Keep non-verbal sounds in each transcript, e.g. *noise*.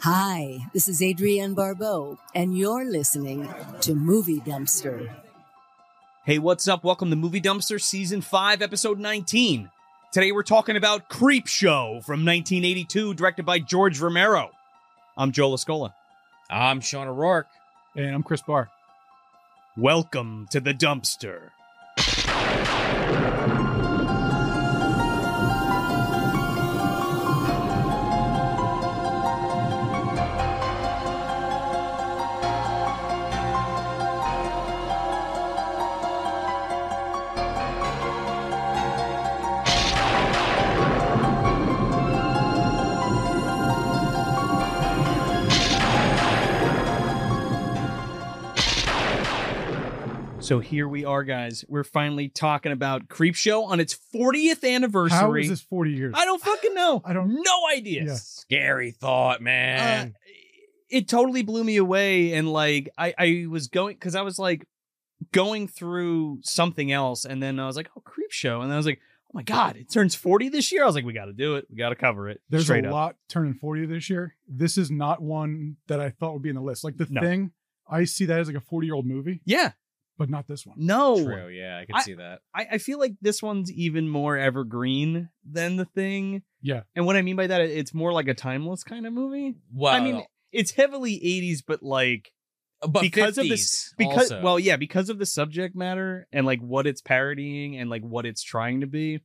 Hi, this is Adrienne Barbeau, and you're listening to Movie Dumpster. Hey, what's up? Welcome to Movie Dumpster Season 5, Episode 19. Today we're talking about Creep Show from 1982, directed by George Romero. I'm Joe Lascola. I'm Sean O'Rourke. And I'm Chris Barr. Welcome to the dumpster. So here we are, guys. We're finally talking about Creep Show on its 40th anniversary. How is this 40 years? I don't fucking know. I don't- No idea. Yeah. Scary thought, Uh, man. it totally blew me away, and like I, I was going because I was like going through something else, and then I was like, oh, Creep Show, and then I was like, oh my god, it turns 40 this year. I was like, we got to do it. We got to cover it. There's Straight a up. lot turning 40 this year. This is not one that I thought would be in the list. Like the No. thing, I see that as like a 40 year old movie, Yeah. but not this one. No. True. Yeah, I can I- see that. I, I feel like this one's even more evergreen than the thing. Yeah. And what I mean by that, it's more like a timeless kind of movie. Well, I mean, it's heavily 80s, but like but because of 50s this, because also. well, yeah, because of the subject matter and like what it's parodying and like what it's trying to be.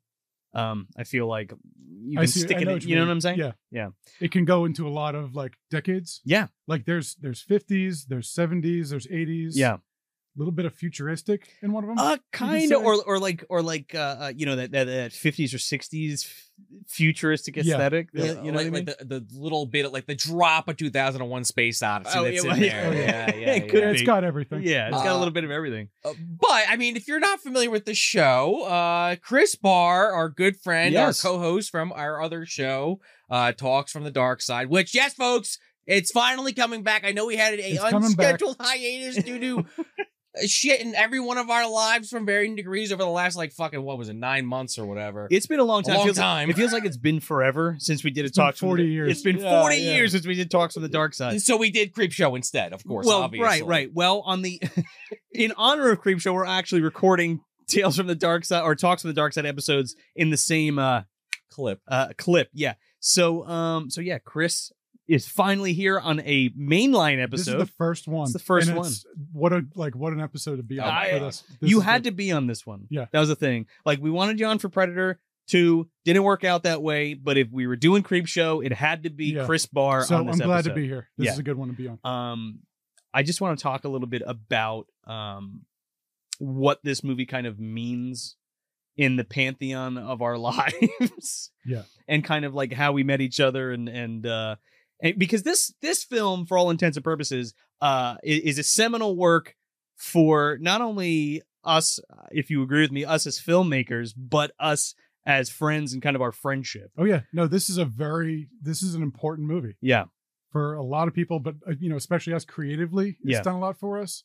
Um, I feel like you I can see- stick I it. in- what You know mean. what I'm saying? Yeah. Yeah. It can go into a lot of like decades. Yeah. Like there's there's 50s, there's 70s, there's 80s. Yeah. A little bit of futuristic in one of them. Uh, kind of, say- or or like or like uh, uh you know that that, that 50s or 60s f- futuristic Yeah. aesthetic. Yeah, that- you know like, what I mean? like the, the little bit of like the drop of 2001 Space Odyssey Oh, that's yeah, in well, there. *laughs* yeah. Yeah, yeah, It yeah. could yeah, it's be. got everything. yeah, it's got a Uh, little bit of everything. Uh, but I mean, if you're not familiar with the show, uh, Chris Barr, our good friend, Yes. our co-host from our other show, uh, talks from the dark side. Which, yes, folks, it's finally coming back. I know we had a It's coming back. unscheduled *laughs* hiatus due to uh, shit in every one of our lives from varying degrees over the last like fucking what was it nine months or whatever. It's been a long A time. It long feels like- time. it feels like it's been forever since we did a been talk. from 40 the- years. It's been Yeah, 40 yeah. years since we did talks on the dark side. And so we did creep show instead, of course. well, obviously. right, right. Well, on the *laughs* in honor of Creep Show, we're actually recording Tales from the Dark Side or Talks from the Dark Side episodes in the same uh Clip. uh clip. Yeah. So um so yeah, Chris is finally here on a mainline This is episode. the first one. the first and one. it's- What a like what an episode to be on I- for this. This you is had good. to be on this one. Yeah. That was the thing. Like we wanted you on for Predator 2, didn't work out that way, but if we were doing Creep Show, it had to be Yeah. Chris Barr So on I'm this glad to episode. be here. This Yeah. is a good one to be on. um i just want to talk a little bit about um what this movie kind of means in the pantheon of our *laughs* lives Yeah. and kind of like how we met each other and and uh and because this this film for all intents and purposes uh i- is, a seminal work for not only us uh, if you agree with me us as filmmakers but us as friends and kind of our friendship Oh yeah, no, this is a very this is an important movie yeah for a lot of people, but uh, you know, especially us creatively, it's Yeah. done a lot for us.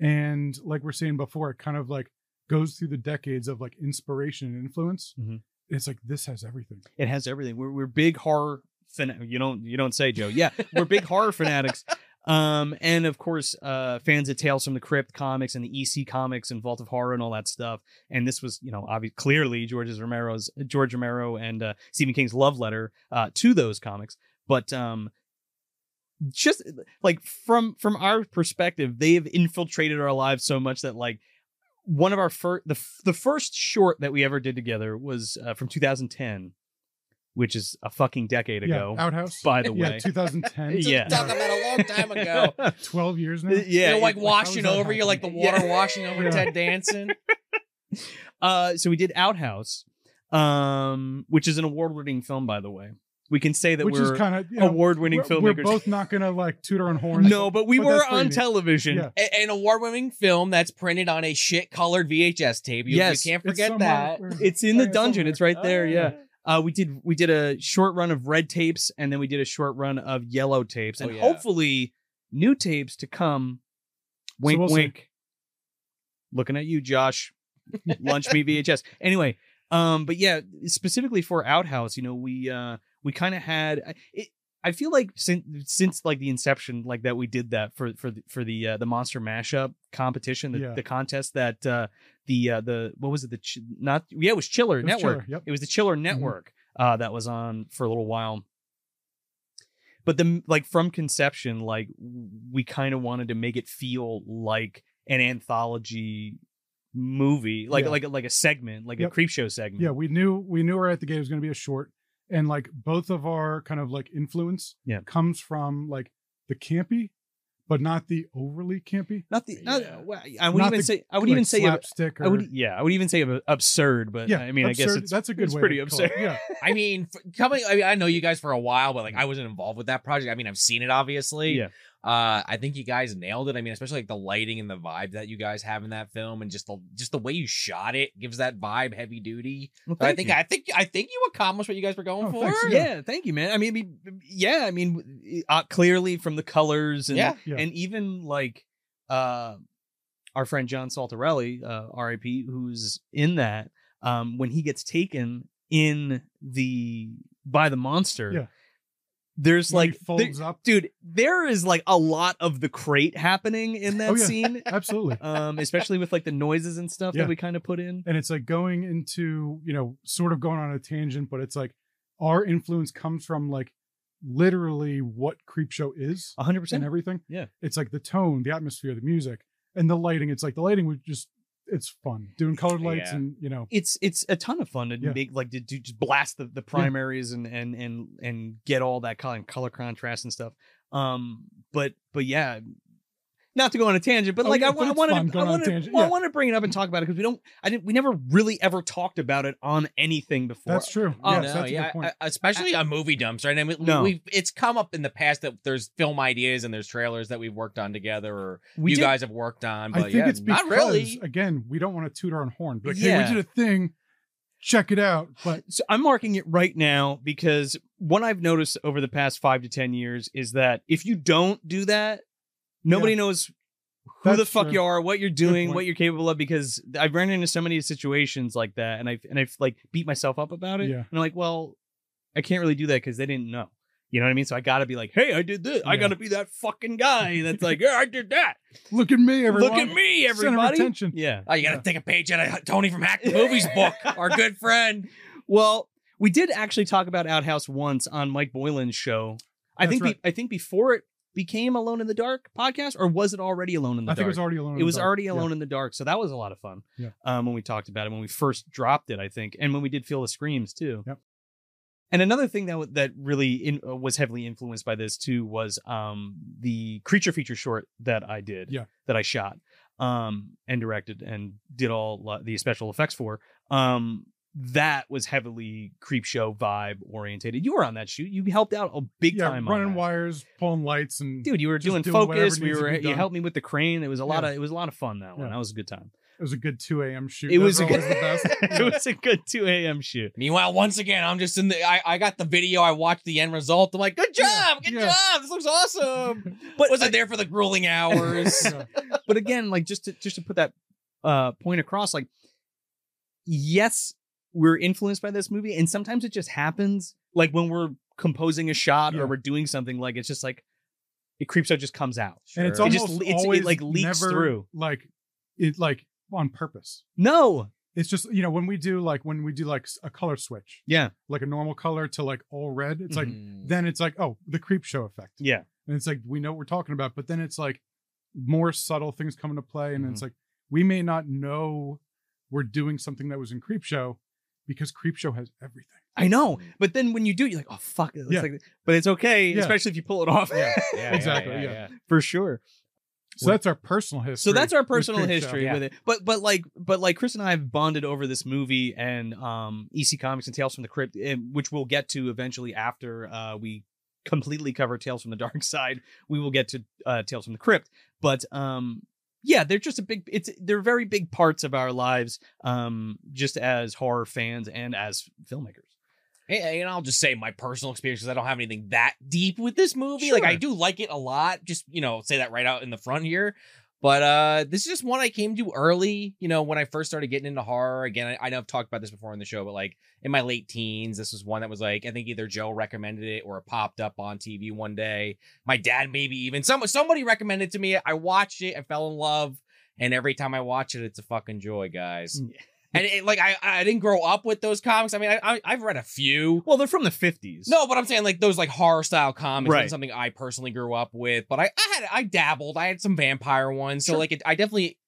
And like we're saying before, it kind of like goes through the decades of like inspiration and influence. Mhm. It's like this has everything. It has everything. We're we're big horror fan. You don't you don't say, Joe. Yeah, *laughs* we're big horror fanatics. Um, and of course, uh, fans of Tales from the Crypt comics and the EC comics and Vault of Horror and all that stuff. And this was, you know, obviously clearly George's Romero's George Romero and uh, Stephen King's love letter uh, to those comics. But um, just like from from our perspective, they've infiltrated our lives so much that like one of our first the f- the first short that we ever did together was uh, from 2010, which is a fucking decade ago. Yeah, outhouse. by the *laughs* yeah, way, *laughs* 2010. Yeah. Talk about a long time ago. *laughs* 12 years now. yeah, you're like it- washing how does that over. You're like the happen? water washing over Yeah. Ted Danson. *laughs* Uh, so we did Outhouse, um, which is an award-winning film, by the way. We can say *laughs* that Which is we're kind of you know, award-winning we're, filmmakers. we're both not gonna like toot our own horns. no, but we but were that's on pretty neat. television. Yeah. A- an award-winning film that's printed on a shit-colored VHS tape. You, you Yes. can't It's forget somewhere- that. Oh, where- *laughs* It's in the Yeah, dungeon. somewhere. It's right there. Ah. Yeah. Uh, we did we did a short run of red tapes, and then we did a short run of yellow tapes, and Oh, yeah. hopefully new tapes to come. Wink, we'll see. wink. Looking at you, *laughs* Josh. Lunch me VHS. Anyway, um, but yeah, specifically for Outhouse, you know, we uh we kind of had I- it. I feel like since since like the inception, like that we did that for for the, for the uh, the monster mashup competition, the, Yeah. the contest that uh the uh the what was it the ch- not yeah it was Chiller It was Network Chiller, yep. Mm-hmm. it was the Chiller Network uh, that was on for a little while. But the like from conception, like we kind of wanted to make it feel like an anthology movie, like Yeah. like like a segment, like a Yep. creep show segment. Yeah, we knew we knew right at the gate it was going to be a short, and like both of our kind of like influence Yeah. comes from like the campy, but not the overly campy. Not the not, Yeah. well, I would Not not even the, say I would like, even say ab- slapstick. Or, I would yeah I would even say ab- absurd, but yeah, I mean I guess absurd- it's that's a good it's way. pretty to call it. absurd. *laughs* Yeah, I mean, f- coming. I, mean, I know you guys for a while, but like I wasn't involved with that project. I mean, I've seen it obviously. Yeah. Uh, I think you guys nailed it. I mean, especially like the lighting and the vibe that you guys have in that film, and just the just the way you shot it gives that vibe heavy duty. Well, So I thank think you. I think I think you accomplished what you guys were going Oh, for. thanks, yeah. yeah. thank you, man. I mean, I mean, yeah, I mean, uh, clearly from the colors and Yeah. Yeah. and even like uh, our friend John Saltarelli, uh, RIP, who's in that, um, when he gets taken in the by the monster, Yeah. there's When he like there- folds up. dude, *laughs* there is like a lot of the crate happening *laughs* in that Oh, yeah. scene, Absolutely. um, especially with like the noises and stuff Yeah. that we kind of put in. and it's like going into you know sort of going on a tangent but it's like our influence comes from like literally what creep show is 100 and percent everything Yeah. it's like the tone the atmosphere the music and the lighting it's like the lighting was just it's fun doing colored lights Yeah. and you know it's it's a ton of fun to Yeah. make like to, to just blast the, the primaries and and and and get all that color, color contrast and stuff um but but yeah not to go on a tangent but Oh, like yeah, I, but wa- I wanted to, I it's fun going on a wanted tangent, well, I yeah. wanted to bring it up and talk about it because we don't I didn't we never really ever talked about it on anything before that's true Oh, yes, no, that's a yeah, good point I- especially a movie dumpster. And I mean, No. we've it's come up in the past that there's film ideas and there's trailers that we've worked on together, or we you did- guys have worked on. I But think yeah, it's because not really. again we don't want to toot our own horn but like, Yeah. hey we did a thing check it out but so I'm marking it right now because what I've noticed over the past five to ten years is that if you don't do that, nobody knows who the That's fuck true. you are, what you're doing, what point. you're capable of. Because I've run into so many situations like that, and I've and I've like beat myself up about it. Yeah. And I'm like, well, I can't really do that because they didn't know. You know what I mean? So I got to be like, hey, I did this. I Yeah. got to be that fucking guy that's like, yeah, I did that. look at me everyone Look at me, Center of everybody. attention. Yeah. Oh, you got to take a page out of Tony *laughs* from Hack the Movies book, our good friend. Well, we did actually talk about Outhouse once on Mike Boylan's show. I That's think right. be, I think before it became Alone in the Dark podcast, or was it already Alone in the i Dark? think it was already alone It in the was Dark. already Yeah. Alone in the Dark, so that was a lot of fun. Yeah. Um, when we talked about it, when we first dropped it, I think, and when we did Feel the Screams too. Yep. And another thing that w- that really in, uh, was heavily influenced by this too was um the creature feature short that I did. Yeah. That I shot, um, and directed and did all lo- the special effects for. Um, that was heavily creep show vibe orientated. You were on that shoot. You helped out a big yeah time. on running that wires pulling lights and dude you were Just doing, doing whatever focus we needs to were be you done. helped me with the crane it was a lot Yeah. of it was a lot of fun that one Yeah. that was a good time It was a good 2 a.m. shoot. it Those was are a good always the *laughs* best. it was a good 2 a.m shoot *laughs* Meanwhile, once again, I'm just in the. I, I got the video. I watched the end result. I'm like, good job, good yeah. job. This looks *laughs* awesome. but Wasn't there for the *laughs* grueling *laughs* hours. Yeah. but again like just to just to put that uh point across like yes we're influenced by this movie and sometimes it just happens like when we're composing a shot Yeah. or we're doing something like it's just like it creeps out just comes out *laughs* And it's It almost just- it's- it, always like, leaks never, through. Like it like on purpose. no It's just, you know, when we do like when we do like s- a color switch, yeah like a normal color to like all red, it's like Mhm. then it's like, oh, the creep show effect. Mm-hmm. yeah and it's like we know what we're talking about but then it's like more subtle things come into play and Mm-hmm. it's like we may not know we're doing something that was in creep show because creep show has everything I know, but then when you do, you're like, oh fuck, it's Yeah. like, but it's okay, Yeah. especially if you pull it off. Yeah. Yeah, Exactly, yeah. for sure. so that's our personal history So that's our *laughs* with personal Creep Show. history yeah. with it. But but like but like Chris and I have bonded over this movie and um EC Comics and Tales from the Crypt, and- which we'll get to eventually after uh we completely cover Tales from the Dark *laughs* Side. We will get to uh Tales from the Crypt. But um yeah, they're just a big it's they're very big parts of our lives, um, just as horror fans and as filmmakers. And, and I'll just say my personal experience because I don't have anything that deep with this movie. Like I Sure. do like it a lot. Just you know, say that right out in the front here. But uh this is just one I came to early. You know, when I first started getting into horror. Again, I, I know I've talked about this before on the show, but like in my late teens, this was one that was like I think either Joe recommended it or it popped up on TV one day. My dad maybe even some somebody recommended it to me. I watched it. I fell in love. And every time I watch it, it's a fucking joy, guys. Yeah. And it, like I, I didn't grow up with those comics. I mean, I, I I've read a few. Well, they're from the fifties. No, but I'm saying like those like horror style comics Right. and something I personally grew up with. But I, I had I dabbled. I had some vampire ones. So Sure. like it, I definitely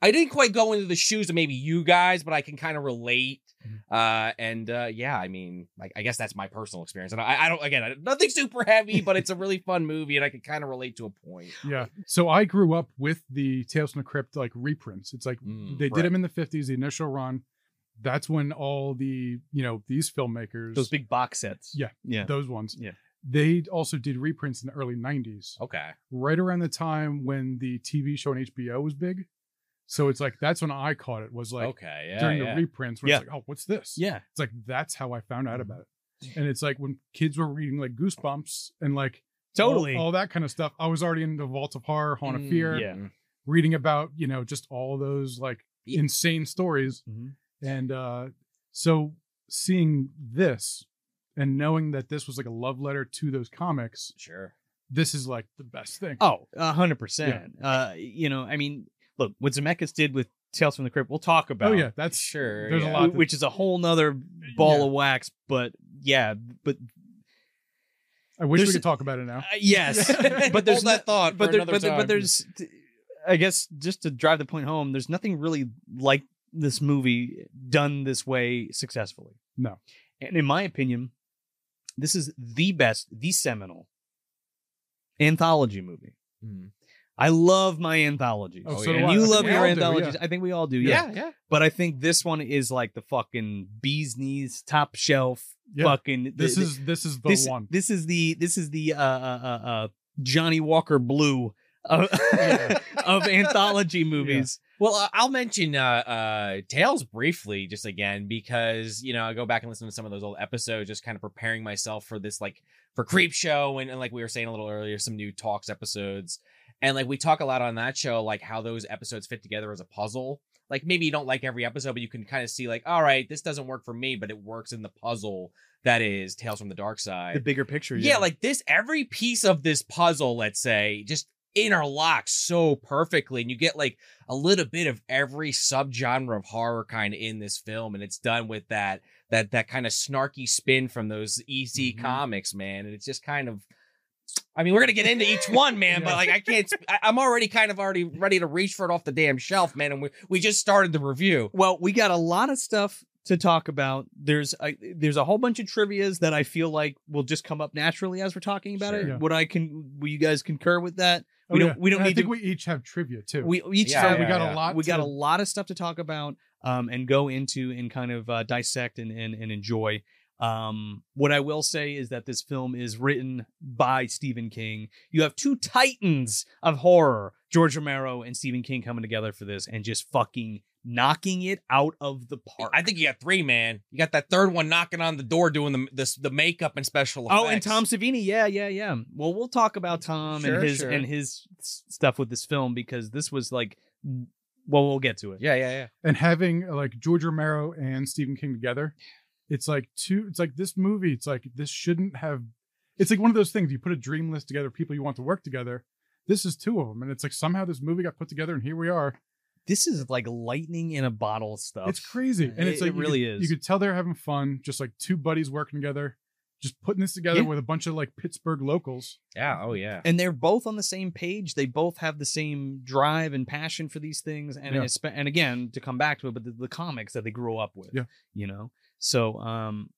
I didn't quite go into the shoes of maybe you guys, but I can kind of relate. Mm-hmm. Uh and uh yeah, I mean, like I guess that's my personal experience. And I, I don't again I- nothing super heavy, but it's a really fun movie and I can kind of relate to a point. *laughs* yeah so i grew up with the tales from the crypt like reprints it's like Mm, they did right. them in the 50s the initial run that's when all the you know these filmmakers those big box sets. Yeah. Yeah. those ones Yeah. they also did reprints in the early 90s Okay. right around the time when the tv show on hbo was big so it's like that's when i caught it was like okay. Yeah. during yeah. Mm-hmm. the reprints when it's like oh what's this Yeah. it's like that's how i found out about it and it's like when kids were reading like goosebumps and like all- Totally. all, that kind of stuff i was already in the vault of horror haunt of Mm, fear yeah. reading about you know just all those like Yeah. insane stories Mhm. and uh so seeing this and knowing that this was like a love letter to those comics Sure. this is like the best thing Oh, a hundred percent. Uh, you know, I mean, look what Zemeckis did with Tales from the Crypt. We'll talk about. oh yeah that's sure. there's a yeah. lot- wh- which is a whole nother ball Uh, Yeah. of wax. But yeah, but i wish we There's- could talk about it now uh, *laughs* yes, but there's Hold that no- thought. but for there, another but, there- time. but there's, I guess, just to drive the point home, there's nothing really like this movie done this way successfully. No. and in my opinion, this is the best, the seminal anthology movie. Mm. I love my anthologies. Oh, Oh, so yeah. do and I. you I think love we your all do, yeah. anthologies. I think we all do. Yeah. yeah. But I think this one is like the fucking bees knees, top shelf, Yeah. fucking. this th- is this is the this, one This is the this is the uh uh uh, uh Johnny Walker Blue of, *laughs* Yeah. *laughs* *laughs* of anthology movies. Well, uh, I'll mention uh, uh, Tails briefly just again because you know I go back and listen to some of those old episodes, just kind of preparing myself for this like for Creep Show and, and like we were saying a little earlier, some new talks episodes, and like we talk a lot on that show, like how those episodes fit together as a puzzle. Like maybe you don't like every episode, but you can kind of see like, all right, this doesn't work for me, but it works in the puzzle that is Tales from the Dark Side. The bigger picture. Yeah, like this, every piece of this puzzle, let's say, just interlocks so perfectly. And you get like a little bit of every subgenre of horror kind of in this film. And it's done with that that that kind of snarky spin from those EC Mm-hmm. Mhm. comics, man. And it's just kind of I mean, we're gonna get into each *laughs* one, man, but Yeah. like I can't sp- I, I'm already kind of already ready to reach for it off the damn shelf, man. And we, we just started the review. Well, we got a lot of stuff to talk about. There's a, there's a whole bunch of trivia's that I feel like will just come up naturally as we're talking about Sure. it. Yeah. Would I can? Will you guys concur with that? Oh, we don't- yeah. we don't And need i think to- we each have trivia too We each Yeah, so have we got a yeah. lot we got to- a lot of stuff to talk about um, and go into and kind of uh, dissect and, and, and enjoy. Um, what I will say is that this film is written by Stephen King. You have two titans of horror, George Romero and Stephen King, coming together for this and just fucking knocking it out of the park. I think you got three, man. You got that third one knocking on the door doing the the, the makeup and special effects. Oh, and Tom Savini, yeah, yeah, yeah. Well, we'll talk about Tom Sure, and his sure. and his s- stuff with this film because this was like, well, we'll get to it. Yeah, yeah, yeah. and having uh, like George Romero and Stephen King together, it's like two. It's like this movie. It's like this shouldn't have. It's like one of those things you put a dream list together, people you want to work together. This is two of them, and it's like somehow this movie got put together, and here we are. This is like lightning in a bottle stuff. It's crazy, and it's It- like it really you could, is. You could tell they're having fun, just like two buddies working together, just putting this together Yeah. with a bunch of like Pittsburgh locals. Yeah. Oh yeah. and they're both on the same page. They both have the same drive and passion for these things, and Yeah. espe- and again to come back to it, but the, the comics that they grew up with, Yeah. you know. So, um,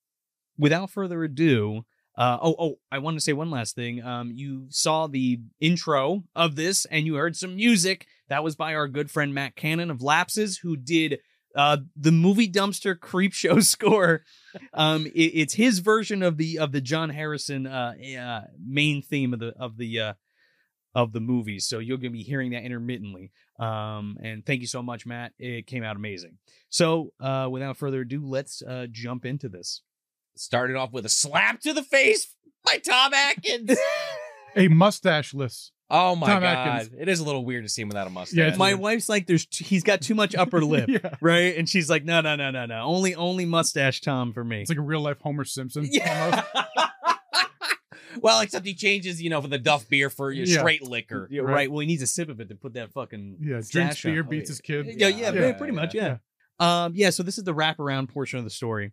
without further ado, uh, oh oh, I want to say one last thing. Um, you saw the intro of this, and you heard some music that was by our good friend Matt Cannon of Lapses, who did uh the movie dumpster creep show *laughs* score um it- it's his version of the of the john harrison uh, uh main theme of the of the uh of the movie so you're gonna be hearing that intermittently um and thank you so much matt it came out amazing so uh without further ado let's uh jump into this Started off with a slap to the face by Tom Atkins. A mustacheless. *laughs* oh my Tom god. Atkins. It is a little weird to see him without a mustache. Yeah, it's my weird. wife's like there's t- he's got too much upper lip *laughs* yeah. right and she's like no no no no no only only mustache tom for me It's like a real life *laughs* Homer Simpson. Yeah. well, except he changes, you know, for the Duff beer for your Yeah. straight liquor. yeah, right. right. Well, he needs a sip of it to put that fucking Yeah, stash drinks beer, on. beats his kid. Yeah, yeah, Yeah. yeah, pretty much, yeah. Um, yeah, so this is the wraparound portion of the story.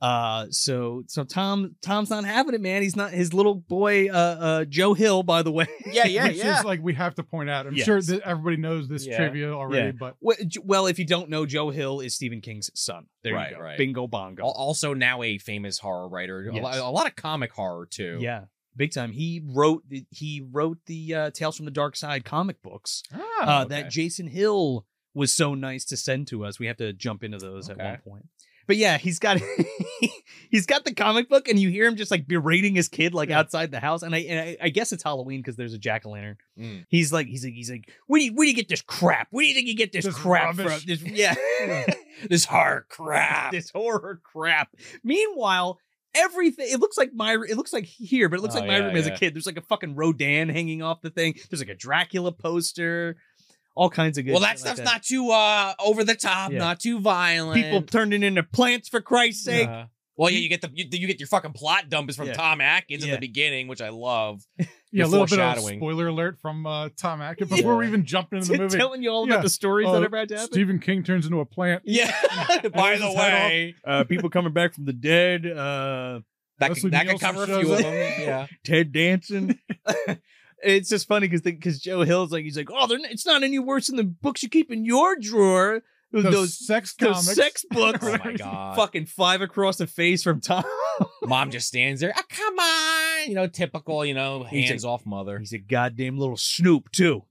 Uh, so so Tom Tom's not having it, man. He's not his little boy, uh, uh, Joe Hill, by the way. *laughs* Yeah, yeah, Which is like we have to point out. I'm sure Yes. that everybody knows this Yeah. trivia already, Yeah. but Well, J- Well, if you don't know, Joe Hill is Stephen King's son. There Right, you go. right. Bingo bongo. Al- Also now a famous horror writer. A, lot, Yes. a lot of comic horror too. Yeah, big time. He wrote the- he wrote the uh, Tales from the Dark Side comic books Oh, uh, okay. that Jason Hill was so nice to send to us. We have to jump into those at one Okay. point. But yeah, he's got *laughs* he's got the comic book, and you hear him just like berating his kid like outside the house. And I and I, I guess it's Halloween because there's a jack o' lantern. Mm. He's like he's like he's like where do you where do you get this crap? Where do you think you get this, This crap rubbish. *laughs* from? This yeah, this horror *laughs* crap. this horror crap. Meanwhile. Everything it looks like my it looks like here, but it looks Oh, like my yeah, room as a yeah. kid. There's like a fucking Rodan hanging off the thing. There's like a Dracula poster, all kinds of good. well, shit that like stuff's not too uh over the top, Yeah. not too violent. people turning into plants for Christ's sake. Yeah. Well, yeah, you get the you, you get your fucking plot dump is from Yeah. Tom Atkins in Yeah. the beginning, which I love. yeah, Your a little bit of foreshadowing. spoiler alert from uh, Tom Atkins before we even jump into the movie. Telling you all Yeah. about the stories Uh, that ever had to happen. Stephen King turns into a plant. Yeah. By *laughs* Hangs the his head off. way, Uh, people coming back from the dead. Uh, that Leslie could, that could Nielsen cover a shows few of up. *laughs* them. Yeah. Ted Danson. it's just funny because because Joe Hill's like he's like, oh, they're, n- it's not any worse than the books you keep in your drawer. Those Those, those, sex comics. sex books. *laughs* Oh *laughs* my god. Fucking five across the face from Tom. *laughs* Mom just stands there. "Ah, come on, you know, typical, you know, He's a- hands off mother. He's a goddamn little snoop too.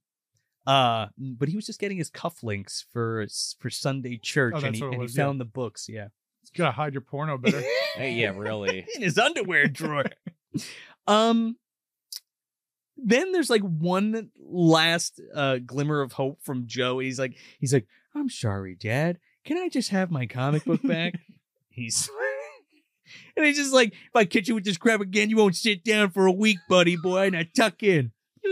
Uh, but he was just getting his cufflinks for for Sunday church, Oh, and that's he, what it and he was, yeah. found the books. Yeah. Gotta hide your porno *laughs* better. Hey, yeah, *laughs* really. in his underwear drawer. *laughs* um then there's like one last uh glimmer of hope from Joe. He's like he's like, "I'm sorry, dad. Can I just have my comic book back?" he's *laughs* And he's just like, "If I catch you with this crap again, you won't sit down for a week, buddy boy." And I tuck in.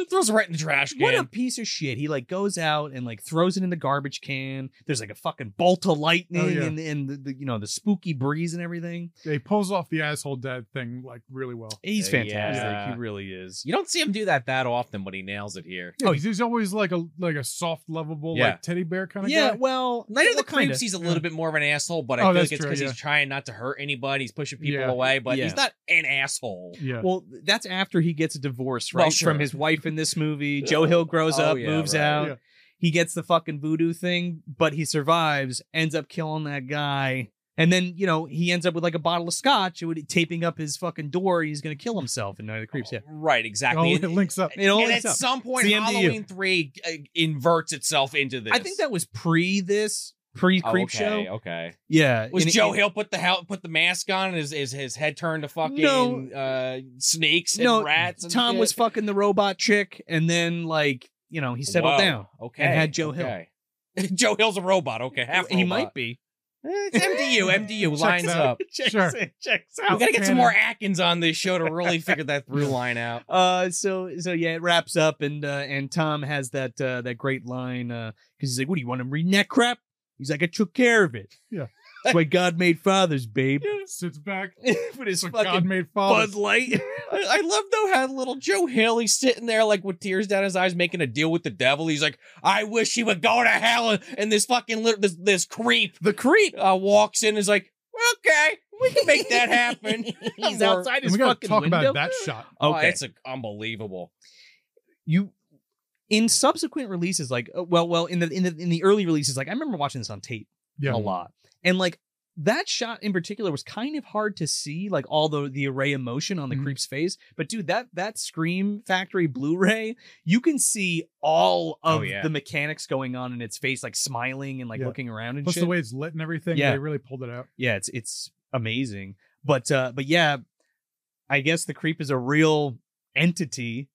throws it right in the trash What a can. piece of shit. He like goes out and like throws it in the garbage can. There's like a fucking bolt of lightning Oh, yeah. and, and the, the you know, the spooky breeze and everything. yeah, he pulls off the asshole dad thing like really well. He's Uh, fantastic. yeah. He really is. You don't see him do that that often, but he nails it here. Oh, Yeah, 'cause he's always like a like a soft, lovable, Yeah. like teddy bear kind of Yeah, guy. well, Night of the well, kinda. Creeps, he's a little bit more of an asshole, but I Oh, feel like that's it's true, because yeah. he's trying not to hurt anybody. He's pushing people Yeah. away, but Yeah. he's not an asshole. Yeah. Well, that's after he gets a divorce, right? Well, sure. From his wife in this *laughs* movie. Joe Hill grows Oh, up, yeah, moves right. out. Yeah. He gets the fucking voodoo thing, but he survives, ends up killing that guy. And then, you know, he ends up with like a bottle of scotch, it would, taping up his fucking door. He's going to kill himself in Night of the Creeps. Yeah. Right, oh, *laughs* exactly. it links up. It all *laughs* and links at up. some point, It's the MDU. Halloween 3 uh, inverts itself into this. I think that was pre this, pre Oh, Creep okay, Show. Okay. Yeah. Was and it- Joe it- Hill put the hell put the mask on and his, his his head turned to fucking No. uh snakes and No, rats and Tom shit? was fucking the robot chick, and then, like, you know, he settled Whoa, down. Okay. had Joe Hill. okay. *laughs* Joe Hill's a robot, okay. Half he might be. *laughs* It's MDU, MDU Checks lines out. up. checks Sure. in, checks We out. gotta get some Cannon. more Atkins on this show to really figure *laughs* that through line out. Uh, so so yeah, it wraps up, and uh, and Tom has that uh, that great line uh, because he's like, "What do you want him reading that crap?" He's like, "I took care of it." Yeah. that's why God made fathers, babe. *laughs* Sits back. but it's It's what God fucking made Bud fathers. Light. I, *laughs* I love though how little Joe Hill he's sitting there like with tears down his eyes, making a deal with the devil. He's like, "I wish he would go to hell." And this fucking lit- this this creep, the creep. uh, walks in, and is like, "Okay, We can make *laughs* that happen. *laughs* He's Or- outside And his we gotta fucking talk window. about that shot. Oh, Okay. it's a, unbelievable. you in subsequent releases like uh, well well in the in the in the early releases like i remember watching this on tape Yeah. a lot and like that shot in particular was kind of hard to see like all the the array of motion on the Mhm. creep's face but dude that that scream factory blu-ray you can see all of Oh, yeah. the mechanics going on in its face like smiling and like Yeah. looking around and Plus shit the way it's lit and everything, Yeah. they really pulled it out. yeah it's it's amazing but uh but yeah i guess the creep is a real entity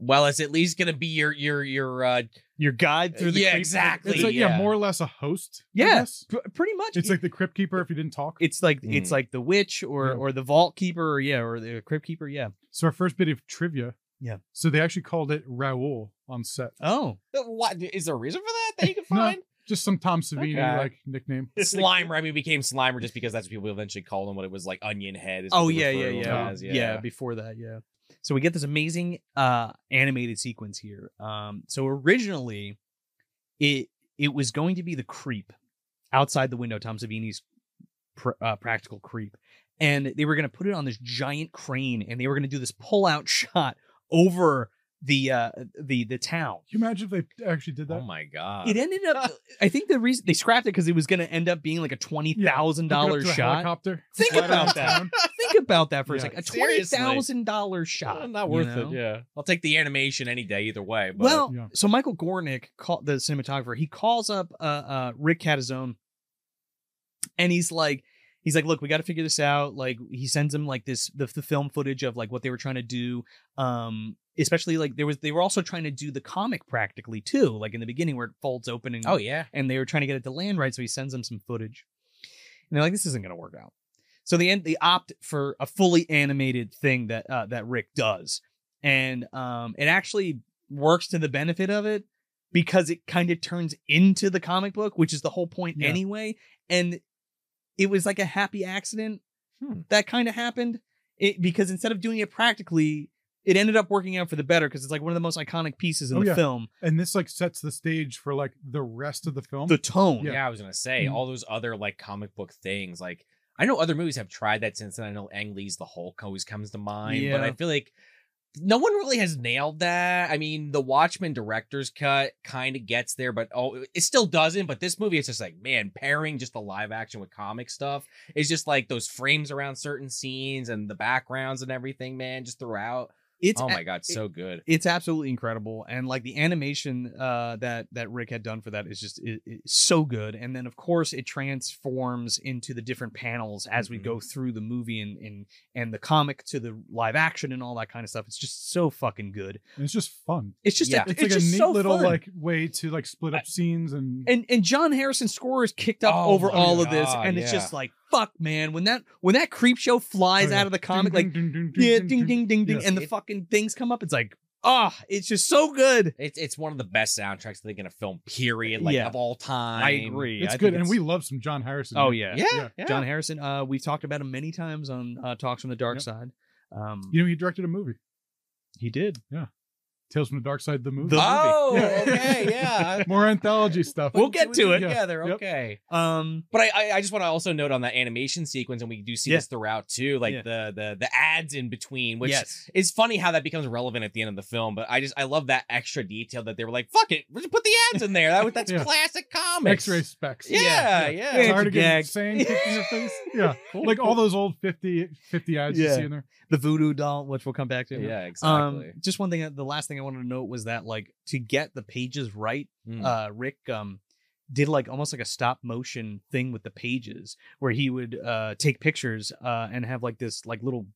Well, it's at least gonna be your your your uh your guide through the Yeah, creep exactly. It's like yeah, yeah. more or less a host. I Yeah. guess. P- pretty much It's It- like the crypt keeper if you didn't talk. it's like it's Mm. like the witch or Yeah. or the vault keeper or yeah or the crypt keeper yeah So our first bit of trivia. Yeah. So they actually called it Raoul on set. oh what is there a reason for that that you can *laughs* No. find? Just some Tom Savini Okay. like *laughs* nickname. Slime Remy became Slimer just because that's what people eventually called him. What it was like Onion Head. is what oh they yeah yeah refer to him yeah. as, yeah before that yeah so we get this amazing uh animated sequence here um so originally it it was going to be the creep outside the window tom savini's pr- uh, practical creep and they were going to put it on this giant crane and they were going to do this pull out *laughs* shot over the uh the the town Can you imagine if they actually did that? Oh my god. It ended up. *laughs* I think the reason they scrapped it because it was going to end up being like a twenty thousand Hook it up dollars to a shot. Helicopter. Think fly around about that. town. Think about that for a Yeah. second. A twenty Seriously. thousand dollars Well, shot. not you worth know? it. Yeah. I'll take the animation any day, either way. But Well, Yeah. so Michael Gornick, call, the cinematographer, he calls up uh, uh, Rick Catazone, and he's like, he's like, look, we got to figure this out. Like, he sends him like this the, the film footage of like what they were trying to do. Um, especially like there was they were also trying to do the comic practically too, like in the beginning where it folds open and oh yeah. and they were trying to get it to land right, so he sends them some footage. And they're like, "This isn't going to work out." So they end, they opt for a fully animated thing that uh, that Rick does, and um, it actually works to the benefit of it because it kind of turns into the comic book, which is the whole point Yeah. anyway. And it was like a happy accident Hmm. that kind of happened it, because instead of doing it practically. It ended up working out for the better because it's like one of the most iconic pieces in Oh, the yeah. film. And this like sets the stage for like the rest of the film. The tone, Yeah. Mm-hmm. I was gonna say Mhm. all those other like comic book things. Like I know other movies have tried that since then. I know Ang Lee's The Hulk always comes to mind, but Yeah. I feel like no one really has nailed that. I mean, the Watchmen director's cut kind of gets there, but oh, it still doesn't. But this movie, it's just like man, pairing just the live action with comic stuff is just like those frames around certain scenes and the backgrounds and everything, man, just throughout. It's oh a- my god, so good. it's absolutely incredible and like the animation uh that that rick had done for that is just i i- so good and then of course it transforms into the different panels as we Mhm. go through the movie and, and and the comic to the live action and all that kind of stuff it's just so fucking good and it's just fun. it's just Yeah. it's, like just a neat so little fun. like way to like split up scenes and, and and john harrison's score is kicked up Oh over my all of this God, and it's yeah. just like fuck man when that when that creep show flies Oh, yeah. out of the comic like ding, ding, yeah ding ding ding ding Yeah. and the It- fucking things come up it's like ah it's just so good It's it's one of the best soundtracks I think in a film period, like Yeah. of all time. It's good, and we love some John Harrison. Oh man. yeah. Yeah, Yeah. yeah. John Harrison. Uh, we've talked about him many times on uh, Talks from the Dark Yep. Side. Um, You know he directed a movie, he did. Tales from the Dark Side, the movie. The- oh, movie. Yeah. *laughs* okay, yeah. *laughs* More anthology stuff. We'll get to it. Yeah. together. Yep. Okay. Um, But I, I, I just want to also note on that animation sequence, and we do see Yeah. this throughout too, like Yeah. the the the ads in between, which yes. is funny how that becomes relevant at the end of the film. But I just I love that extra detail that they were like, "Fuck it, we'll just put the ads in there." *laughs* That was that's Yeah. classic comics. X-ray specs. Yeah, yeah. Yeah. Tired of getting Gag. saying *laughs* kicked in your face. Yeah. Cool. Like all those old 50, 50 ads you Yeah. see in there. the voodoo doll, which we'll come back to. Yeah, Um, exactly. just one thing. uh, The last thing I wanted to note was that, like, to get the pages right, Mm. uh, Rick um did like almost like a stop motion thing with the pages, where he would uh take pictures uh and have like this like little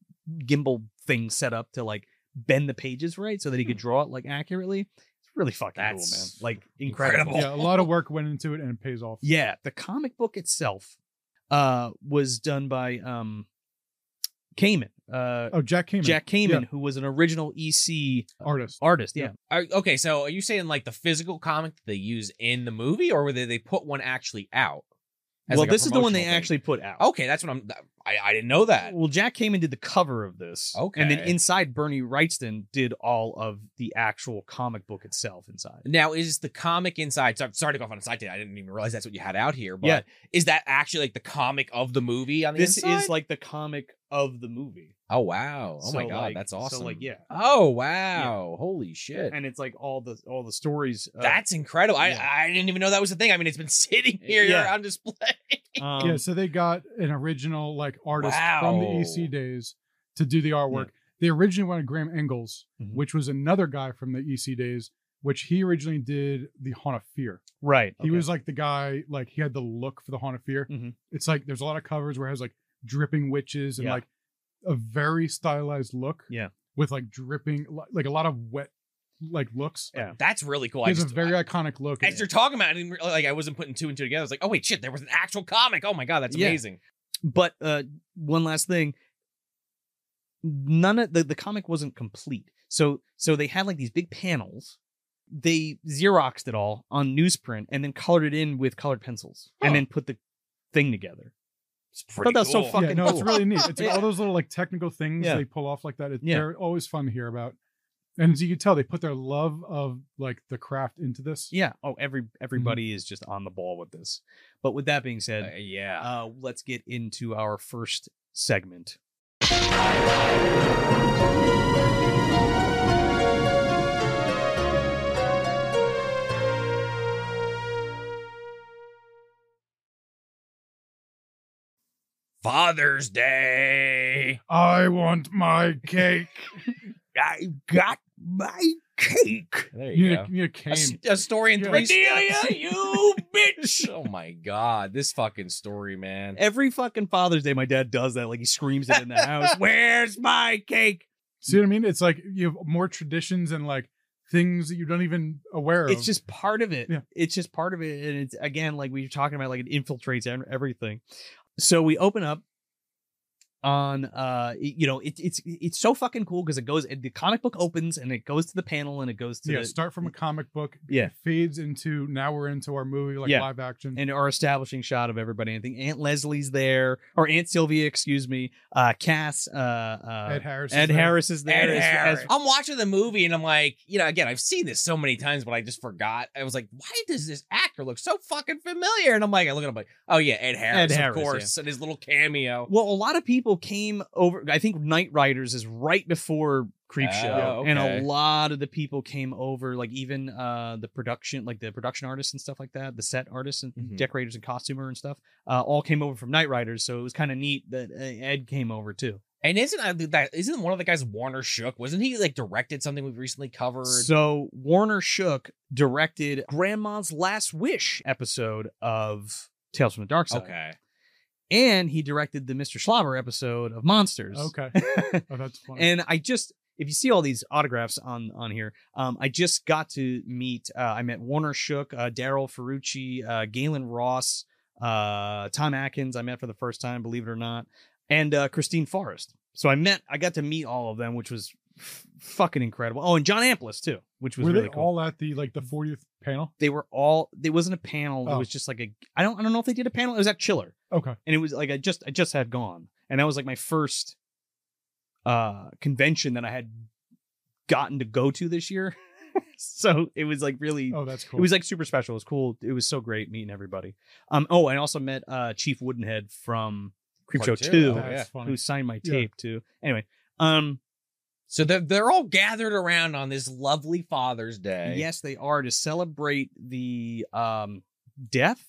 gimbal thing set up to like bend the pages right so that he could draw it like accurately. It's really fucking cool, man. Hmm. That's Like incredible. incredible. Yeah, a lot of work went into it and it pays off. Yeah, the comic book itself uh was done by um Kamen, uh Oh, Jack Kamen. Jack Kamen, Yeah. who was an original EC Artist. artist. Yeah. Are, okay, so are you saying like the physical comic that they use in the movie, or whether they put one actually out? as, Well, like, a this is the one they promotional thing? actually put out. Okay, that's what I'm. I, I didn't know that. Well, Jack Kamen did the cover of this. And then Okay. inside Bernie Wrightston did all of the actual comic book itself inside. Now, is the comic inside? So, sorry to go off on a side tangent. I didn't even realize that's what you had out here. But Yeah. is that actually like the comic of the movie on the This inside? is like the comic of the movie. oh wow, oh my So, god, like- that's so, awesome. like, yeah. Oh wow, holy shit. And it's like all the all the stories. uh, of- that's incredible. I, yeah. Eh, I didn't even know that was a thing. I mean, it's been *laughs* sitting here Yeah. on display. um, yeah, so they got an original like artist from Wow. the EC days to do the artwork. They originally wanted Graham Engels, Mhm. which was another guy from the EC days, which he originally did the Haunt of Fear. right. He okay. was like the guy, like he had the look for the Haunt of Fear. Mhm. It's like there's a lot of covers where it has like dripping witches and Yeah. like a very stylized look. Yeah. With like dripping, li- like a lot of wet, like looks. Yeah. That's really cool. He I has a just, very I- iconic look. as you're talking about, it, I didn't, re- like I wasn't putting two and two together. I was like, oh wait, shit, there was an actual comic. Oh my god, that's Yeah. amazing. but uh one last thing none of the, the comic wasn't complete so so they had like these big panels they xeroxed it all on newsprint and then colored it in with colored pencils Huh. and then put the thing together It's pretty. that was so cool. fucking yeah, no, it's cool. really neat. It's like Yeah. *laughs* all those little like technical things Yeah. they pull off like that. It, Yeah. They're always fun to hear about, and as you can tell, they put their love of like the craft into this. yeah oh every everybody is just on the ball with this but with that being Uh, said yeah. uh let's get into our first segment Father's Day. I *laughs* want my cake. i got my cake There you, need a, you need a cane. A, s- a story in Yeah. three Cordelia, steps. you *laughs* bitch! Oh my god, this fucking story, man. every fucking father's day my dad does that like he screams it in the house *laughs* Where's my cake? See what I mean? It's like you have more traditions and like things that you don't even aware of. it's just part of it Yeah. it's just part of it and it's again like we were talking about like it infiltrates ev- everything so we open up on uh y- you know it, it's it's so fucking cool because it goes the comic book opens and it goes to the panel and it goes to yeah. the, start from a comic book. Yeah. Fades into now we're into our movie like Yeah. live action. and our establishing shot of everybody i think aunt leslie's there or aunt sylvia excuse me uh cass uh, uh Ed Harris. is Ed there. Harris is there Ed as- as- Harris. I'm watching the movie and I'm like, you know, again, I've seen this so many times, but I just forgot. I was like, why does this actor look so fucking familiar? And I'm like, I look at him like, oh yeah, Ed Harris, Harris, of course, and his little cameo. Well, a lot of people came over. I think Night Riders is right before Creep Show, Oh, and okay. a lot of the people came over. Like even uh, the production, like the production artists and stuff like that, the set artists and Mhm. decorators and costumer and stuff, uh, all came over from Night Riders. So it was kind of neat that uh, Ed came over too. And isn't I think that isn't one of the guys Warner Shook? Wasn't he like directed something we've recently covered? So Warner Shook directed Grandma's Last Wish episode of Tales from the Dark Side, okay. and he directed the Mr. Slobber episode of Monsters. Okay. *laughs* Oh, that's funny. and I just if you see all these autographs on on here, um, I just got to meet uh, I met Warner Shook, uh, Daryl Ferrucci, uh, Galen Ross, uh, Tom Atkins. I met for the first time, believe it or not, and uh, Christine Forrest. So I met I got to meet all of them, which was f- fucking incredible. Oh, and John Amplis too, which was were really they cool. all at the like the 40th panel? they were all. There wasn't a panel. It Oh. was just like a. I don't. I don't know if they did a panel. It was at Chiller Okay. and it was like I just I just had gone, and that was like my first uh convention that I had gotten to go to this year. *laughs* so it was like really Oh, that's cool. it was like super special. It was cool. It was so great meeting everybody. Um oh, I also met uh Chief Woodenhead from Creepshow Part two. 2 Oh, That's yeah. funny. who signed my Yeah. tape too. Anyway, um So they're, they're all gathered around on this lovely Father's Day. yes, they are to celebrate the um death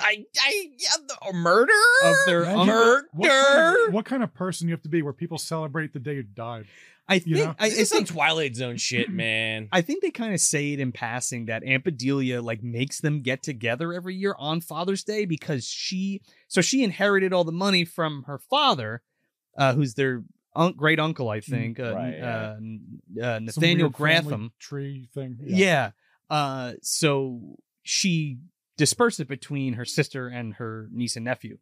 I, I, yeah, the- a murder of their Imagine uncle. murder. What kind, of, what kind of person you have to be where people celebrate the day you died? I think you know? I, I this is think some Twilight Zone shit, man. I think they kind of say it in passing that Aunt Bedelia like makes them get together every year on Father's Day because she so she inherited all the money from her father, uh, who's their un- great uncle, I think, uh, right, yeah. uh, n- uh, Some Nathaniel weird family Grantham. tree thing. Yeah. Uh, so she dispersed it between her sister and her niece and nephew.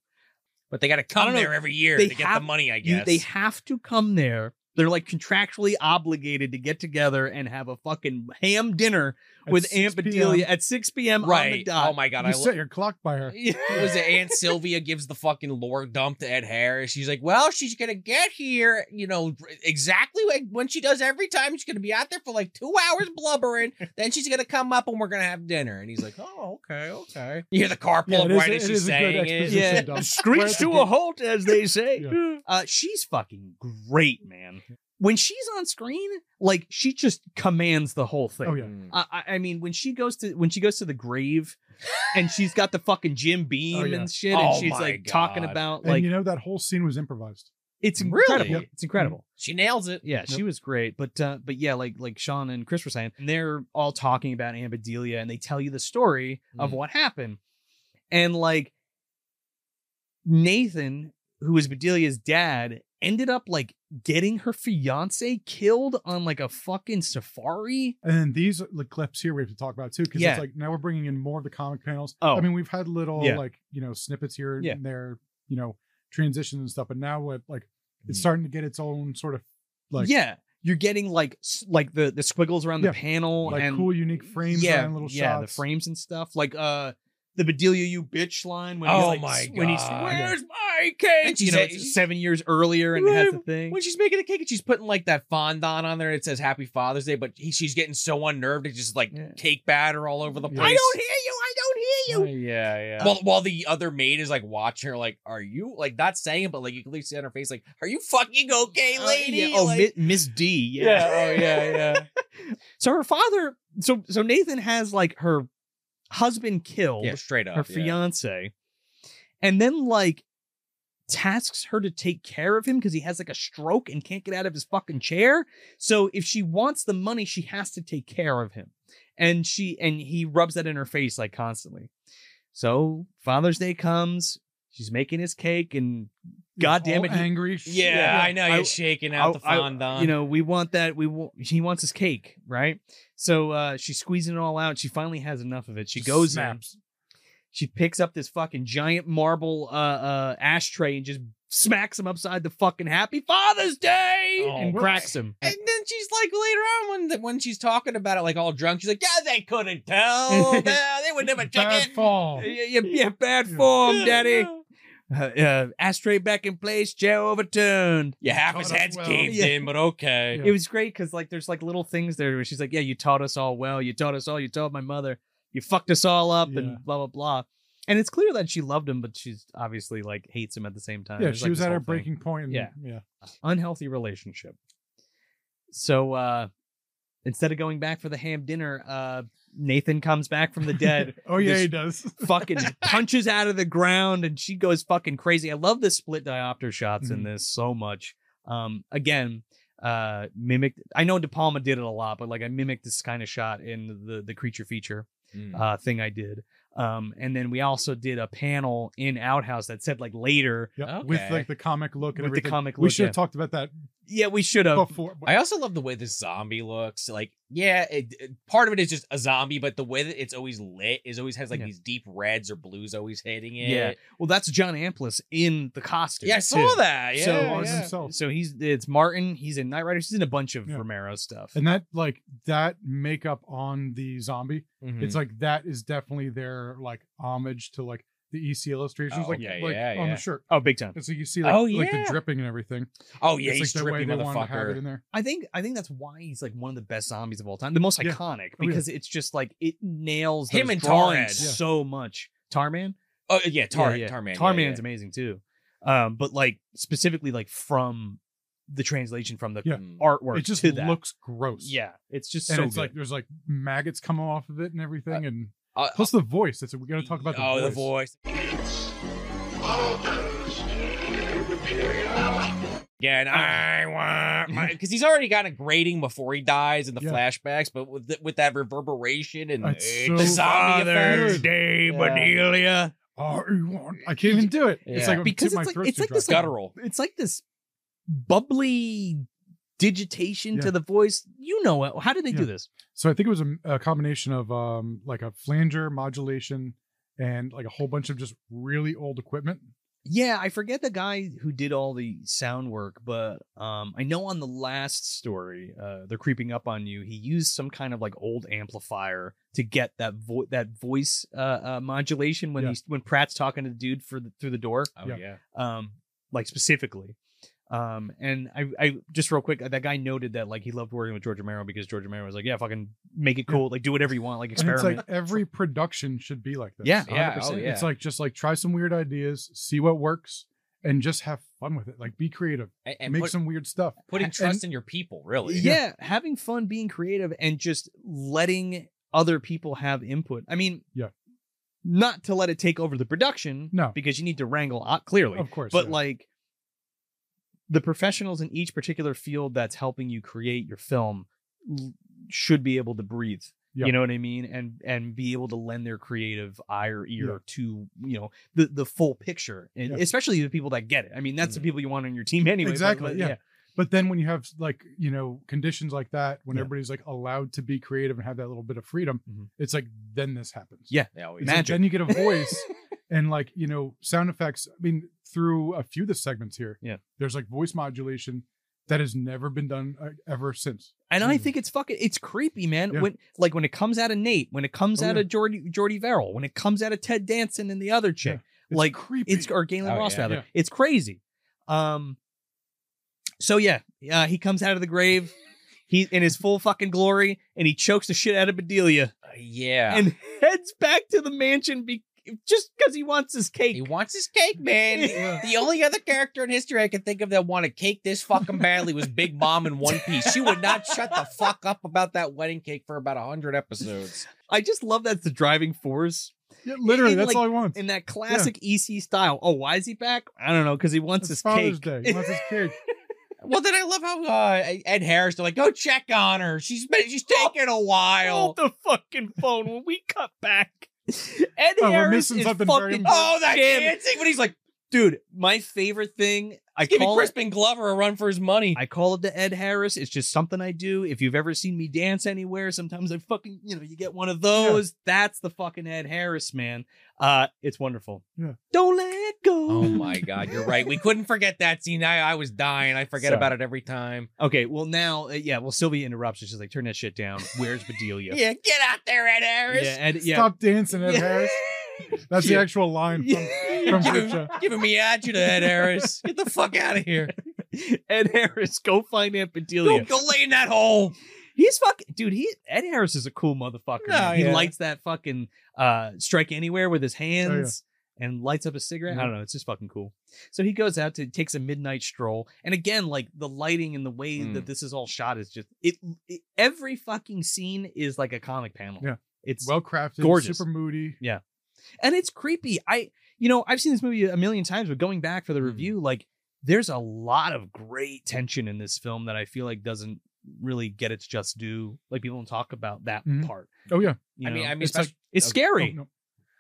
but they got to I come don't know. there every year They to get have- the money, I You- guess. they have to come there They're like contractually obligated to get together and have a fucking ham dinner At with 6 Aunt p.m., Bedelia at 6 p.m. on the Right. dot. Oh my god. You I lo- set *laughs* your clock by her. What was it Aunt Sylvia gives the fucking lore dump to Ed Harris? She's like, well, she's gonna get here, you know, exactly like when she does every time. She's gonna be out there for like two hours *laughs* blubbering. then she's gonna come up and we're gonna have dinner. And he's like, oh, okay, okay. You hear the car pull Yeah, up it is- right it as is she's a good saying it. exposition. yeah, dumb. screech to a halt, as *laughs* they say. Yeah. Uh, she's fucking great, man. When she's on screen, like she just commands the whole thing. Oh yeah. Mm. I, I- I mean, when she goes to when she goes to the grave, and she's got the fucking Jim Beam Oh, yeah. and shit, Oh, and she's my like talking God. about And like you know that whole scene was improvised. it's Really? incredible. Yep. It's incredible. She nails it. Yeah, she was great. But uh, but yeah, like like Sean and Chris were saying, they're all talking about Ambedelia, and they tell you the story of Mm. Mhm. what happened, and like Nathan, who was Bedelia's dad, ended up like getting her fiance killed on like a fucking safari. And then these like, clips here we have to talk about too, because Yeah. it's like now we're bringing in more of the comic panels. Oh. I mean, we've had little Yeah. like you know snippets here Yeah. and there, you know, transitions and stuff. But now what like it's Mm. starting to get its own sort of like yeah, you're getting like s- like the the squiggles around Yeah, the panel like Oh, and cool unique frames yeah, and little yeah, shots. the frames and stuff. Like uh the Bedelia you bitch line when he's Oh like, my s- when he's God. where's my cake? And you she's know, like- it's seven years earlier and it has the thing. When she's making the cake and she's putting like that fondant on there, it says Happy Father's Day, but he, she's getting so unnerved, it's just like Yeah. cake batter all over the Yeah. place. I don't hear you. I don't Oh, yeah, yeah. While, while the other maid is like watching her, like, are you like not saying it, but like you can at least see on her face, like, are you fucking okay, Uh, lady? yeah, Oh, Like- Mi- Miss D. Yeah. oh yeah, yeah. *laughs* So her father, so so Nathan has like her husband killed, yeah, straight up. her yeah. fiance, and then like tasks her to take care of him because he has like a stroke and can't get out of his fucking chair. So if she wants the money, she has to take care of him, and she and he rubs that in her face like constantly. So Father's Day comes. She's making his cake, and He's God damn all it, he- angry. sh- Yeah, I know. I- You're shaking out the I- I- fondant. you know, we want that. We want, he wants his cake, right? So uh, she's squeezing it all out. She finally has enough of it. She Just goes in. snaps. She picks up this fucking giant marble uh, uh, ashtray and just smacks him upside the fucking Happy Father's Day Oh, and what? cracks him. And then she's like later on when the, when she's talking about it, like all drunk, she's like, "Yeah, they couldn't tell. they, they would never check Bad it." fall. Yeah, yeah, yeah, bad form, Daddy. Uh, uh, ashtray back in place, chair overturned. Yeah, half Caught his up head's well. caved Yeah. in, but oh, okay. Yeah. It was great because like there's like little things there where she's like, "Yeah, you taught us all well. You taught us all. You taught my mother. You fucked us all up, Yeah. and blah blah blah." And it's clear that she loved him, but she's obviously like hates him at the same time. Yeah, There's, she like, was this at whole her thing. breaking point. and- Yeah. *laughs* yeah. unhealthy relationship. So uh instead of going back for the ham dinner, uh Nathan comes back from the dead. Oh yeah, This- he does. *laughs* fucking punches out of the ground and she goes fucking crazy. I love the split diopter shots in Mhm. Mm-hmm. this so much. Um, again, uh, mimicked. I know De Palma did it a lot, but like I mimicked this kind of shot in the the creature feature Mm. uh thing I did. Um, and then we also did a panel in Outhouse that said like later. Yeah, with Okay. like the comic look and With the everything. comic We look, should have yeah. talked about that Yeah, we should have. before. I also love the way the zombie looks. Like, yeah, it, it- part of it is just a zombie, but the way that it's always lit is always has like Yeah. these deep reds or blues always hitting it. Yeah. Well, that's John Amplis in the costume. yeah, I saw too. that. Yeah, So- Martin yeah. himself. So he's it's Martin. He's in Night Riders. He's in a bunch of Yeah. Romero stuff. And that like that makeup on the zombie, Mhm. it's like that is definitely their like homage to like the EC illustrations, Oh, like, okay, like yeah, on yeah. the shirt. oh, big time. And so you see like, Oh, like the yeah. dripping and everything. oh yeah, it's he's like the way drippy they wanted to have it motherfucker. in there. I think I think that's why he's like one of the best zombies of all time, the most Yeah. Oh, iconic yeah. because it's just like it nails Him those and drawings Tarad. Yeah. so much. Tarman, Oh yeah, Tar, Yeah, yeah. Tarman, yeah, Tarman's yeah. amazing too, um, but like specifically like from the translation from the Yeah. Mm. artwork It just to that. looks gross. yeah, it's just And so it's good. like there's like maggots coming off of it and everything, and Uh, plus the voice. That's we gotta talk about the oh, voice. the voice. Again, I want *laughs* my because he's already got a grading before he dies in the Yeah. flashbacks, but with the, with that reverberation and It's It's so the zombie Father's effect, Day, Yeah. Bedelia. Oh, you want- I can't even do it. It's Yeah. like Because because my it's like- throat's it's too like dry. this, like, guttural. it's like this bubbly digitation Yeah. to the voice. You know it. How did they Yeah. do this? So I think it was a, a combination of um like a flanger modulation and like a whole bunch of just really old equipment. Yeah, I forget the guy who did all the sound work, but um, I know on the last story, uh, they're creeping up on you. He used some kind of like old amplifier to get that vo- that voice uh, uh, modulation when Yeah. he's when Pratt's talking to the dude for the, through the door, Oh Yeah. yeah. um, like specifically. Um, and I, I just real quick, uh, that guy noted that like he loved working with George Romero because George Romero was like, yeah, fucking make it cool, like do whatever you want, like And it's experiment. like every production should be like this. Yeah. Yeah. Oh, 100%. yeah. It's like just like try some weird ideas, see what works, and just have fun with it. Like be creative, And, and make put- some weird stuff. putting and- trust in your people, really. yeah, having fun being creative and just letting other people have input i mean Yeah. not to let it take over the production No. because you need to wrangle uh, clearly Of course, but yeah. like the professionals in each particular field that's helping you create your film l- should be able to breathe Yeah. you know what i mean and and be able to lend their creative eye or ear Yeah. to you know the the full picture and Yeah. Mm-hmm. especially the people that get it i mean that's the Mhm. people you want on your team anyway but- Exactly, but yeah. But then when you have like, you know, conditions like that, when Yeah. everybody's like allowed to be creative and have that little bit of freedom, Mhm. it's like then this happens. Yeah. Yeah. Oh, It's yeah. like, Magic. then you get a *laughs* voice and like, you know, sound effects. I mean, through a few of the segments here, Yeah. there's like voice modulation that has never been done uh, ever since. And I Mhm. think it's fucking it's creepy, man. Yeah. When like when it comes out of Nate, when it comes Oh, out yeah. of Jordy Jordy Verrill, when it comes out of Ted Danson and the other chick, It's Like, creepy. it's or Galen Oh, Ross yeah. rather. Yeah. It's crazy. Um so yeah, uh, he comes out of the grave, he in his full fucking glory, and he chokes the shit out of Bedelia Uh, yeah. and *laughs* heads back to the mansion be- just because he wants his cake. he wants his cake, *laughs* man. Yeah. The only other character in history I can think of that wanted cake this fucking badly was Big Mom in One Piece. She would not shut the fuck up about that wedding cake for about hundred episodes. I just love that's the driving force Yeah, literally, in, that's like, all I want. in that classic EC style. Oh, why is he back? I don't know, because he wants It's his Father's cake. *laughs* Day. He wants his cake. Well, then I love how uh, Ed Harris. They're like, "Go check on her. She's been. She's taking a while." Hold the fucking phone when we cut back. *laughs* Ed Oh, we're Harris missing is something fucking. very important. Oh, that Jim. dancing! But he's like, dude, my favorite thing. I "Give me call it. Crispin Glover a run for his money." I call it the Ed Harris. It's just something I do. If you've ever seen me dance anywhere, sometimes I fucking, you know, you get one of those. That's the fucking Ed Harris, man. Uh, it's wonderful. Yeah. Don't let go. Oh my god, you're right. We couldn't forget that scene. I, I was dying. I forget Sorry. about it every time. *laughs* Okay, well now, uh, yeah. Well, Sylvia interrupts. her. She's like, "Turn that shit down." Where's *laughs* Bedelia? Yeah, get out there, Ed Harris. yeah, Ed, yeah. Stop dancing, Ed Yeah. Harris. *laughs* That's Yeah. the actual line from, Yeah. from Give, Creepshow. him, give him to Ed Harris. Get the fuck out of here. *laughs* Ed Harris, go find Aunt Bedelia. Go, go lay in that hole. He's fucking dude. He Ed Harris is a cool motherfucker. No, man. he yeah. Oh, lights that fucking uh strike anywhere with his hands and lights up a cigarette. I Mm-hmm. Mhm. don't know. It's just fucking cool. So he goes out to takes a midnight stroll, and again, like the lighting and the way Mm. that this is all shot is just it, it- Every fucking scene is like a comic panel. Yeah. it's Well crafted, Gorgeous. super moody. and it's creepy. I you know I've seen this movie a million times, but going back for the Mm. review, like there's a lot of great tension in this film that I feel like doesn't really get its just due. Like people don't talk about that Mhm. part. Oh yeah. You I mean, know? I mean, it's, like- espec- it's okay. scary. Oh, no.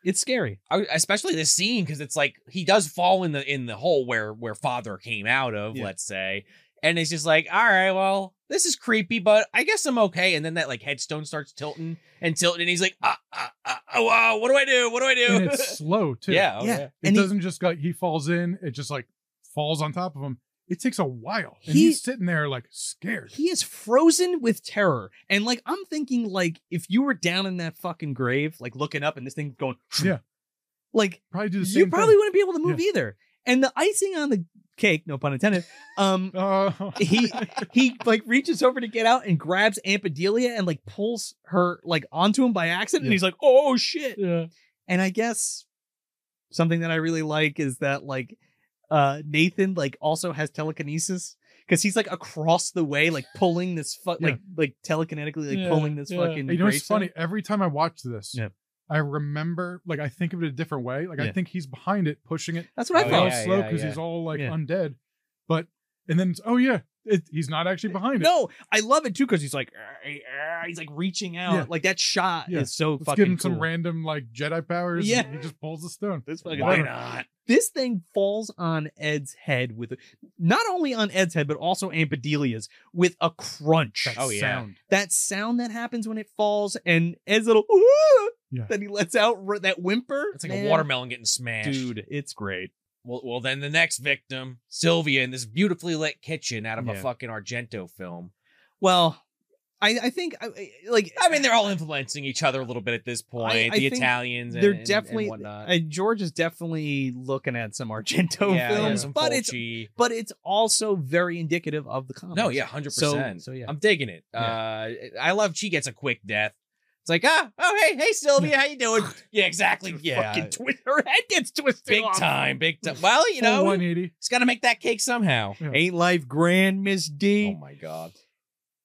It's scary. I- especially this scene because it's like he does fall in the in the hole where where father came out of, Yeah. let's say, and it's just like, all right, well, this is creepy, but I guess I'm okay. And then that like headstone starts tilting and tilting, and he's like, ah, ah, ah, oh, wow, what do I do? What do I do? And it's *laughs* slow too. yeah, oh, Yeah. yeah, It And he- doesn't just like he falls in, it just like falls on top of him. It takes a while. And He- he's sitting there like scared. He is frozen with terror. And like I'm thinking like if you were down in that fucking grave, like looking up and this thing going *laughs* Yeah. *laughs* Like Probably do the same you probably thing. wouldn't be able to move either. And the icing on the cake, no pun intended, um Uh, he he like reaches over to get out and grabs Ampedelia and like pulls her like onto him by accident and Yeah. he's like, "Oh shit." yeah. And I guess something that I really like is that like uh Nathan like also has telekinesis because he's like across the way, like pulling this fu- Yeah. like like telekinetically like *laughs* Yeah, pulling this yeah. fucking. You know it's gravestone. funny. Every time I watch this, Yeah. I remember like I think of it a different way. Like Yeah. I think he's behind it, pushing it. That's what Oh, I It's thought. all yeah, slow yeah, because yeah. he's all like Yeah. undead. But and then it's, oh yeah, it, he's not actually behind it. No, I love it too because he's like "Arr, arr," he's like reaching out. Yeah. Like that shot Yeah. is so Let's fucking give him some cool. random like Jedi powers. Yeah. and he just pulls the stone. This fucking Why thing- not? this thing falls on Ed's head with not only on Ed's head but also Ampedelia's with a crunch. That Oh, yeah. sound. that sound that happens when it falls and Ed's little "Ooh," Yeah. that he lets out r- that whimper. It's like a Man, watermelon getting smashed. Dude, it's great. Well, well, then the next victim, Sylvia, in this beautifully lit kitchen out of a Yeah. fucking Argento film. Well, I I think I- I, like I mean, they're all influencing each other a little bit at this point. I the think Italians, and, they're and- and definitely whatnot. uh, George is definitely looking at some Argento yeah, yeah, films, some but it's Fulci. but it's also very indicative of the comics. No, yeah, hundred percent. So- so, yeah. I'm digging it. Uh, I love she gets a quick death. It's like ah, oh hey, hey Sylvia, how *sighs* you doing? yeah, exactly. Yeah, fucking twi- *laughs* her head gets twisted. big off. time, big *laughs* time. Well, you Full know, 180. it's got to make that cake somehow. Ain't life grand, Miss D? Oh my god,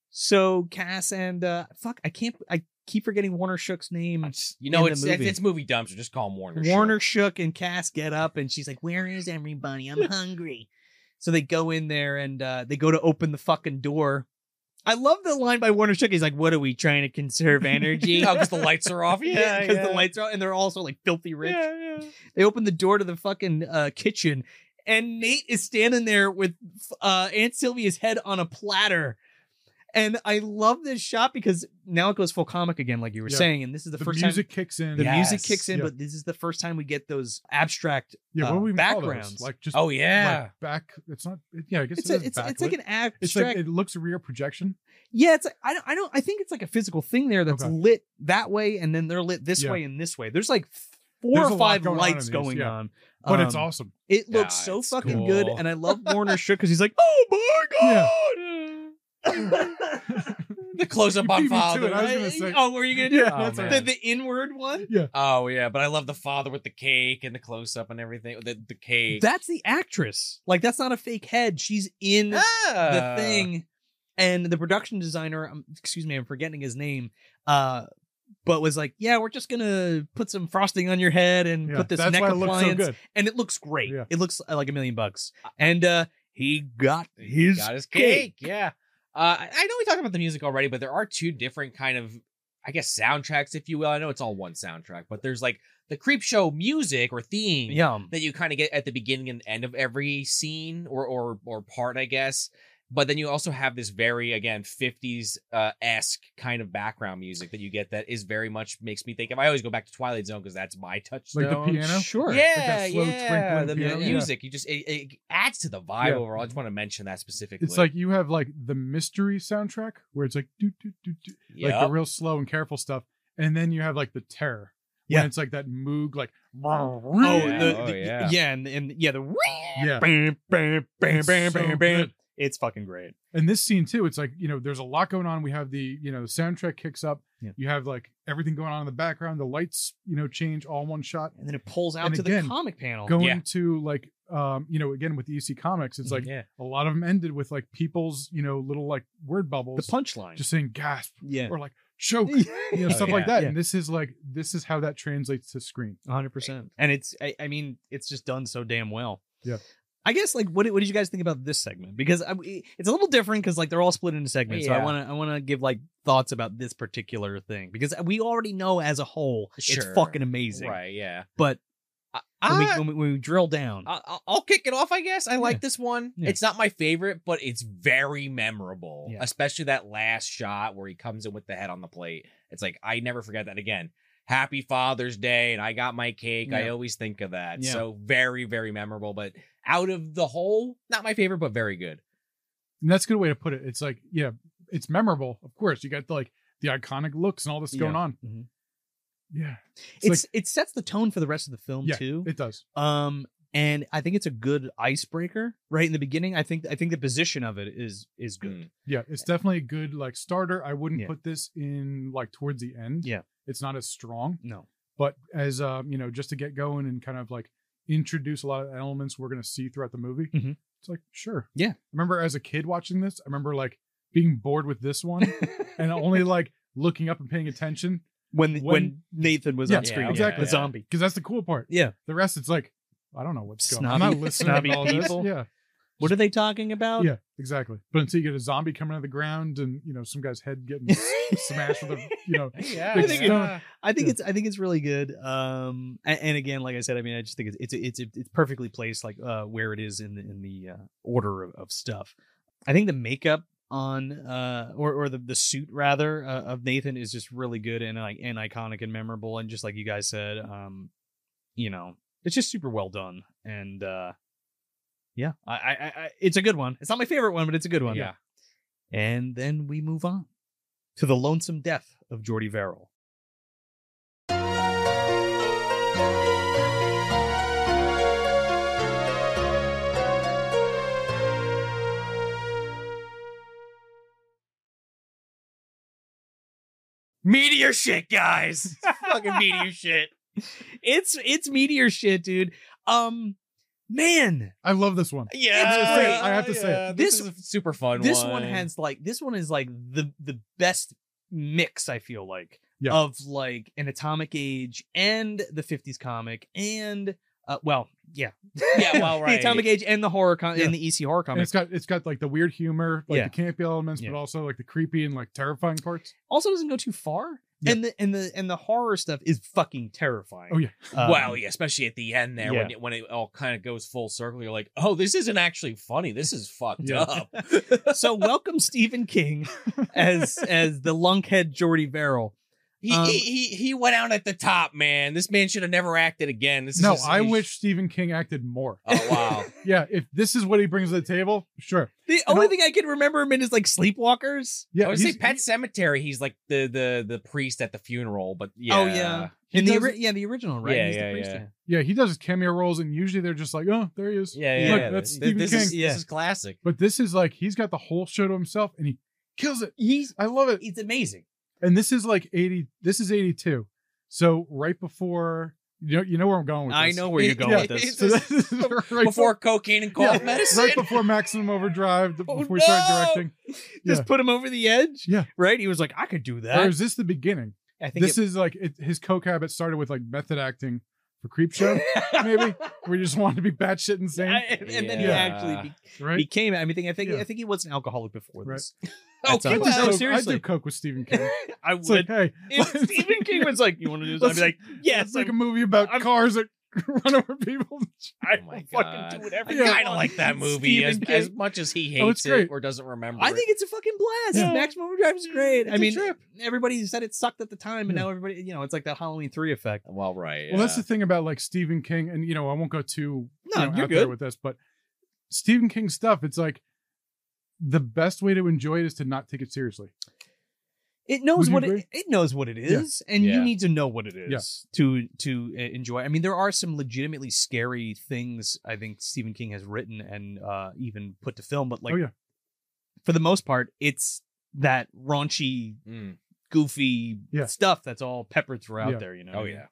so Cass and uh, fuck, I can't. I keep forgetting Warner Shook's name. you know In it's the it's, movie. it's movie dumpster. Just call him Warner. *laughs* Warner Shook and Cass get up, and she's like, "Where is everybody? *laughs* I'm hungry." So they go in there and uh, they go to open the fucking door. I love the line by Warner Shook. He's like, "What are we trying to *laughs* conserve energy?" because *laughs* Oh, the lights are off. Yeah, because the yeah. lights are out, and they're also like filthy rich. Yeah, yeah. They open the door to the fucking uh, kitchen, and Nate is standing there with uh, Aunt Sylvia's head on a platter. And I love this shot because now it goes full comic again, like you were Yeah. saying. And this is the, The first music kicks in. time the Yeah. music Yes. kicks in, Yeah. but this is the first time we get those abstract. yeah, what uh, do we even call those? backgrounds. Like just Oh yeah. like back. It's not. It, yeah, I guess It's it's a, it's, it's like an abstract. It's like it looks a rear projection. yeah, it's I don't I don't I think it's like a physical thing there that's Okay. lit that way, and then they're lit this Yeah. way and this way. There's like four There's a or lot five going on in lights these, going yeah. on, But it's Um, *laughs* awesome. *laughs* It Yeah, looks so it's fucking good, cool. and I love Warner Shook because he's like, "Oh my god!" The close up *laughs* You beat on me to father. it, I was right? gonna say- Oh, were you gonna do? Yeah, it? that's oh, what I man. the, the inward one. Oh yeah, but I love the father with the cake and the close up and everything. The the cake. That's the actress. Like that's not a fake head. She's in the Ah. thing, and the production designer. Um, excuse me, I'm forgetting his name. Uh, but was like, yeah, we're just gonna put some frosting on your head and Yeah, put this that's neck why it looks appliance, so good. and it looks great. Yeah. It looks uh, like a million bucks. And uh, he got his got his cake. Yeah. Uh, I I know we talked about the music already, but there are two different kind of, I guess, soundtracks, if you will. I know it's all one soundtrack, but there's like the creep show music or theme Yum. that you kind of get at the beginning and end of every scene or or or part, I guess. But then you also have this very again 50s uh, esque kind of background music that you get that is very much makes me think of. I always go back to Twilight Zone because that's my touchstone. Like the piano. Sure. Yeah, slow yeah. twinkling The piano. Yeah. music, you just it, it adds to the vibe Yeah. overall. I just want to mention that specifically. It's like you have like the mystery soundtrack where it's like do do do do, like the Yup. real slow and careful stuff, and then you have like the terror. Yeah. when it's like that moog, like Oh, Yeah. the, Oh, the- yeah. yeah. and and yeah, the Yeah. bam, bam, bam, It's bam, so bam, good. bam. It's fucking great. and this scene too it's like you know there's a lot going on we have the you know the soundtrack kicks up Yeah. you have like everything going on in the background the lights you know change all in one shot And then it pulls out And to again, the comic panel. going yeah. to like um you know again with ec comics *laughs* it's like yeah. Mm-hmm. a lot of them ended with like people's you know little like word the bubbles punchline. just saying gasp yeah. or *laughs* like *laughs* choke you know Oh, stuff yeah. like that Yeah. and this is like this is how that translates to screen 100%. And it's I, I mean, it's just done so damn well. Yeah. I guess like what, did- what did you guys think about this segment? Because I, it's a little different because like they're all split into segments. So Yeah. I want to I want to give like thoughts about this particular thing because we already know as a whole Sure. it's fucking amazing. Right, yeah. Ah, But I, when, we, I- when, we, when we drill down, I- I'll kick it off, I guess. I like this one. Yeah. It's not my favorite, but it's very memorable, Yeah. especially that last shot where he comes in with the head on the plate. It's like, I never forget that again. Happy Father's Day, and I got my cake. I Yeah. always think of that. Yeah. So, very, very memorable. But out of the whole, not my favorite, but very good. and that's a good way to put it it's like yeah it's memorable of course you got like the iconic looks and all this going Yeah. on Mhm. yeah it's, it sets the tone for the rest of the film yeah too. it does um and i think it's a good icebreaker right in the beginning i think i think the position of it is is good Mm. Yeah, it's definitely a good like starter. I wouldn't Yeah. put this in like towards the end. Yeah. It's not as strong, Hmm. *laughs* no but as um, you know, just to get going and kind of like introduce a lot of elements we're gonna see throughout the movie. Mhm. It's like, sure. Yeah. I remember as a kid watching this, I remember like being bored with this one and only like looking up and paying attention. when when, When- nathan was Yeah, on screen yeah, exactly. the zombie Because that's the cool part. yeah The rest it's like, I don't know what's going on. I'm Snobby- not listening snobby to all this. people. Yeah. what are they talking Oh. about *laughs* Yeah, exactly. But until you get a zombie coming out of the ground and you know, some guy's head getting s- *laughs* smashed with a you know Yeah. Big *laughs* I think- stone. yeah. i think Yeah. it's i think it's really good um a- and, again like i said i mean i just think it's it's it's, it's perfectly placed like uh where it is in the in the uh, order of, of stuff i think the makeup on uh or or the the suit rather uh, of nathan is just really good and like and iconic and memorable and just like you guys said um you know it's just super well done, and uh, yeah, I, I, I, I- it's a good one. It's not my favorite one, but it's a good one. Yeah. And then we move on to the lonesome death of Jordy Verrill. Meteor shit, guys. It's fucking meteor shit. *laughs* It's it's meteor shit, dude. Um, man, I love this one. It's uh, Yeah, great. I have to say it. this, This- is a super fun. this one, one has like this one is like the the best mix I feel like Yeah. of like an atomic age and the 50s comic and uh, well yeah *laughs* Yeah, well, right. the atomic age and the horror con- Yeah. and the EC horror And comic it's got it's got like the weird humor, like Yeah. the campy elements, Yeah. but also like the creepy and like terrifying parts. also doesn't go too far Yeah. and the and the and the horror stuff is fucking terrifying Oh, yeah. Um, well, yeah, especially at the end there when yeah. it, when it all kind of goes full circle. You're like, oh, this isn't actually funny. This is fucked Yeah. *laughs* up. so welcome Stephen *laughs* King as as the lunkhead Jordy Verrill He, Um, he he he went out at the top, man. This man should have never acted again. This is No, just- I he- wish Stephen King acted more. *laughs* Oh wow. Yeah, if this is what he brings to the table, sure. the And only I'll- thing I can remember him in is like Sleepwalkers *laughs* Yeah, I would say he's- Pet Cemetery. He's like the the the priest at the funeral, but yeah. oh yeah He in the does- ori- yeah the original right Yeah, He's the yeah, priest, yeah. yeah, he does his cameo roles, and usually they're just like, oh, there he is. Yeah, yeah, Look, yeah. that's Th- Stephen this King. Is, Yeah. This is classic. But this is like he's got the whole show to himself, and he kills it. He's I love it. it's amazing. And this is like eighty. This is eighty-two. So right before you know, you know where I'm going with this. I know where you're going Yeah. with this. So *laughs* this is right Before cocaine and cold yeah, medicine. Right before Maximum Overdrive, th- *laughs* Oh, before we started no! directing. Yeah. Just put him over the edge. Yeah. Right? He was like, I could do Or that. is this the beginning? I think This is like it, his coke habit started with like method acting for Creepshow, *laughs* maybe. We just wanted to be batshit insane, I- *laughs* and then he Yeah. actually be- right? became. I mean, I think I think Yeah. I think he was an alcoholic before Right. *laughs* this. Oh, *laughs* That's a- I well, do no, coke- *laughs* I seriously. do coke with Stephen King. I It's like, would. hey, *laughs* *laughs* if Stephen King was like, "You want to do this?" I'd be like, it's "Yes, like like a movie about I'm- cars that *laughs* run over people. I *laughs* Oh will my fucking god! do whatever." I you kind want." *laughs* of like that movie Stephen as, King. as much as he hates Oh, it's great. it or doesn't remember. I it. think it's a fucking blast. Yeah. Maximum Overdrive is great. I It's a mean, trip. everybody said it sucked at the time, and Yeah. now everybody, you know, it's like that Halloween three effect. Well, right. Well, that's yeah. the thing about like Stephen King, and you know, I won't go too No, you know, you're out there good. with this, but Stephen King stuff, it's like the best way to enjoy it is to not take it seriously. It knows you what agree? it, it knows what it Yeah. is, and you Yeah. need to know what it is to to uh, enjoy. I mean, there are some legitimately scary things I think Stephen King has written and uh, even put to film, but like oh yeah, for the most part, it's that raunchy, Mm. goofy Yeah. stuff that's all peppered throughout Yeah. there. You know, Oh yeah.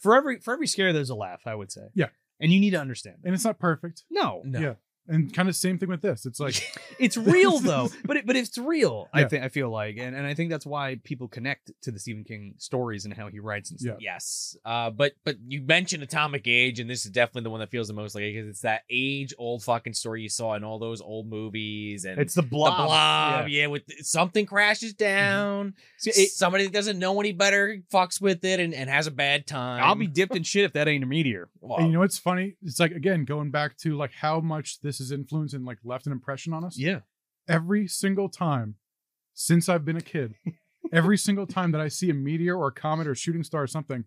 For every for every scare, there's a laugh. I would say. Yeah. and you need to understand. That. and it's not perfect. No, No. Yeah. And kind of same thing with this. It's *laughs* like it's *laughs* real though, but it, but it's real. I Yeah. think I feel like, and and I think that's why people connect to the Stephen King stories and how he writes and stuff. Yeah. Yes. Uh, but but you mentioned Atomic Age, and this is definitely the one that feels the most like because it's that age old fucking story you saw in all those old movies and It's the blob. the blob. Yeah. with something crashes down. See, it- somebody that doesn't know any better fucks with it and, and has a bad time. I'll be dipped in shit if that ain't a meteor. Well, and you know what's funny? It's like again, going back to like how much this has influenced and like left an impression on us. Yeah. Every single time since I've been a kid, every single time that I see a meteor or a comet or shooting star or something,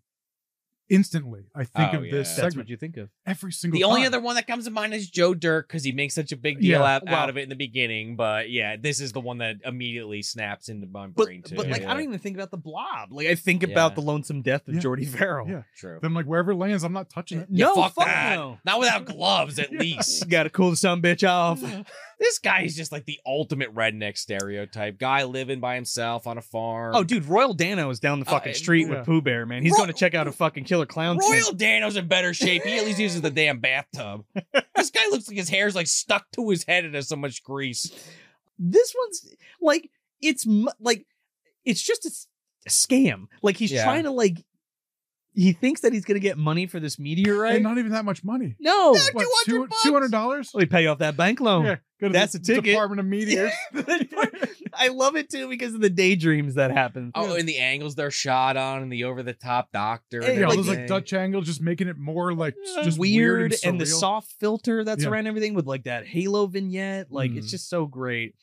instantly I think Oh, of this yeah. That's segment. what you think of. every single the only time. other one that comes to mind is Joe Dirk because he makes such a big deal Yeah, out, well- out of it in the beginning. But yeah, this is the one that immediately snaps into my But, brain too. but like, yeah. I don't even think about the blob. Like, I think Yeah. about the lonesome death of Yeah. Jordy Farrell. Yeah. True. Then like wherever it lands, I'm not touching it. Yeah, No, fuck, that. no. Not without gloves, at least. Gotta cool the son bitch off. This guy is just like the ultimate redneck stereotype guy living by himself on a farm. Oh, dude, Royal Dano is down the Uh, fucking street yeah. with Pooh Bear, man. He's Roy- going to check out a fucking killer clown. Royal Dano's in better shape. He at least uses the damn bathtub. this guy looks like his hair's like stuck to his head and has so much grease. This one's like it's mu- like it's just a, s- a scam. Like he's Yeah. trying to like he thinks that he's gonna get money for this meteorite. And not even that much money. no, Dude, What, 200 two- bucks? $200? Let me pay off that bank loan. *laughs* yeah, go to oh, that's the a ticket. Department of Meteors. I love it too because of the daydreams that happen. Oh, and the angles they're shot on and the over the top doctor. Yeah, and yeah, all like- those like *laughs* everything. Dutch angles, just making it more like s- just weird, weird, and the surreal. soft filter that's Yeah. Mm. around everything with like that halo vignette like it's Mhm. just so great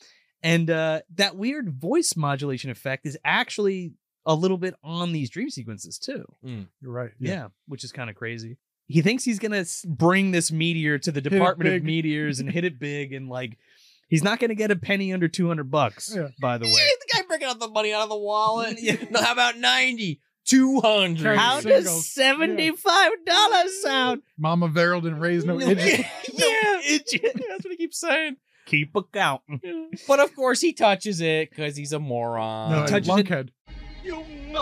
and uh that weird voice modulation effect is actually a little bit on these dream sequences too You're right. yeah, which is kind of crazy he thinks he's gonna s- bring this meteor to the it Department of big. Meteors and hit it big, and like he's not gonna get a penny under two hundred bucks. Yeah. By the way, the guy breaking out the money out of the wallet. no, how about 90? 200. How how Singles. does seventy five dollars sound? Mama Verrill didn't raise no idiot. *laughs* yeah, that's what he keeps saying. Keep a count. But of course, he touches it because he's a *laughs* moron. No, He touches it- lunkhead. And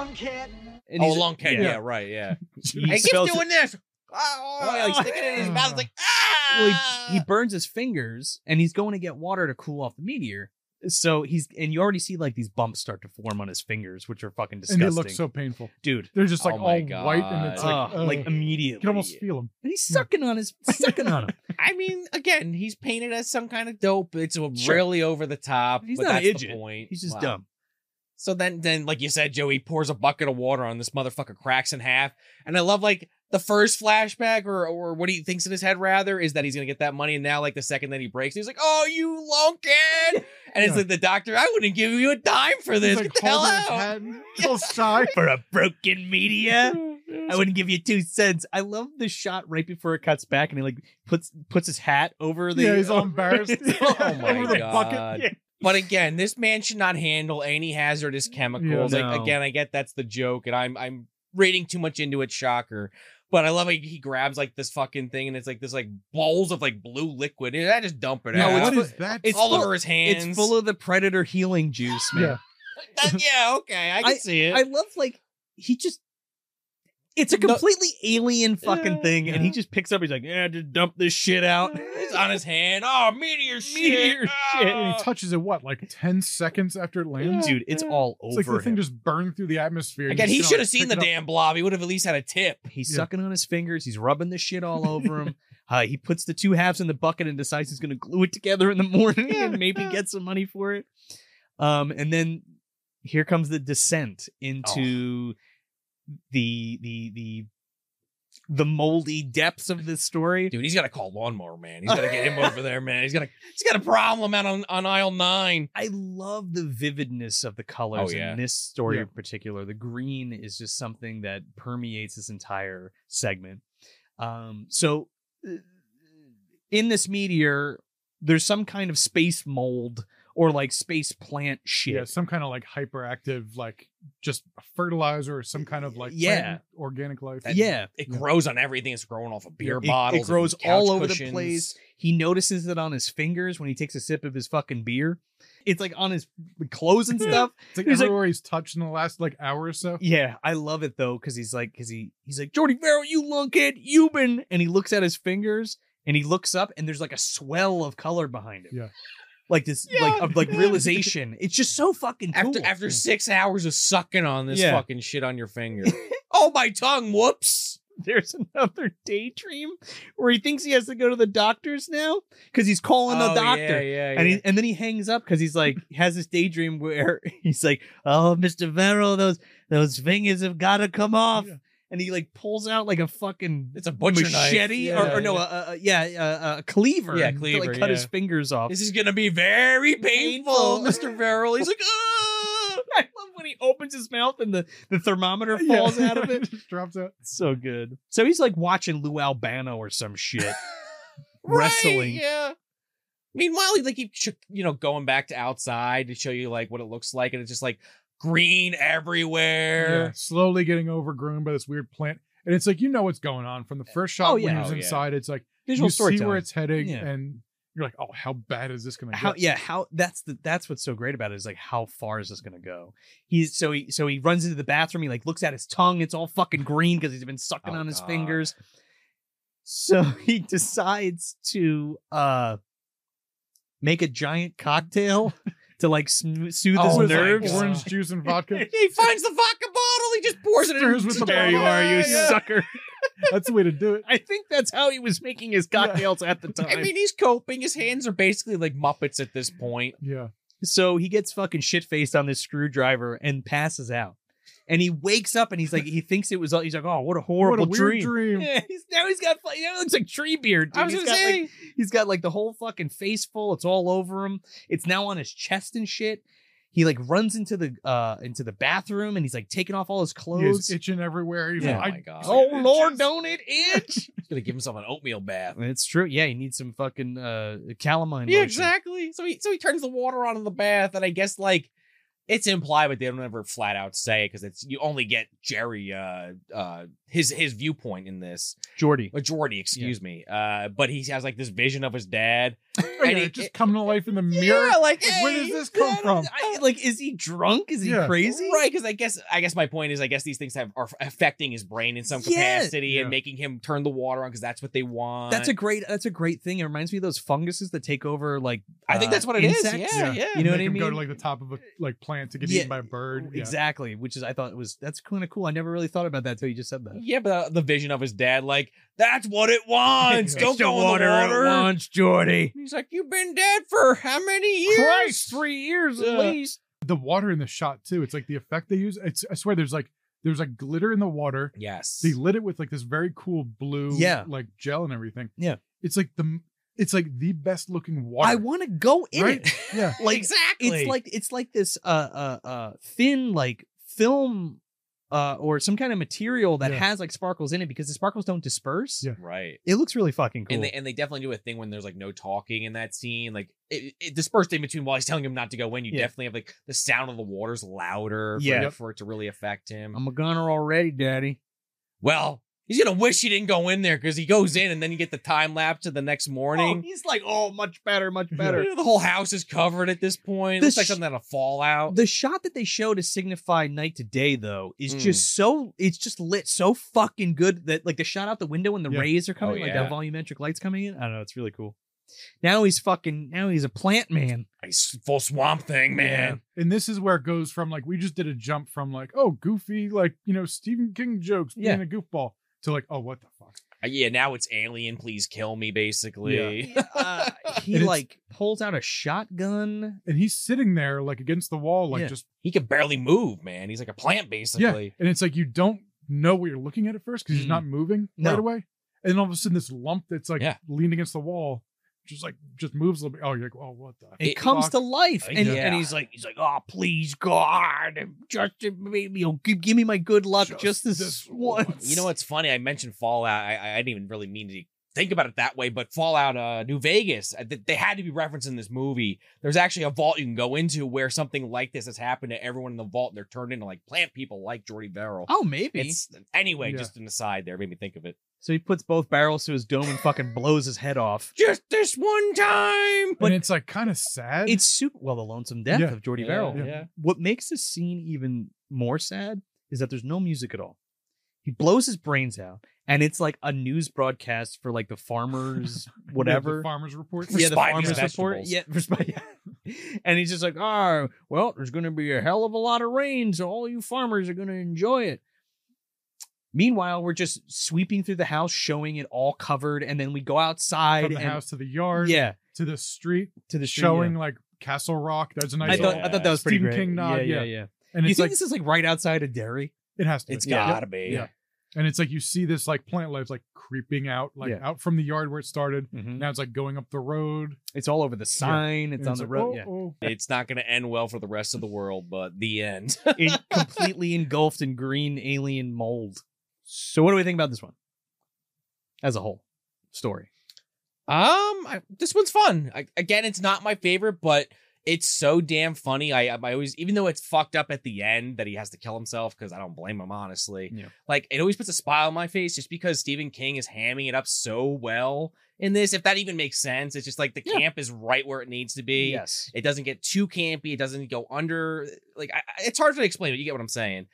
oh, he's- long head. Yeah. yeah. right. Yeah. He He, keeps spells it- doing this. Oh, oh, he's sticking it in his mouth. It's like, ah. well, he, he burns his fingers and he's going to get water to cool off the meteor. So he's and you already see like these bumps start to form on his fingers, which are fucking and disgusting. they look so painful. dude. They're just like Oh all my white, and it's like, Like, ugh. like you immediately, can almost feel them. and he's sucking on his sucking on *laughs* him. I mean, again, he's painted as some kind of dope. It's a Sure. really over the top. He's but not an that's idiot. The point. He's just Wow. dumb. So then, then like you said, Joey pours a bucket of water on this motherfucker, cracks in half, and I love like the first flashback or or what he thinks in his head rather is that he's gonna get that money, and now like the second that he breaks, he's like, "Oh, you *laughs* lunkhead!" And it's Yeah. like the doctor, I wouldn't give you a dime for this. He's like get the hell holding his out. hat and *laughs* he'll sigh. For a broken *laughs* media, I wouldn't give you two cents. I love the shot right before it cuts back, and he like puts puts his hat over the. yeah, *laughs* he's all embarrassed. Oh *laughs* my Over the God. bucket. Yeah. But again, this man should not handle any hazardous chemicals. Yeah, Like no. again, I get that's the joke, and I'm I'm reading too much into it. Shocker. But I love like he grabs like this fucking thing, and it's like this like bowls of like blue liquid, and I just dump it Yeah, out. what It's is that? it's all over his hands. It's full of the predator healing juice, man. Yeah. *laughs* *laughs* That- yeah, okay, I can see it. I love like he just it's a No- completely alien fucking Yeah, thing, and yeah. he just picks up. He's like, "Yeah, just dump this shit out." it's on his hand. Oh, meteor shit. Meteor *laughs* shit. Ah. And he touches it what, like ten seconds after it lands? Dude, it's Yeah. all It's over like the thing him. just burned through the atmosphere. and Again, he's he gonna, should have like, seen pick the it up. damn blob. He would have at least had a tip. He's Yeah. sucking on his fingers. He's rubbing the shit all over him. Uh, he puts the two halves in the bucket and decides he's going to glue it together in the morning Yeah, and maybe yeah. get some money for it. Um, and then here comes the descent into the the the the moldy depths of this story. Dude, he's got to call lawnmower man. He's got to get him over there, man. He's got to. He's got a problem out on, on aisle nine. I love the vividness of the colors Oh, yeah. in this story Yeah. in particular. The green is just something that permeates this entire segment. Um, so, uh, in this meteor, there's some kind of space mold or like space plant shit. Yeah, some kind of like hyperactive, like just fertilizer or some kind of like Yeah. Uh, plant organic life. yeah. It grows on everything. It's growing off of beer It- bottles. It, and grows couch all over cushions. the place. He notices it on his fingers when he takes a sip of his fucking beer. It's like on his clothes and stuff. It's like He's like- everywhere he's touched in the last like hour or so. Yeah, I love it though because he's like, because he he's like, Jordy Farrell, you lunkhead, you been, and he looks at his fingers and he looks up and there's like a swell of color behind him. Yeah. like this, Yeah. like of *laughs* like realization. It's just so fucking cool. After after six hours of sucking on this Yeah. fucking shit on your finger. *laughs* oh my tongue! Whoops. *laughs* there's another daydream where he thinks he has to go to the doctor's now because he's calling Oh, the doctor. Yeah, yeah, And, yeah. he, and then he hangs up because he's like has this daydream where *laughs* he's like, "Oh, Mister Vero, those those fingers have got to come off," Yeah. and he like pulls out like a fucking it's a butcher machete knife. or, Yeah, or no, yeah. a, a, yeah, a, a cleaver. Yeah, To, cleaver, like cut his yeah. fingers off. this is gonna be very painful, Painful. *laughs* Mister Verrill. He's like, ah. *laughs* I love when he opens his mouth and the, the thermometer *laughs* Yeah. falls out of it. just drops out. *laughs* So good. So he's like watching Lou Albano or some *laughs* shit. Right, Wrestling. yeah. Meanwhile, he like he ch- you know going back to outside to show you like what it looks like, and it's just like green Yeah, everywhere. slowly getting overgrown by this weird plant. And it's like you know what's going on from the first shot Oh, when yeah. he was Oh, yeah. inside. It's like Visual you see where storytelling. it's heading, Yeah. and you're like, oh, how bad is this going to How get? yeah, how that's the that's what's so great about it is like how far is this gonna go? He's so he so he runs into the bathroom, he like looks at his tongue, it's all fucking green because he's been sucking Oh, on his God. fingers. So *laughs* he decides to uh make a giant *laughs* cocktail to like sm- soothe Oh my his God. nerves. Yeah. Orange juice and vodka. *laughs* He finds the vodka bottle. He just pours it in. Stirs with the There bottle. you are, you Yeah. sucker. *laughs* That's the way to do it. I think that's how he was making his cocktails at the time. *laughs* I mean, he's coping. His hands are basically like Muppets at this point. Yeah, so he gets fucking shit faced on this screwdriver and passes out. And he wakes up and he's like, he thinks it was. He's like, oh, what a horrible what a weird dream. *laughs* dream. Yeah, he's, now he's got. fu- Now he looks like tree beard. Dude. I was He's gonna got, say, like, he's got like the whole fucking face full. It's all over him. It's now on his chest and shit. He like runs into the uh into the bathroom and he's like taking off all his He is clothes. itching everywhere. He's Oh like, my I- god. oh It Lord, itches. don't it itch? He's gonna give himself an oatmeal *laughs* bath. it's true. Yeah, he needs some fucking uh calamine. Yeah, lotion. exactly. So he so he turns the water on in the bath, and I guess like it's implied, but they don't ever flat out say because it's you only get Jerry uh uh his his viewpoint in this. Jordy. Or Jordy, excuse me. Uh but he has like this vision of his dad. oh, yeah, And he- just coming to life in the mirror. Yeah, like Like, where does hey, this come dad, from? I- I- like, is he drunk? Is he Yeah. crazy? Right, because I guess I guess my point is I guess these things have are affecting his brain in some Yeah. capacity Yeah. and making him turn the water on because that's what they want. That's a great. That's a great thing. It reminds me of those funguses that take over. Like I think uh, that's what it is. insects. Yeah, yeah. You know Make what I him mean? Go to like the top of a like plant to get Yeah, Oh, eaten by a bird. Yeah. Exactly. Which is I thought it was that's kind of cool. I never really thought about that until you just said that. yeah, but uh, the vision of his dad, like that's *laughs* what it wants. It's Don't the go water in the water. Jordy. And He's like, you've been dead for how many years? Christ, three years at Yeah. least. The water in the shot too. It's like the effect they use. It's I swear there's like there's like glitter in the water. Yes. They lit it with like this very cool blue Yeah. like gel and everything. Yeah. It's like the it's like the best looking water. I want to go in Right? it. yeah. *laughs* Like exactly. it's like it's like this uh uh uh thin like film uh or some kind of material that Yeah. has like sparkles in it because the sparkles don't disperse. Yeah. right. It looks really fucking cool. And they and they definitely do a thing when there's like no talking in that scene. Like it, it dispersed in between while he's telling him not to go in. You Yeah. definitely have like the sound of the water's louder. Yeah. Um, For, it- for it to really affect him. I'm a gunner already, Daddy. well, he's gonna wish he didn't go in there because he goes in and then you get the time lapse to the next Oh, morning. he's like, oh, much better, much better. You know, the whole house is covered at this point. The Looks like sh- something out of Fallout. The shot that they show to signify night to day, though, is Mm. just so it's just lit so fucking good that like the shot out the window and the Yeah. rays are coming, Oh, like yeah. that volumetric lights coming in. I don't know, it's really cool. Now he's fucking now he's a plant man. He's full swamp thing, man. And this is where it goes from like we just did a jump from like, oh, goofy, like, you know, Stephen King jokes, being Yeah. a goofball, to like, oh, what the fuck? Uh, Yeah, now it's alien, please kill me, basically. Uh, *laughs* he And it's- like pulls out a shotgun. And he's sitting there like against the wall, like Yeah. just he can barely move, man. He's like a plant, basically. and it's like you don't know what you're looking at at first because he's not moving Mm. No. right away. And then all of a sudden this lump that's like Yeah. leaned against the wall just like just moves a little bit. Oh, you're like, oh what the It, It- comes fuck. to life, and, Yeah. and he's like, he's like, oh please God, just maybe you'll give, give me my good luck just, Just this, this *laughs* once. You know what's funny? I mentioned Fallout. I, I I didn't even really mean to think about it that way, but Fallout uh, New Vegas, uh, th- they had to be referenced in this movie. There's actually a vault you can go into where something like this has happened to everyone in the vault, and they're turned into like plant people like Jordy Verrill. Oh, maybe. It's anyway, Yeah. just an aside there made me think of it. so he puts both barrels to his dome and fucking blows his head off. Just this one time. and it's like kind of sad. It's super well the lonesome death Yeah. of Jordy Yeah, Barrow. yeah. What makes this scene even more sad is that there's no music at all. He blows his brains out, and it's like a news broadcast for like the farmers, *laughs* Yeah, the whatever. farmers report. For yeah, the spiders farmers and report. vegetables. Yeah, for spi- *laughs* yeah. and he's just like, oh, well, there's going to be a hell of a lot of rain, so all you farmers are going to enjoy it. Meanwhile, we're just sweeping through the house, showing it all covered, and then we go outside From the and house to the yard, yeah, to the street, to the street, yeah. showing like Castle Rock. That's a I nice. thought little- I thought that was pretty Stephen great. King nod, yeah, yeah. yeah. yeah. and you it's think like this is like right outside of Dairy? it has to. It's be. Yeah. gotta be. Yeah. and it's like you see this like plant life like creeping out, like Yeah. out from the yard where it started. Mhm. Now it's like going up the road. It's all over the sign. It's Mm-hmm. and on the like, road. oh, yeah. oh. It's not gonna end well for the rest of the world, but the end. *laughs* In- completely engulfed in green alien mold. So, what do we think about this one as a whole story? Um, I, this one's fun. I, again, it's not my favorite, but it's so damn funny. I I always, even though it's fucked up at the end that he has to kill himself, because I don't blame him honestly. Yeah. Like it always puts a smile on my face just because Stephen King is hamming it up so well in this. If that even makes sense, it's just like the Yeah. camp is right where it needs to be. Yes. It doesn't get too campy. It doesn't go under. Like I, I- it's hard for me to explain, but you get what I'm saying.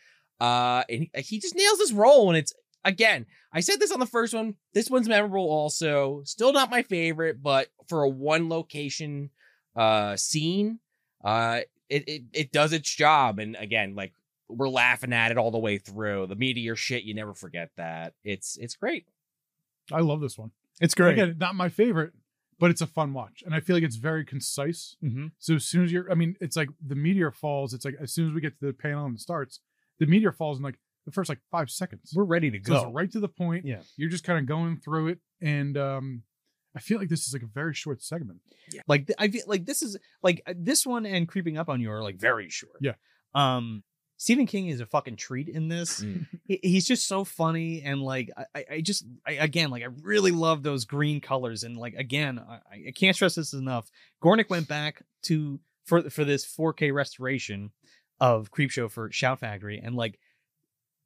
Uh, and he, he just nails this role, and it's again. I said this on the first one. This one's memorable, also. Still not my favorite, but for a one location uh scene, uh, it it, it does its job. And again, like we're laughing at it all the way through. The meteor shit, you never forget that. It's it's great. I love this one. It's great. Again, not my favorite, but it's a fun watch, and I feel like it's very concise. Mhm. So as soon as you're, I mean, it's like the meteor falls. It's like as soon as we get to the panel and it starts, the meteor falls in like the first like five seconds. We're ready to It goes go. right to the point. Yeah. You're just kind of going through it, and um, I feel like this is like a very short segment. Like th- I feel like this is like uh, this one and creeping up on you are like very short. Yeah. Um, Stephen King is a fucking treat in this. Mm. He- He's just so funny and like I- I, I just I, again like I really love those green colors and like again I, I can't stress this enough. Gornick went back to for for this 4K restoration of Creepshow for Shout Factory and like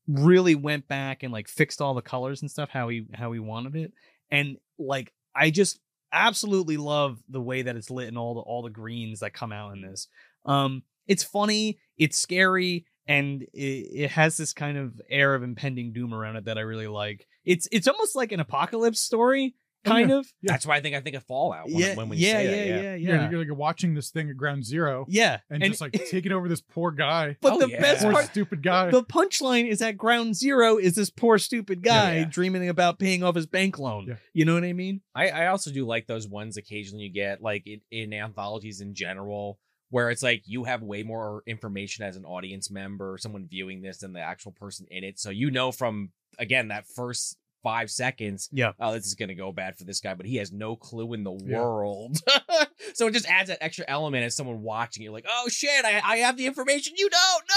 really went back and like fixed all the colors and stuff how he how he wanted it and like I just absolutely love the way that it's lit and all the all the greens that come out in Mm. this. Um, it's funny, it's scary, and it, it has this kind of air of impending doom around it that I really like. It's it's almost like an apocalypse story, kind of. Yeah. That's why I think I think of Fallout. When, yeah, Oh, when, when you yeah, say yeah, that, yeah, yeah, yeah, Yeah, you're, like watching this thing at ground zero Yeah, and, just like *laughs* taking over this poor guy, But Oh, the *laughs* yeah. best poor part, stupid guy. the punchline is at ground zero is this poor stupid guy yeah. dreaming about paying off his bank loan. Yeah. You know what I mean? I, I also do like those ones occasionally you get like in, in anthologies in general where it's like you have way more information as an audience member or someone viewing this than the actual person in it so you know from again that first five seconds Yeah. oh this is gonna go bad for this guy but he has no clue in the Yeah. world *laughs* so it just adds that extra element as someone watching you're like oh shit i, I have the information you don't *laughs*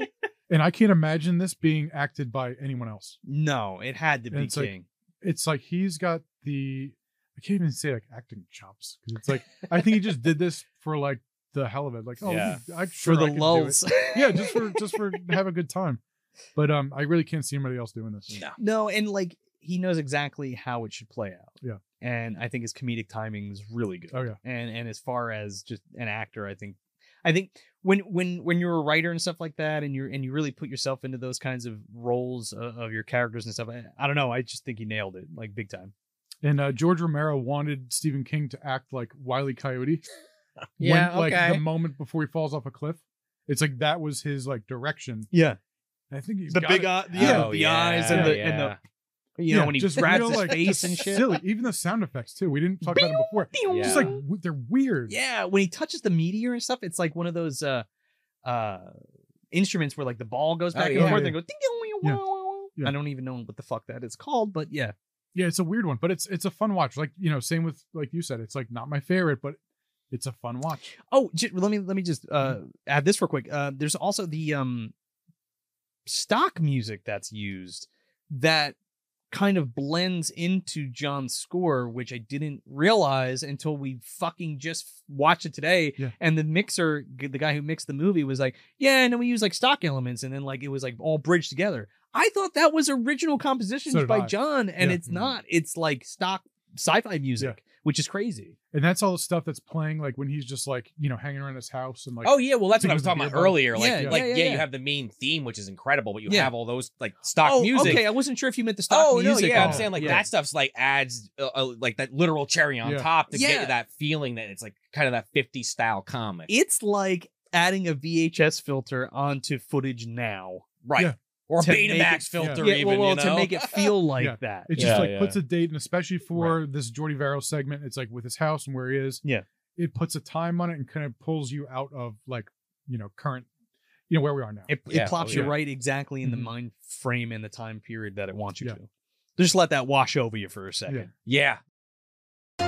know and I can't imagine this being acted by anyone else. No, it had to And be it's like- King. It's like he's got the I can't even say like acting chops because it's like I think he just did this for like the hell of it. Like oh, Yeah. I, for sure I the can do it. lulls. yeah, just for just for have a good time. But um, I really can't see anybody else doing this. no *laughs* No, and like he knows exactly how it should play out. Yeah. And I think his comedic timing is really good. Oh yeah, And and as far as just an actor, I think I think when when when you're a writer and stuff like that and you're and you really put yourself into those kinds of roles uh, of, of your characters and stuff, I, I don't know, I just think he nailed it like big time. and uh, George Romero wanted Stephen King to act like *laughs* Wiley Coyote. Yeah, like okay. the moment before he falls off a cliff. It's like that was his like direction. Yeah. I think he's The got big it. eye, yeah, Oh, the eyes and the and the you know Yeah, when he just grabs real, his like, face just and shit. Silly. Even the sound effects too. We didn't talk about them before. Yeah. Just like w- they're weird. Yeah, when he touches the meteor and stuff, it's like one of those uh uh instruments where like the ball goes Oh, back and yeah. forth and goes ding dong Yeah. Yeah. I don't even know what the fuck that is called, but yeah. Yeah, it's a weird one, but it's it's a fun watch. Like you know, same with like you said, it's like not my favorite, but it's a fun watch. Oh, j- let me let me just uh Mm-hmm. add this real quick. Uh there's also the um stock music that's used that kind of blends into John's score, which I didn't realize until we fucking just watched it today. Yeah. And the mixer, g- the guy who mixed the movie, was like, "Yeah, and then we use like stock elements, and then like it was like all bridged together." I thought that was original compositions So did by I. John, and Yeah. Mm-hmm. it's Mhm. not. It's like stock sci-fi music, which is crazy. And that's all the stuff that's playing like when he's just like you know hanging around his house and like oh yeah, well that's what Think *laughs* I was of the talking about beer bong. earlier. Like, Yeah, yeah, like yeah, yeah, yeah. you have the main theme, which is incredible, but you Yeah. have all those like stock oh, music. okay. I wasn't sure if you meant the stock Oh no, music. yeah, I'm on it. saying like Yeah. that stuff's like adds uh, uh, like that literal cherry on Yeah. top to get Yeah. you that feeling that it's like kind of that 50 style comic, It's like adding a VHS filter onto footage now. right? Yeah. Or a To make Betamax it- filter, Yeah, well, even well, you know? to make it *laughs* feel like Yeah. that. It Yeah, just like yeah. puts a date, and especially for this Jordy Vero segment, it's like with his house and where he is. Yeah. It puts a time on it and kind of pulls you out of like, you know, current, you know, where we are now. It, Yeah, it plops oh, you yeah. right exactly in Mhm. the mind frame and the time period that it wants you Yeah. to. Just let that wash over you for a second. Yeah. yeah.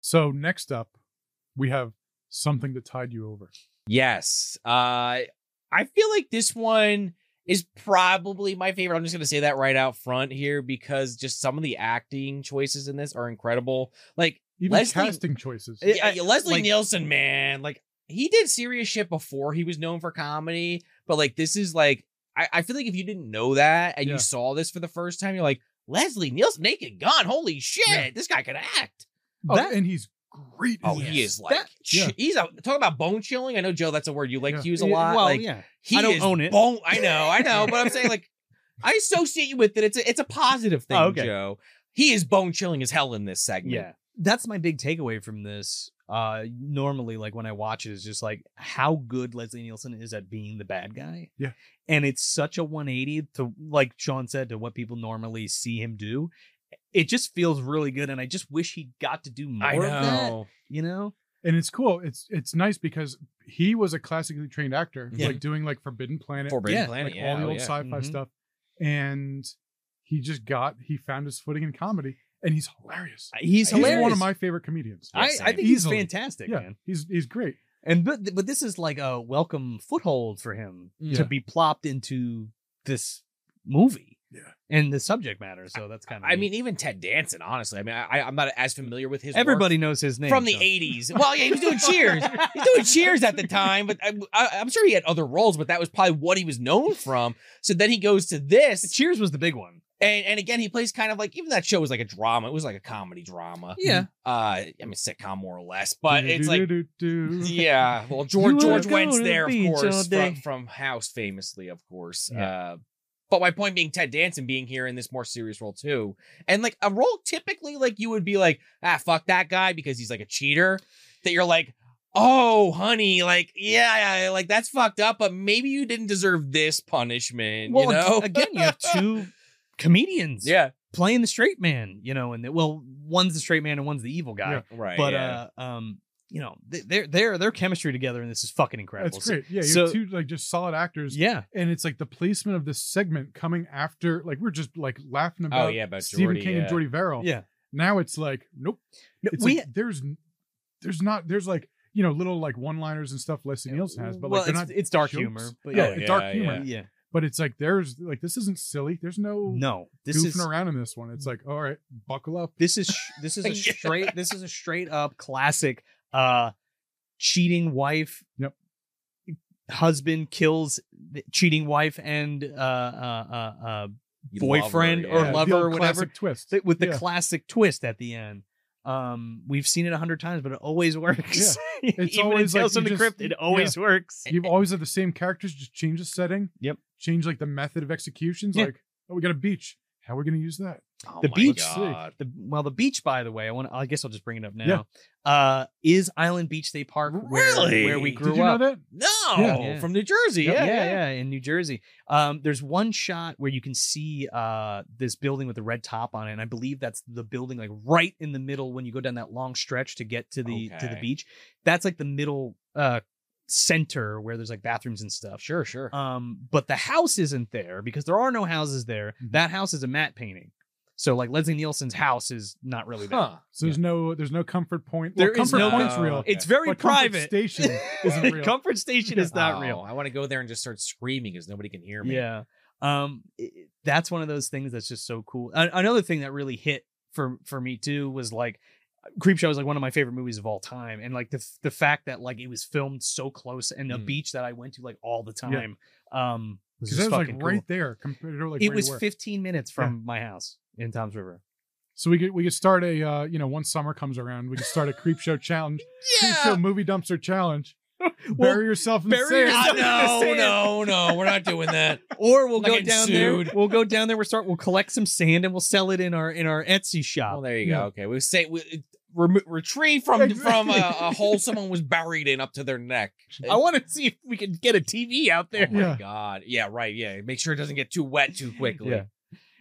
so next up, we have something that tied you over. Yes. Uh I feel like this one is probably my favorite. I'm just going to say that right out front here because just some of the acting choices in this are incredible. Like Even Leslie- casting choices. It- yeah, I- yeah, Leslie like- Nielsen, man, like he did serious shit before he was known for comedy, but like this is like I, I feel like if you didn't know that and Yeah. you saw this for the first time, you're like Leslie Nielsen, Naked Gun, holy shit, Yeah. this guy can act. Oh, that- and he's great. in Oh, he this. is like That- ch- yeah. he's a talk about bone chilling. I know Joe, that's a word you like Yeah. to use a Yeah, lot. Well, like yeah. he I don't is own it. Bone- I know, I know, but *laughs* I'm saying like I associate you with it. It's a, it's a positive thing, Oh, okay. Joe. He is bone chilling as hell in this segment. Yeah. That's my big takeaway from this. Uh normally like when I watch it is just like how good Leslie Nielsen is at being the bad guy. Yeah. And it's such a 180 to like Sean said to what people normally see him do. It just feels really good and I just wish he got to do more I of that, know. you know? and it's cool. It's it's nice because he was a classically trained actor, Yeah. like doing like Forbidden Planet, Forbidden Yeah, Planet, like yeah, all the oh, old yeah. sci-fi Mhm. stuff, and he just got he found his footing in comedy, and he's hilarious. He's He's hilarious. one of my favorite comedians. I, Yeah, I think Easily. he's fantastic, yeah, man. he's he's great. And but but this is like a welcome foothold for him Yeah. to be plopped into this movie. Yeah. And the subject matter, so that's kind of. I mean, even Ted Danson, honestly. I mean, I, I- I'm not as familiar with his work everybody knows his name from the so- 80s. Well, yeah, he was doing Cheers. He's *laughs* doing Cheers at the time, but I, I, I'm sure he had other roles, but that was probably what he was known from. So then he goes to this, Cheers was the big one. and, and again, he plays kind of like even that show was like a drama. It was like a comedy drama. Yeah. Uh, I mean, sitcom more or less, but it's like *laughs* Do-do-do-do-do. yeah. Well, You George wanna George go Wentz to the there, of beach all course, day. from, from House, famously, of course. Yeah. Uh, but my point being, Ted Danson being here in this more serious role too, and like a role typically like you would be like, ah, fuck that guy because he's like a cheater. That you're like, oh, honey, like yeah, like that's fucked up, but maybe you didn't deserve this punishment. Well, you know? ag- again, you have two comedians *laughs* yeah, playing the straight man, you know, and the, well, one's the straight man and one's the evil guy. Yeah. right. But yeah. uh, um, you know, th- their their their chemistry together, and this is fucking incredible. That's So- great. Yeah, you So- have two like just solid actors. yeah, and it's like the placement of this segment coming after like we're just like Oh, laughing about, yeah, about Stephen Geordi, King yeah. and Jordy Verrill. yeah. Now it's like nope. Oh, It's we like, there's there's not there's like you know little like one liners and stuff Leslie Nielsen has, but well, like they're it's, not it's dark jokes. humor, but yeah, Oh, it's dark yeah, humor. yeah. yeah. But it's like there's like this isn't silly. There's no, No, this goofing is around in this one. It's like all right, buckle up. this is sh- this is a Yeah. straight this is a straight up classic uh cheating wife Yep. husband kills the cheating wife and uh uh uh, uh You love her, boyfriend or yeah. The lover old or whatever. classic twist th- with the Yeah. classic twist at the end um we've seen it a hundred times but it always *laughs* works It's even always in like Tales you from the just- Crypt it always works You've always had the same characters. Just change the setting. eh, Yep. Change like the method of executions. Yeah. Like oh, we got a beach. How are we gonna use that? Oh the my beach- God. the, well the beach by the way i want i guess i'll just bring it up now uh is island beach state park Really? where, where we Did grew Did you up know that? No, Yeah. from New Jersey. Yep, Yeah, yeah, in New Jersey. Um, there's one shot where you can see uh this building with the red top on it, and I believe that's the building like right in the middle when you go down that long stretch to get to the to the Okay. beach. That's like the middle uh center where there's like bathrooms and stuff. Sure, sure. Um, but the house isn't there because there are no houses there. Mhm. That house is a matte painting. So like Leslie Nielsen's house is not really there. Huh. So there's no there's no comfort point. There well, is comfort no- point's real. Okay. It's very But Comfort private. *laughs* Station isn't real. Comfort station is not Oh, real. I want to go there and just start screaming because nobody can *laughs* hear me. Yeah. Um i- i- that's one of those things that's just so cool. A- another thing that really hit for for me too was like Creepshow is like one of my favorite movies of all time and like the f- the fact that like it was filmed so close and a Mm. beach that I went to like all the Yeah. time. Um was Because just that was like fucking right cool. there compared to like It where you was were. 15 minutes from my house in Tom's River. So we could we could start a uh, you know once summer comes around we could start a creep show *laughs* challenge, creep *laughs* show movie dumpster challenge. bury yourself in bury the *laughs* sand. yourself- Ah, *laughs* no, Sand. no, no. We're not doing that. *laughs* Or we'll Like go it down there. sued. We'll go down there. We'll start. We'll collect some sand and we'll sell it in our in our Etsy shop. Well, there you Yeah. go. Okay, we say we, remo retrieve from from a, a Exactly. hole someone was buried in up to their neck. *laughs* I want to see if we can get a TV out Oh there. my Yeah. god. Yeah. Right. Yeah. Make sure it doesn't get too wet too quickly. Yeah.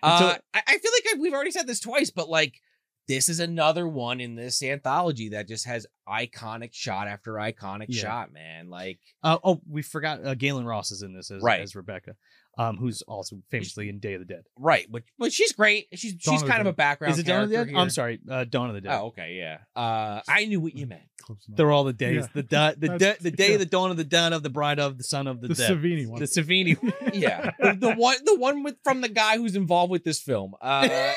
Uh, Until- I, I feel like I, we've already said this twice, but like this is another one in this anthology that just has iconic shot after iconic Yeah. shot, man. Like Uh, oh, we forgot uh, Galen Ross is in this as, Right. as Rebecca, um, who's also famously in Day of the Dead. right, but but she's great. She's Dawn she's of the kind of Dead. a background. is it Dawn of the character Dead? here. I'm sorry, uh, Dawn of the Dead. Oh, okay, yeah. Uh, I knew what you meant. Close enough. They're all the days, Yeah. *laughs* the da- the de- That's- the day, yeah. the dawn of the dawn of the bride of the son of the, the dead. Savini one. The *laughs* Savini. *laughs* Yeah, the, the one, the one with from the guy who's involved with this film. *laughs* Uh,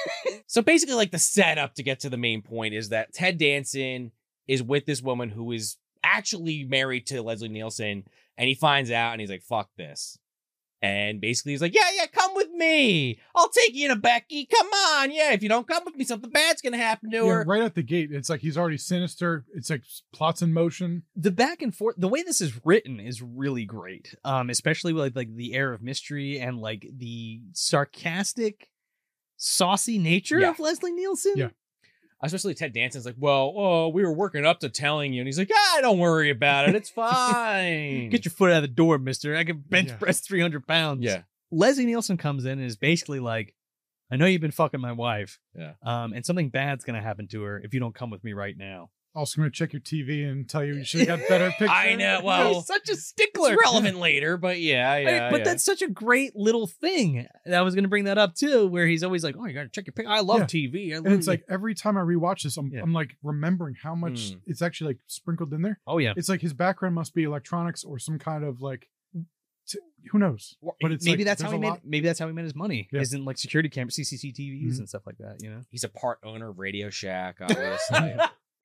so basically, like the setup to get to the main point is that Ted Danson is with this woman who is actually married to Leslie Nielsen, and he finds out, and he's like, "Fuck this." And basically, he's like, "Yeah, yeah, come with me. I'll take you to Becky. Come on, yeah. If you don't come with me, something bad's gonna happen to Yeah, her." right at the gate. It's like he's already sinister. It's like s- plots in motion. the back and forth, the way this is written is really great. Um, especially with like, like the air of mystery and like the sarcastic, saucy nature Yeah. of Leslie Nielsen. Yeah. especially Ted Danson's like, well, oh, we were working up to telling you. And he's like, ah, don't worry *laughs* about it. It's fine. Get your foot out of the door, mister. I can bench Yeah. press 300 pounds. yeah. Leslie Nielsen comes in and is basically like, I know you've been fucking my wife. Yeah. Um, and something bad's gonna happen to her if you don't come with me right now. also going to check your TV and tell you you should have *laughs* got better picture. *laughs* I know. Well, He's such a it's stickler. *laughs* relevant later, but yeah, I- yeah. but yeah. that's such a great little thing. And I was going to bring that up too, where he's always like, "Oh, you got to check your pic." I love Yeah. TV. I love and it's like every time I rewatch this, I'm Yeah. I'm like remembering how much Mm. it's actually like sprinkled in there. "Oh yeah, *laughs* It's like his background must be electronics or some kind of like, t- who knows? But it's maybe like, that's how there's he a made. lot- Maybe that's how he made his money. Yeah. Isn't like security cameras, CCTVs, Mhm. and stuff like that. You know. he's a part owner of *laughs* Radio Shack, *laughs* obviously.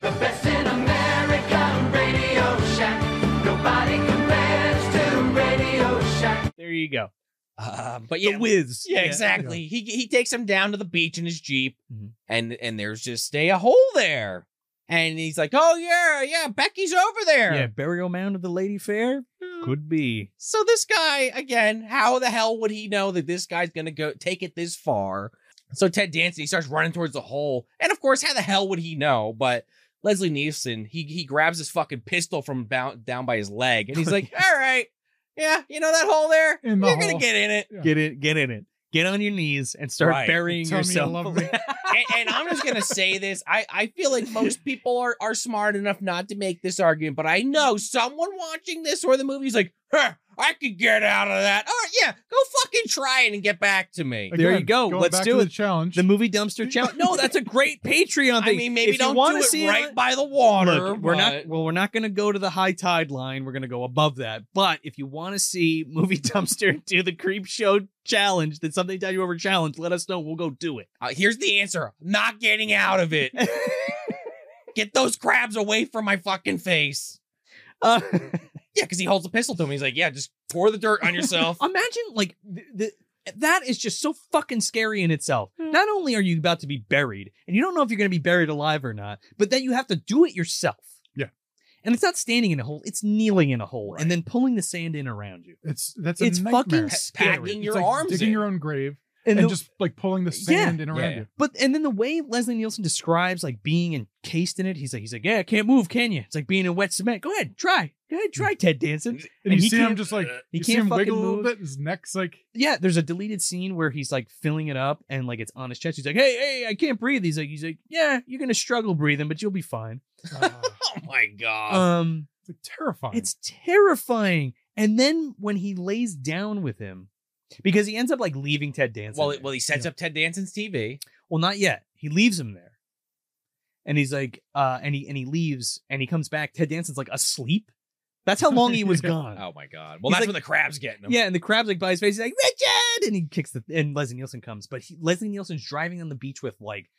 The best in America, Radio Shack. Nobody compares to Radio Shack. There you go. um, but yeah, the Wiz. yeah, exactly. He he takes him down to the beach in his jeep, Mhm. and and there's just a hole there, and he's like, "Oh yeah, yeah, Becky's over there." Yeah, burial mound of the Lady Fair Mm. could be. So this guy again, how the hell would he know that this guy's gonna go take it this far? So Ted Danson, he starts running towards the hole, and of course, how the hell would he know? But Leslie Nielsen, he he grabs his fucking pistol from down, down by his leg, and he's *laughs* like, "All right, yeah, you know that hole there? In the You're gonna hole." get in it." Yeah. Get it, get in it. Get on your knees and start Right. burying Tell me you yourself. love me. and, and I'm just gonna say this. I, I feel like most people are, are smart enough not to make this argument, but I know someone watching this or the movie's like, huh, I could get out of that. All right, yeah, go fucking try it and get back to me. There you Again, go. going Let's back do to it. The *laughs* challenge. the movie *laughs* dumpster challenge. No, that's a *laughs* great Patreon I thing. mean, maybe If you don't wanna do it see right on- by the water. Look, we're not but- well. We're not going to go to the high tide line. We're going to go above that. But if you want to see movie dumpster *laughs* do the creep show challenge, that something tell you over challenge, let us know. We'll go do it. *laughs* Uh, here's the answer. Not getting out of it. get those crabs away from my fucking face. Uh, Yeah, because he holds a pistol to him. He's like, yeah, just pour the dirt *laughs* on yourself. imagine like th- th- that is just so fucking scary in itself. Not only are you about to be buried, and you don't know if you're going to be buried alive or not, but then you have to do it yourself. Yeah. and it's not standing in a hole; it's kneeling in a hole and then pulling the sand in around you. It's that's a It's nightmare. fucking Pa- scary. packing It's your like arms digging in. your own grave, And, and, the- just like pulling the Yeah. sand in Yeah, around yeah. you. But and then the way Leslie Nielsen describes like being encased in it, he's like he's like, yeah, I can't move, can you? It's like being in wet cement. Go ahead, try, go ahead, try, Ted Danson. And, you he see him can't- uh, just like he you see can't him fucking wiggle a little move. bit. His neck's like Yeah, there's a deleted scene where he's like filling it up and like it's on his chest. He's like, hey, hey, I can't breathe. He's like, he's like, yeah, you're gonna struggle breathing, but you'll be fine. ah, *laughs* oh my God. Um, it's like terrifying. It's terrifying. And then when he lays down with him, because he ends up like leaving Ted Danson. well, there. it, well, he sets Yeah. up Ted Danson's TV. Well, not yet. He leaves him there. And he's like, uh, and he and he leaves and he comes back. Ted Danson's like asleep. That's how long he *laughs* was gone. Oh my God. Uh-huh. Well, He's that's like- when the crab's getting him. Yeah, and the crab's like by his face, he's like, Richard! And he kicks the and Leslie Nielsen comes. But he, Leslie Nielsen's driving on the beach with like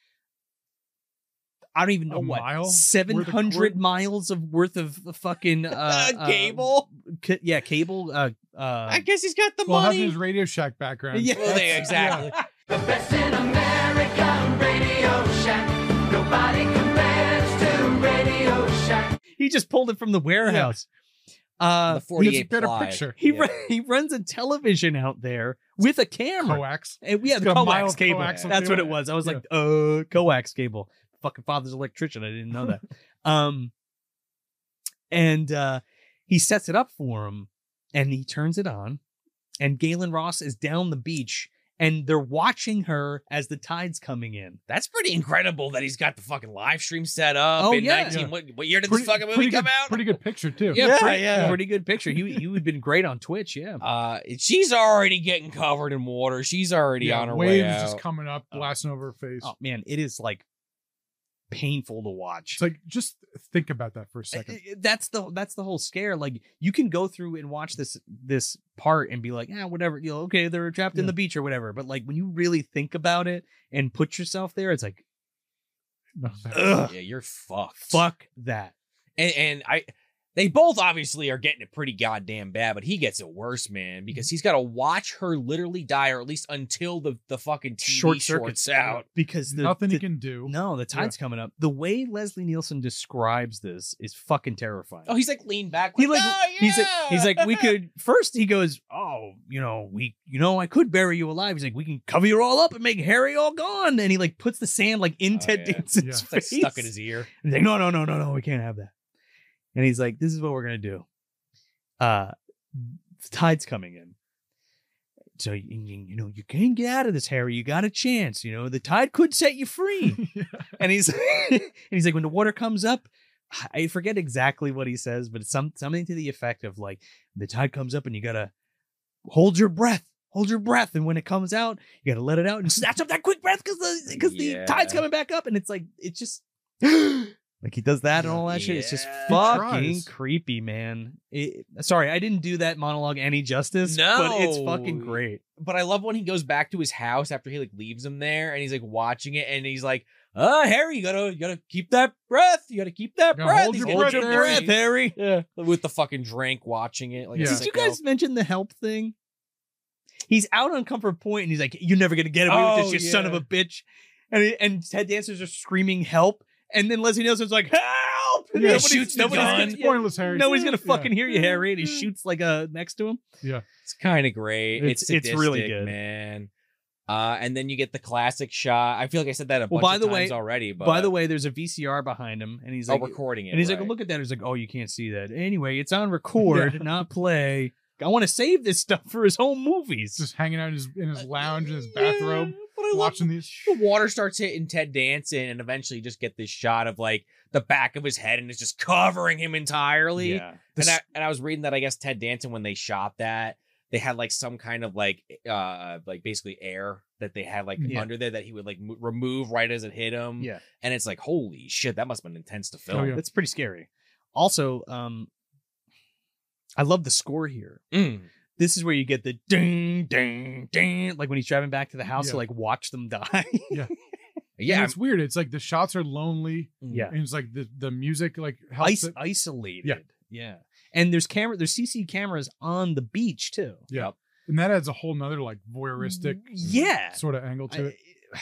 I don't even A know what mile worth of seven hundred cord? miles of worth of *laughs* fucking uh, uh, Gable. uh, ca- yeah, cable. Uh, uh, I guess he's got the well, having money. his Radio Shack *laughs* background. Yeah. *laughs* Well, there, exactly. The best in America, Radio Shack. Nobody compares to Radio Shack. he just pulled it from the warehouse. Uh, the he gets a 48 better ply. picture. he Yeah. run, he runs a television out there with a camera. Coax. And yeah, It's the got a coax mild cable. coaxial That's what it cable. was. I was Yeah. like, uh, coax cable. Fucking father's electrician. I didn't know *laughs* that. um, and uh, he sets it up for him, and he turns it on, and Galen Ross is down the beach, and they're watching her as the tide's coming in. That's pretty incredible that he's got the fucking live stream set up. Oh, in yeah. 19, What, what year did Pretty- this fucking movie pretty come good, out? Pretty good picture too. Yeah, pretty, yeah. pretty good picture. He he would have been great on Twitch. *laughs* Yeah, Uh, she's already getting covered in water. She's already Yeah, on her waves way out. just coming up, Oh. blasting over her face. Oh man, it is like painful to watch. It's like just think about that for a second. I- I- that's the that's the whole scare. Like you can go through and watch this this part and be like, yeah, whatever. You know, okay, they're trapped in Yeah. the beach or whatever. But like when you really think about it and put yourself there, it's like, No, that- ugh, yeah, you're fucked. fuck that. And, and I, they both obviously are getting it pretty goddamn bad, but he gets it worse, man, because Mm-hmm. he's got to watch her literally die, or at least until the the fucking TV shorts out. because the, nothing the, he can do. No, the tide's coming up. The way Leslie Nielsen describes this is fucking terrifying. Oh, he's like leaned back. He like "Oh, he's like yeah." he's like we could first he goes oh you know we you know I could bury you alive he's like we can cover you all up and make Harry all gone and he like puts the sand like in Oh, Ted yeah. Danson's Yeah. It's *laughs* like face stuck in his ear. he's like no no no no no we can't have that and he's like this is what we're gonna do uh the tide's coming in so you, you you know you can get out of this Harry you got a chance you know the tide could set you free Yeah. *laughs* and he's and he's like when the water comes up I forget exactly what he says, but it's some something to the effect of like the tide comes up and you gotta hold your breath, hold your breath, and when it comes out, you gotta let it out and snatch up that quick breath because the because Yeah. the tide's coming back up, and it's like it's just *gasps* like he does that and all that shit. It's just Yeah. He fucking tries. creepy, man. It- sorry, I didn't do that monologue any justice, but it's fucking No. great. but I love when he goes back to his house after he like leaves him there and he's like watching it and he's like, "Oh, Harry, you gotta you gotta keep that breath. You gotta keep that Yeah, breath. hold He's your gonna breath, keep Harry." Breath, Harry. Yeah, with the fucking drink, watching it. Like, oh, a Yeah. Did you sicko. guys mention the help thing? He's out on Comfort Point and he's like, You're never gonna get away with Oh, this, you son of yeah. a bitch. And he- and Ted dancers are screaming help. And then Leslie Nielsen's like, Help! And Yeah, nobody- shoots the nobody's gun. gonna- It's pointless, Harry. Nobody's gonna Yeah. Mm-hmm. fucking hear you, Harry. And he shoots like uh next to him. It's kind of great. It's It's- it's really sadistic, good. man. Uh, and then you get the classic shot. I feel like I said that a Well, bunch by of the times way- already, but By the way, there's a VCR behind him, and he's oh, like, recording it, and he's like, right. look at that. He's like, oh, you can't see that. Anyway, it's *laughs* on record, not play. I want to save this stuff for his home movies. *laughs* just hanging out in his, in his lounge in his Yeah, bathrobe, but I love watching these. the water starts hitting Ted dancing, and eventually you just get this shot of like the back of his head, and it's just covering him entirely. The and I s- and I was reading that I guess Ted Danson when they shot that they had like some kind of like uh like basically air that they had like Yeah. under there that he would like mo- remove right as it hit him. Yeah. and it's like holy shit, that must have been intense to film. Oh, yeah. That's pretty scary. Also, um, I love the score here. Mm. This is where you get the ding, ding, ding, like when he's driving back to the house to Yeah. like watch them *laughs* die. Yeah, Yeah, it's weird. It's like the shots are lonely, yeah, and it's like the the music like helps Mm. Ice, it. isolated. Yeah. yeah. And there's camera, there's CC cameras on the beach too. Yeah. and that adds a whole nother like voyeuristic Mm, Yeah, sort of angle to it. I-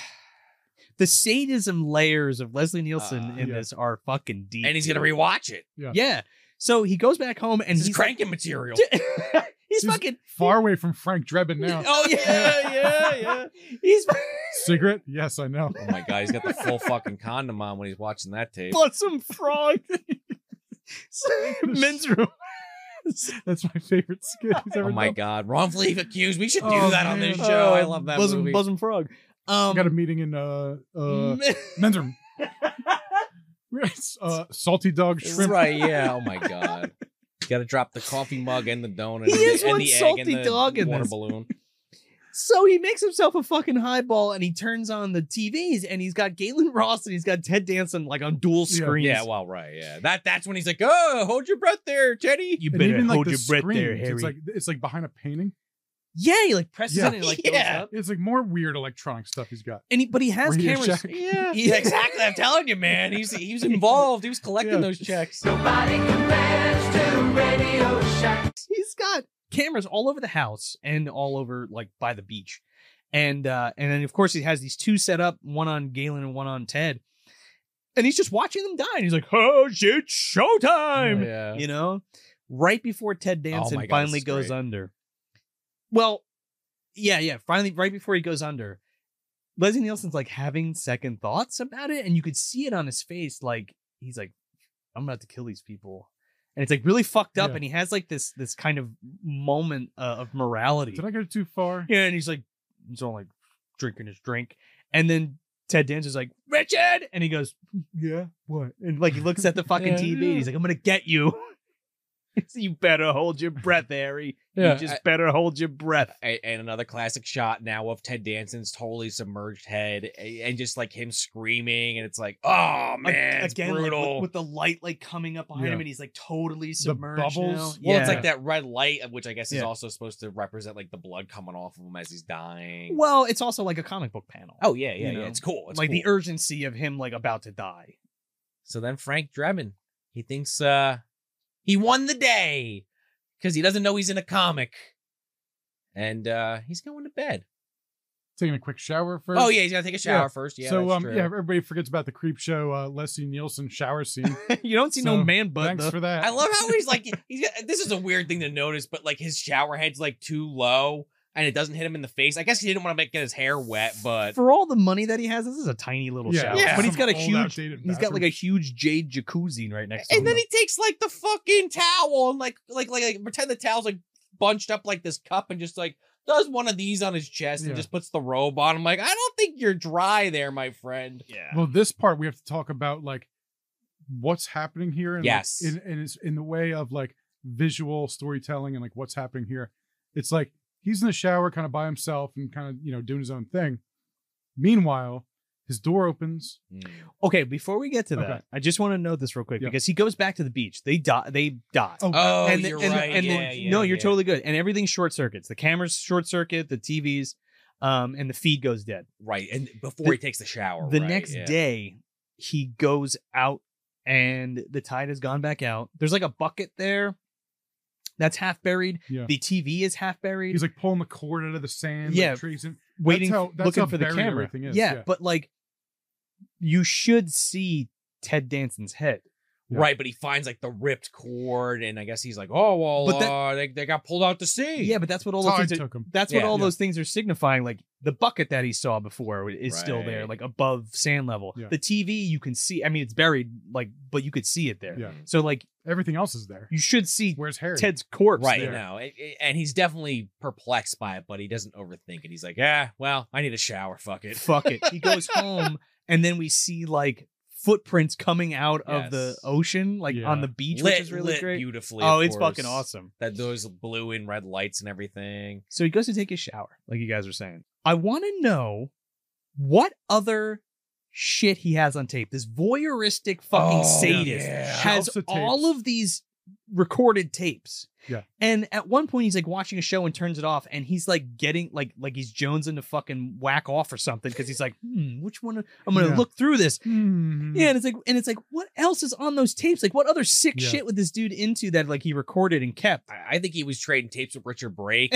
*sighs* the sadism layers of Leslie Nielsen Uh, in Ah, yeah. this are fucking deep. and he's gonna dude. rewatch it. Yeah. Yeah. So he goes back home and And he's he's like- cranking material. *laughs* he's He's *laughs* fucking Far away from Frank Drebin now. Oh yeah, yeah, yeah. *laughs* He's Cigarette? Yes, I know. *laughs* Oh my god, he's got the full fucking condom on when he's watching that tape. Blossom *laughs* Frog. *laughs* Men's room. That's my favorite skit he's ever Oh my done. god, wrongfully accused. We should do Oh, that on man. this show. I love that Blossom, movie. Blossom Frog. I Um, mm. got a meeting in uh uh men- men's room. uh, salty dog That's shrimp. Right, yeah. *laughs* Oh my god. Got to drop the coffee mug and the donut. He and is the, and one the egg salty and the dog in water this. balloon. *laughs* *laughs* so he makes himself a fucking highball and he turns on the TVs and he's got Galen *laughs* Ross and he's got Ted Danson like on dual Yeah. screens. Yeah, well, right, yeah. That that's when he's like, "Oh, hold your breath there, Teddy." you And even like the screams, It's like it's like behind a painting. yeah, he like presses Yeah. it and it, like Yeah. goes up. It's like more weird electronic stuff he's got. And he, but he has Radio cameras. *laughs* Shack. Yeah, *laughs* yeah, exactly. I'm telling you, man. He's he was involved. He was collecting Yeah. those checks. Nobody compares to Radio Shack. he's got cameras all over the house and all over like by the beach and uh and then of course he has these two set up one on galen and one on ted and he's just watching them die and he's like oh shit Oh, Um, showtime Yeah. Oh you know right before ted danson my God, finally this is goes great. under well yeah yeah finally right before he goes under leslie nielsen's like having second thoughts about it and you could see it on his face like he's like i'm about to kill these people and it's like really fucked up Yeah. and he has like this this kind of moment uh, of morality Did I go too far? yeah and he's like he's all like drinking his drink and then ted danson's like richard and he goes Yeah. What? and like he looks at the fucking *laughs* Yeah. TV and he's like, I'm gonna get you. *laughs* It's, you better hold your breath, Harry. Yeah, you just I- better hold your breath. A- and another classic shot now of Ted Danson's totally submerged head a- and just like him screaming and it's like oh man it's Again, like, with- brutal with, the light like coming up behind Yeah. him and he's like totally submerged. bubbles. now. well Yeah. it's like that red light which I guess is Yeah. also supposed to represent like the blood coming off of him as he's dying Well, it's also like a comic book panel. oh yeah yeah you know, yeah it's cool it's like the cool. urgency of him like about to die. *laughs* so then Frank Drebin he thinks uh he won the day because he doesn't know he's in a comic and uh he's going to bed Taking a quick shower first. oh yeah he's gotta take a shower Yeah. first yeah so that's um true. yeah, everybody forgets about the creep show uh, Leslie Nielsen *laughs* shower scene. you don't see no So, man butt Thanks though. for that. I love how he's like he's got, this is a weird thing to notice, but like his shower head's like too low and it doesn't hit him in the face. I guess he didn't want to make get his hair wet, but for all the money that he has, this is a tiny little Yeah. shower. Yeah. But he's got a Some old, huge outdated he's got like a huge jade jacuzzi right next to him. and then he takes like the fucking towel and like like like, like pretend the towel's like bunched up like this cup and just like does one of these on his chest Yeah. and just puts the robe on. I'm like, I don't think you're dry there, my friend. yeah. Well, this part we have to talk about like what's happening here and like, Yes. in, and it's in the way of like visual storytelling and like what's happening here it's like he's in the shower kind of by himself and kind of you know doing his own thing meanwhile his door opens Okay, before we get to Okay. that, I just want to note this real quick Yeah. because he goes back to the beach. They die. They die. Oh, Oh, and the- you're and the- right. and the- yeah, yeah, no, you're yeah. totally good. And everything's short circuits. The cameras short circuit. The TVs, um, and the feed goes dead. right. And before The- he takes the shower, the right, next yeah. day, he goes out, and the tide has gone back out. There's like a bucket there that's half buried. Yeah. The TV is half buried. he's like pulling the cord out of the sand Yeah. yeah trees and waiting, how- that's looking how for the buried camera. everything is, yeah, yeah. but like, you should see Ted Danson's head. Yeah. Right, but he finds like the ripped cord, and I guess he's like, "Oh well, But that- uh, they, they got pulled out to sea." Yeah, but that's what all those Todd things are, took him that's what Yeah. all Yeah. those things are signifying. Like the bucket that he saw before is still there, Right. like above sand level. Yeah. The TV you can see. I mean, it's buried, like, but you could see it there. yeah So like, everything else is there you should see where's harry Ted's corpse. right. there. No, it- it- and he's definitely perplexed by it, but he doesn't overthink it. He's like, "Yeah, well, I need a shower. Fuck it." Fuck it. He goes home, and then we see like footprints coming out of the Yes. ocean, like on Yeah. the beach, lit, which is really lit great. beautifully. Oh, of it's fucking course. awesome. That those blue and red lights and everything. So he goes to take a shower, like you guys were saying. I want to know what other shit he has on tape. This voyeuristic fucking Oh, sadist yeah. has Shelves of all tapes. of these recorded tapes. Yeah. And at one point he's like watching a show and turns it off and he's like getting like like he's Jones into fucking whack off or something because he's like, hmm, which one I'm gonna Yeah. look through this. Hmm. Yeah, and it's like and it's like what else is on those tapes? Like what other sick Yeah. shit would this dude into that like he recorded and kept? I, I think he was trading tapes with Richard *laughs* Brake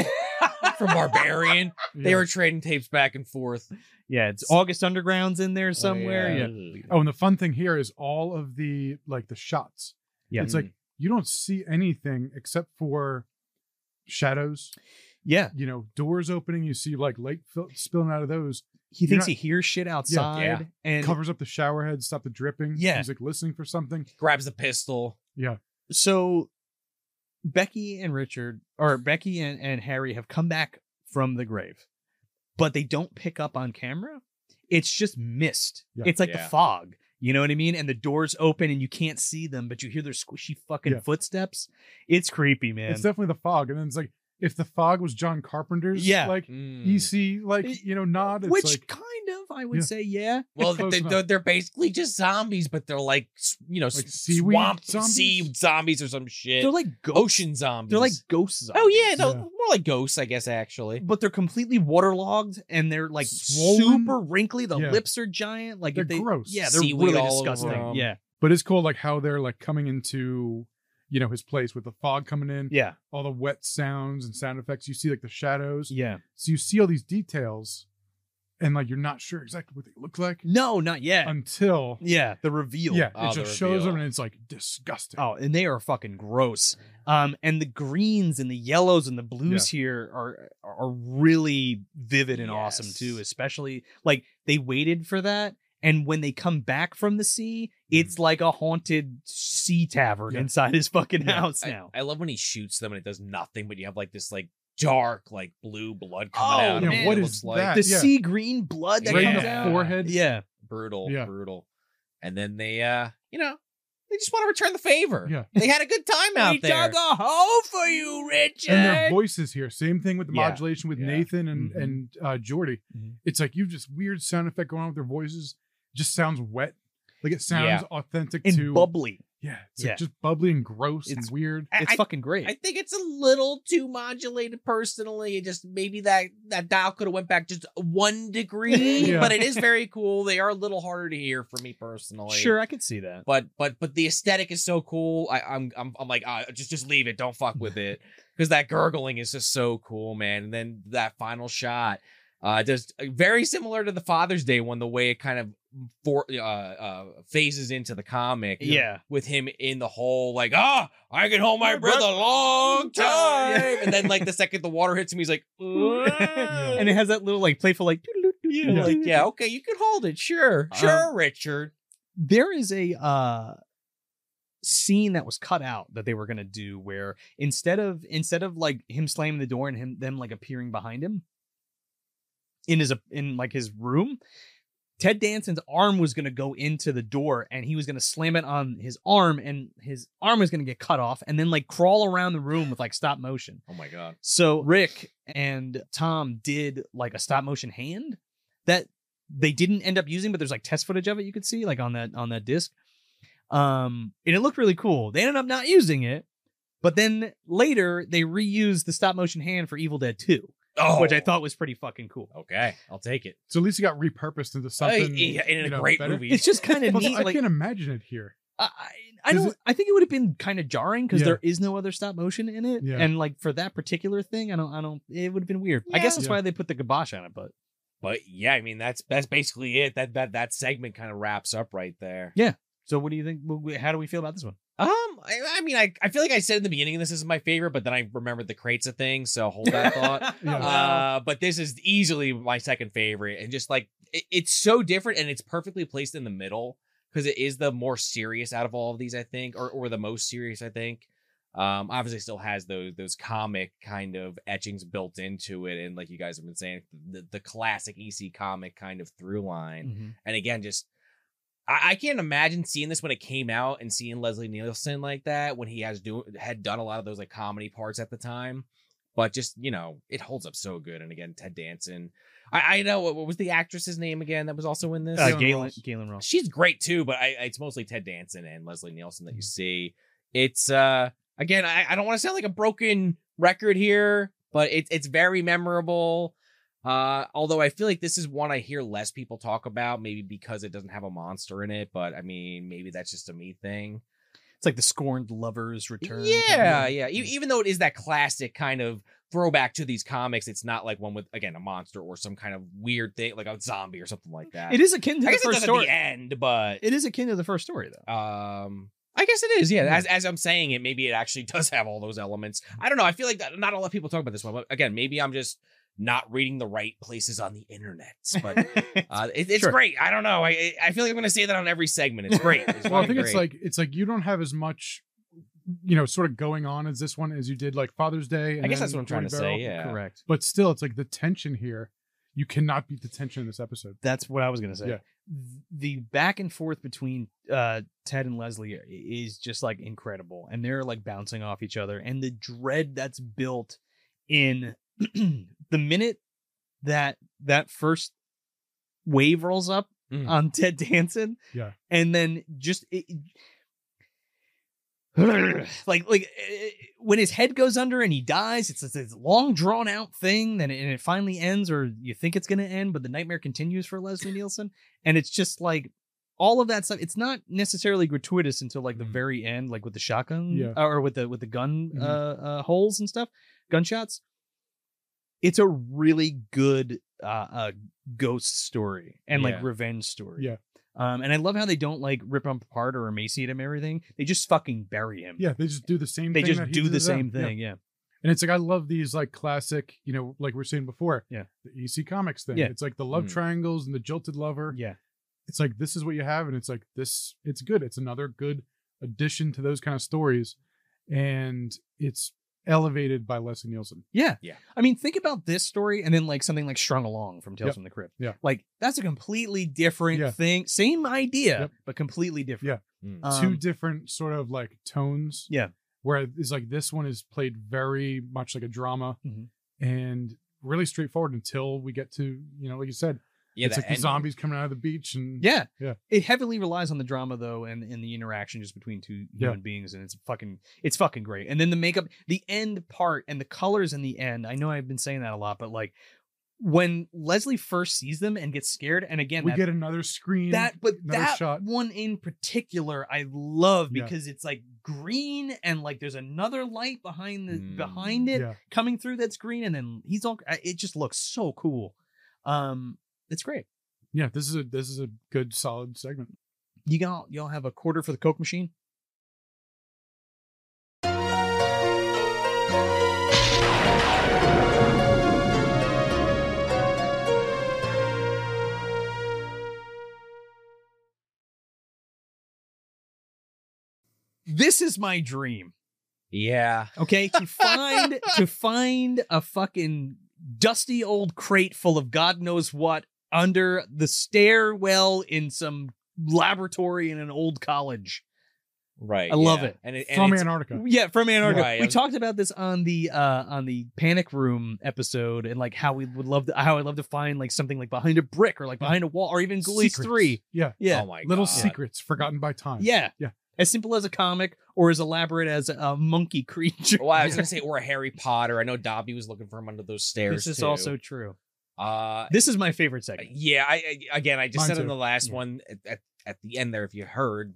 from Barbarian. They Yeah. were trading tapes back and forth Yeah, it's August Underground's in there somewhere. yeah. Oh, and the fun thing here is all of the like the shots. Yeah. Mm. It's like you don't see anything except for shadows. Yeah. You know, doors opening. You see like light fil- spilling out of those. He You're thinks not- he hears shit outside Yeah. and covers up the shower head. Stop the dripping. Yeah. He's like listening for something. grabs the pistol. so Becky and Richard or Becky and, and Harry have come back from the grave, but they don't pick up on camera. It's just mist. Yeah. It's like the Yeah. fog. You know what I mean? And the doors open and you can't see them, but you hear their squishy fucking Yeah. footsteps. It's creepy, man. It's definitely the fog. And then it's like if the fog was John Carpenter's. Yeah. Mm-hmm. Like Mm. you see, like It- you know, nod. It's Which like kind of I would Yeah. say, yeah. Well, Close they, enough. they're, they're basically just zombies, but they're like s- you know Like s- seaweed swamp zombies? sea zombies or some shit. They're like ghosts. ocean zombies. They're like ghosts. oh yeah, no, Yeah. more like ghosts, I guess actually. Eh, but they're completely waterlogged and they're like Swollen? super wrinkly. The Yeah. lips are giant. Like if They're they, gross. Yeah, they're Seaweed really all over disgusting. 'em. Yeah, but it's cool like how they're like coming into you know his place with the fog coming in yeah, all the wet sounds and sound effects you see like the shadows yeah. So you see all these details, and like you're not sure exactly what they look like No, not yet. until yeah, the reveal. yeah, it Oh, the just shows them, reveal. and it's like disgusting. Oh, and they are fucking gross. Um, and the greens and the yellows and the blues here are are really vivid and awesome Yes. too. Especially like they waited for that, and when they come back from the sea, it's like a haunted sea tavern Mm. Yeah. inside his fucking Yeah. house I- now. I, love when he shoots them and it does nothing, but you have like this like dark like blue blood coming Oh, out. yeah, of it. what It is looks like that? the yeah. sea green blood that right in comes the out. forehead. Yeah. brutal, Yeah. brutal. And then they, uh, you know, they just want to return the favor. Yeah. they had a good time out there. a hole for you, Richard. And their voices here, same thing with the Yeah, modulation with yeah. Mm-hmm. Nathan and Mhm. and uh, Jordy. Mhm. It's like you have just weird sound effect going on with their voices. Just sounds wet. Like it sounds authentic and to bubbly. yeah, it's Yeah. Like just bubbly and gross It's- and weird. I- It's I- fucking great. I think it's a little too modulated personally. It just maybe that that dial could have went back just *laughs* one degree, Yeah. but it is very cool. They are a little harder to hear for me personally. sure, I could see that. But but but the aesthetic is so cool. I, I'm I'm I'm like uh, just just leave it. Don't fuck with it because that gurgling is just so cool, man. And then that final shot, uh, just very similar to the Father's Day one. The way it kind of for uh, uh phases into the comic, Yeah. with him in the hole, like, ah, I can hold my breath a long time. And then, like, the second the water hits him, he's like, and and it has that little like playful like. yeah. like, yeah, okay, you can hold it, sure, Um, sure, Richard. There is a uh scene that was cut out that they were gonna do where instead of instead of like him slamming the door and him them like appearing behind him in his in like his room, Ted Danson's arm was going to go into the door and he was going to slam it on his arm and his arm was going to get cut off and then like crawl around the room with like stop motion. Oh my god. So Rick and Tom did like a stop motion hand that they didn't end up using, but there's like test footage of it you could see like on that on that disc. Um, and it looked really cool. They ended up not using it, but then later they reused the stop motion hand for Evil Dead 2, Oh, which I thought was pretty fucking cool. Oh, Okay, I'll take it. So at least it got repurposed into Uh, something. yeah, in a you know, great better. movie. It's just kind *laughs* of Plus, neat. I Like can't imagine it here. I, I- I Does don't. it- I think it would have been kind of jarring because Yeah. there is no other stop motion in it, Yeah. and like for that particular thing, I don't. I don't. It would have been weird. I guess Yeah. that's why they put the kibosh on it, but. But yeah, I mean that's that's basically it. That that that segment kind of wraps up right there. So what do you think? wh- wh- How do we feel about *laughs* this one? Um, I, I mean, I, I feel like I said in the beginning this is my favorite, but then I remembered the crates of thing, so hold *laughs* that thought. *laughs* Yeah. Uh, but this is easily my second favorite, and just like it, it's so different, and it's perfectly placed in the middle because it is the more serious out of all of these, I think, or or the most serious, I think. Um, obviously, still has those those comic kind of etchings built into it, and like you guys have been saying, the, the classic EC comic kind of through line Mm-hmm. and again just I, I can't imagine seeing this when it came out and seeing leslie nielsen like that when he has do had done a lot of those like comedy parts at the time but just you know it holds up so good and again ted danson i, I know what, what was the actress's name again that was also in this Uh, Galen Galen Ross. Galen Ross. she's great too but I, I- it's mostly ted danson and leslie nielsen Mm-hmm. that you see it's uh again i, I don't want to sound like a broken record here but it, it's very memorable uh although i feel like this is one i hear less people talk about maybe because it doesn't have a monster in it but i mean maybe that's just a me thing It's like the scorned lovers return. yeah yeah Mm. E- even though it is that classic kind of throwback to these comics it's not like one with again a monster or some kind of weird thing like a zombie or something like that It is akin to i the guess it first does at story. the end but It is akin to the first story *laughs* though. um, I guess it is. Yeah, Hmm. as as I'm saying it, maybe it actually *laughs* does have all those elements. I don't know. I feel like that- not a lot of people talk about this one, but again, maybe I'm just not reading the right places on the *laughs* internet. But uh, it, it's Sure. great. I don't know. I I- I feel like I'm gonna say that on every segment. It's great. It's well, I fucking think it's great. like it's like you don't have as much, you know, sort of going on as this one as you did like Father's Day. And I guess then that's what I'm trying Corey to Barrel. say. Yeah. Correct. But still, it's like the tension here. You cannot beat the tension in this episode. That's what I was gonna say. Yeah. Th- The back and forth between uh, Ted and Leslie i- is just like incredible, and they're like bouncing off each other, and the dread that's built in *clears throat* the minute that that first wave rolls up Mm. on Ted Danson. Yeah. And then just it, it- *clears throat* like like eh, when his head goes under and he dies, it's this, this long drawn out thing. Then it- and it finally ends, or you think it's gonna end, but the nightmare continues for Leslie *clears throat* Nielsen, and it's just like. All of that stuff. It's not necessarily gratuitous until like the Mhm. very end, like with the shotgun Mm. Yeah. or with the with the gun Mhm. uh, uh, holes and stuff, gunshots. It's a really good uh, uh, ghost story and Yeah. like revenge story. Yeah. Um, and I love how they don't like rip him apart or emaciate him or everything. They just fucking bury him. Yeah, they just do the same. They thing just that he do did the to same them. Yeah. thing. Yeah. And it's like I love these like classic, you know, like we we're saying before. Yeah. The EC Comics thing. Yeah. It's like the love Mm. triangles and the jilted lover. Yeah. It's like this is what you have, and it's like this. It's good. It's another good addition to those kind of stories, and it's elevated by Leslie Nielsen. Yeah. Yeah. I mean, think about this story and then like something like Strung Along from Tales Yep. from the Crypt. Yeah. Like that's a completely different Yeah. thing. Same idea, Yep. but completely different. Mm. Um, Two different sort of like tones. Yeah. Where it's like this one is played very much like a drama, Mhm. and really straightforward until we get to you know, like you said, yeah, it's that like the ending. zombies coming out of the beach and Yeah. Yeah. It heavily relies on the drama though and, and the interaction just between two Yeah. human beings and it's fucking it's fucking great. And then the makeup, the end part and the colors in the end. I know I've been saying that a lot, but like when Leslie first sees them and gets scared and again we that, get another screen. that but another that shot. one in particular I love Yeah. because it's like green and like there's another light behind the Mm. behind it Yeah. coming through that screen and then he's all I- it just looks so cool. Um it's great. Yeah, this is a this is a good solid segment. You got y'all have a quarter for the Coke machine? This is my dream, Yeah, okay? *laughs* To find to find a fucking dusty old crate full of God knows what under the stairwell in some laboratory in an old college. Right. I love yeah. it. And, it, and from it's- Antarctica. Yeah, from Antarctica. Right, I We was- talked about this on the uh on the panic room episode and like how we would love to, how I love to find like something like behind a brick or like behind a wall or even Ghoulies Secrets. three. Yeah. Yeah. Oh my Little God. secrets forgotten by time. yeah. Yeah. As simple as a comic or as elaborate as a monkey creature. *laughs* Well, I was gonna say, or Harry Potter. I know Dobby was looking for him under those stairs. This is too. also true. Uh, This is my favorite segment. yeah. I, I again, I just Mine said on too. the last Yeah. one at, at, at the end there, if you heard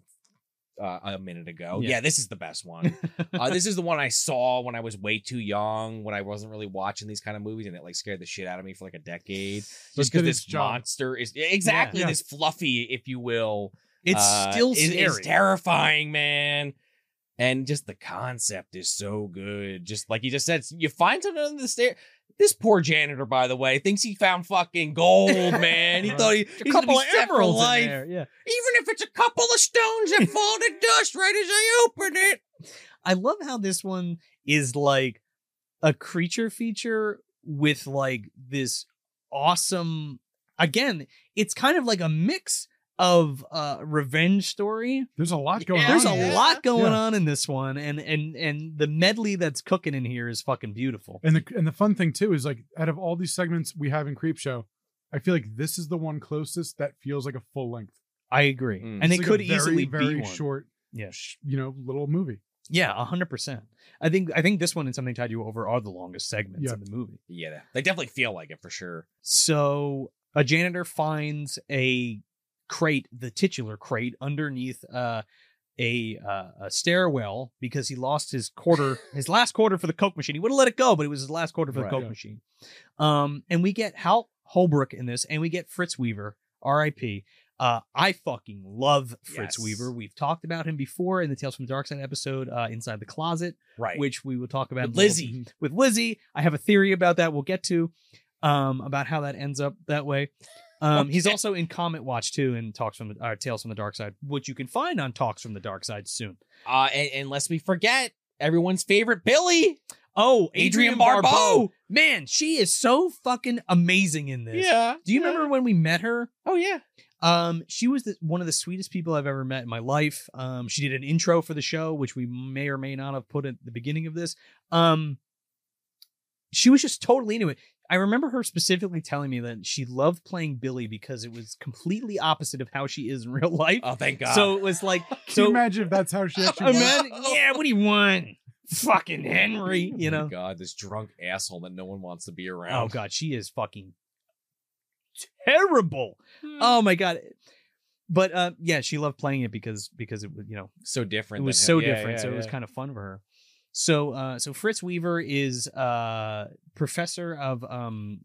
uh, a minute ago. Yeah. Yeah. this is the best one. uh, this is the one I saw when I was way too young, when I wasn't really watching these kind of movies, and it like scared the shit out of me for like a decade. So Just it did because its this job. monster is yeah, exactly Yeah. this fluffy, if you will. It's uh, still is- scary. is terrifying, man. And just the concept is so good. Just like you just said, you find something under the stair. This poor janitor, by the way, thinks he found fucking gold, *laughs* man. He thought he, Uh-huh. a he's gonna couple be of set for emeralds life. in there. Yeah. Even if it's a couple of stones that fall to dust right as I open it. I love how this one is like a creature feature with like this awesome again, it's kind of like a mix of uh revenge story. There's a lot going Yeah. on. There's a here. lot going Yeah. on in this one and and and the medley that's cooking in here is fucking beautiful. And the and the fun thing too is like out of all these segments we have in Creep Show, I feel like this is the one closest that feels like a full length. I agree. Mm. and It's it like a could very, easily very be one. short, Yeah. sh- you know, little movie. Yeah, 100%. I think I think this one and something tied you over are the longest segments Yeah. in the movie. Yeah, they definitely feel like it for sure. So a janitor finds a crate, the titular crate, underneath uh, a uh, a stairwell because he lost his *laughs* quarter, his last quarter for the coke machine. He would have let it go, but it was his last quarter for Right. the coke Yeah. machine. Um, and we get Hal Holbrook in this, and we get Fritz Weaver, R.I.P. Uh, I fucking love Fritz Yes. Weaver. We've talked about him before in the Tales from the Dark Side episode, uh, Inside the Closet, Right. which we will talk about. in With a little Lizzie. with Lizzie. I have a theory about that. We'll get to um, about how that ends up that way. Um, He's also in Comet Watch too, and talks from the uh, Tales from the Dark Side, which you can find on Talks from the Dark Side soon. Uh, and, and lest we forget everyone's favorite Billy. Oh, Adrienne Adrian, Barbeau. Barbeau. man, she is so fucking amazing in this. Do you yeah. remember when we met her? Oh yeah. Um, she was the, one of the sweetest people I've ever met in my life. Um, she did an intro for the show, which we may or may not have put at the beginning of this. Um, she was just totally into it. I remember her specifically telling me that she loved playing Billy because it was completely opposite of how she is in real life. Oh thank God. so it was *laughs* like, Can you so imagine if that's how she *laughs* actually was? imagine, yeah, what do you want? Fucking Henry, you *laughs* Oh my know? God, this drunk asshole that no one wants to be around. Oh god, she is fucking terrible. Oh my god. But uh, yeah, she loved playing it because because it was you know so different. it was so different, so it was kind of fun for her. So uh, so Fritz Weaver is uh, professor of um,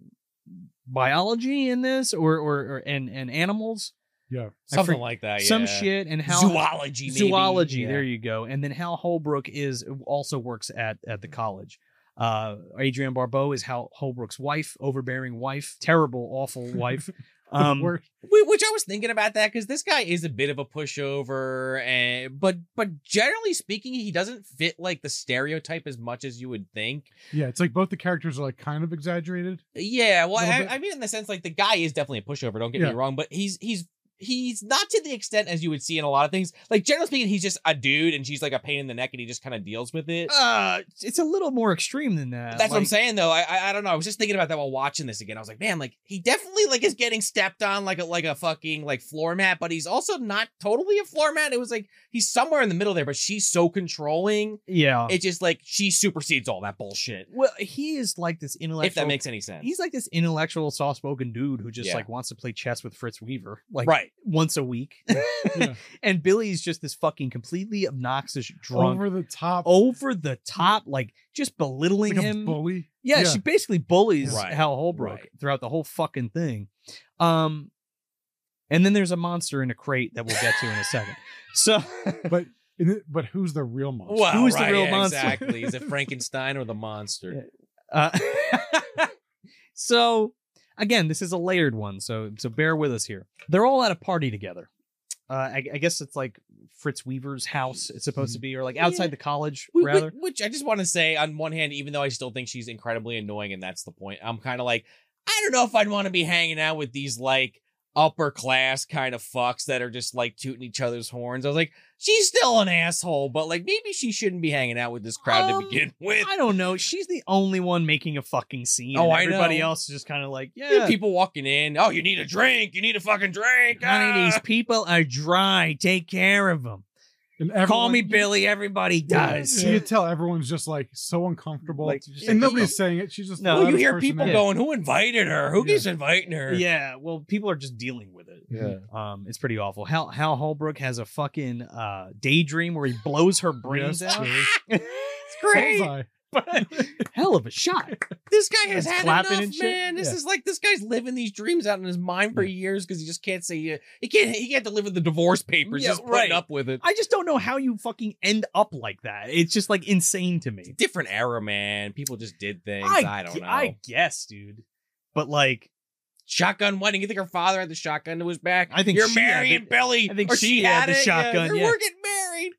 biology in this or or, or and and animals Yeah. I something forg- like that. some Uh, yeah. shit and how zoology. Maybe. zoology. Yeah. There you go. And then Hal Holbrook is also works at at the Mm-hmm. college. Uh, Adrienne Barbeau is Hal Holbrook's wife, overbearing wife, terrible, awful *laughs* wife. Um, Or- Wh- Which I was thinking about that because this guy is a bit of a pushover, and but but generally speaking, he doesn't fit like the stereotype as much as you would think. yeah, it's like both the characters are like kind *laughs* of exaggerated. Yeah, well, Little I, bit. I mean, in the sense, like the guy is definitely a pushover. Don't get Yeah. me wrong, but he's he's he's not to the extent as you would see in a lot of things. Like generally speaking, he's just a dude, and she's like a pain in the neck, and he just kind of deals with it. uh, it's a little more extreme than that. That's what I'm Like, saying though. I, I I don't know. I was just thinking about that while watching this again. I was like, man, like he definitely like is getting stepped on like a like a fucking like floor mat, but he's also not totally a floor mat. It was like he's somewhere in the middle there, but she's so controlling. Yeah. It's just like she supersedes all that bullshit. well, he is like this intellectual. If that makes any sense. He's like this intellectual, soft-spoken dude who just Yeah. like wants to play chess with Fritz Weaver, like right. once a week. *laughs* *laughs* Yeah. And Billy's just this fucking completely obnoxious, drunk, Over the top. over the top, like just belittling like a him. bully. yeah, she basically bullies Right, Hal Holbrook right. throughout the whole fucking thing. Um, and then there's a monster in a crate that we'll get to in a *laughs* second. So but in it, but who's the real monster? Well, Who's the right, real yeah, monster? *laughs* Exactly. Is it Frankenstein or the monster? Yeah. Uh, *laughs* so again, this is a layered one, so so bear with us here. They're all at a party together. Uh, I, I guess it's like Fritz Weaver's house. It's supposed to be, or like outside Mm-hmm. Yeah. the college, Wh- wh- rather. Which, I just want to say, on one hand, even though I still think she's incredibly annoying, and that's the point, I'm kind of like, I don't know if I'd want to be hanging out with these like upper class kind of fucks that are just like tooting each other's horns. I was like, she's still an asshole, but like maybe she shouldn't be hanging out with this crowd Um, to begin *laughs* with. I don't know. She's the only one making a fucking scene. Oh, and I everybody know. else is just kind of like, Yeah, yeah. People walking in. Oh, you need a drink. You need a fucking drink. Honey, ah." these people are dry. Take care of them. And everyone, Call me *laughs* Billy. Everybody does. So *laughs* you tell everyone's just like so uncomfortable, Like, just and like- oh. nobody's saying it. She's just No. the Well, Oh, you loudest hear person people there. going, "Who invited her? Who Yeah. keeps inviting her?" Yeah, well, people are just dealing with it. Yeah. Um, it's pretty awful. Hal Hal Holbrook has a fucking uh daydream where he blows her brains Yes, out. *laughs* true. it's great. Bullseye. But *laughs* hell of a shot. This guy has It's had clapping enough, and shit. man. This Yeah. is like this guy's living these dreams out in his mind for years because he just can't say uh, he can't he can't deliver the divorce papers. Yeah, just putting right. up with it. I just don't know how you fucking end up like that. It's just like insane to me. Different era, man. People just did things. I, don't gu- know. I guess, dude. But like, shotgun wedding. You think her father had the shotgun to his back? I think you're she had marrying it. Billy. I think or she she had the it. shotgun, Yeah, yeah. We're getting married.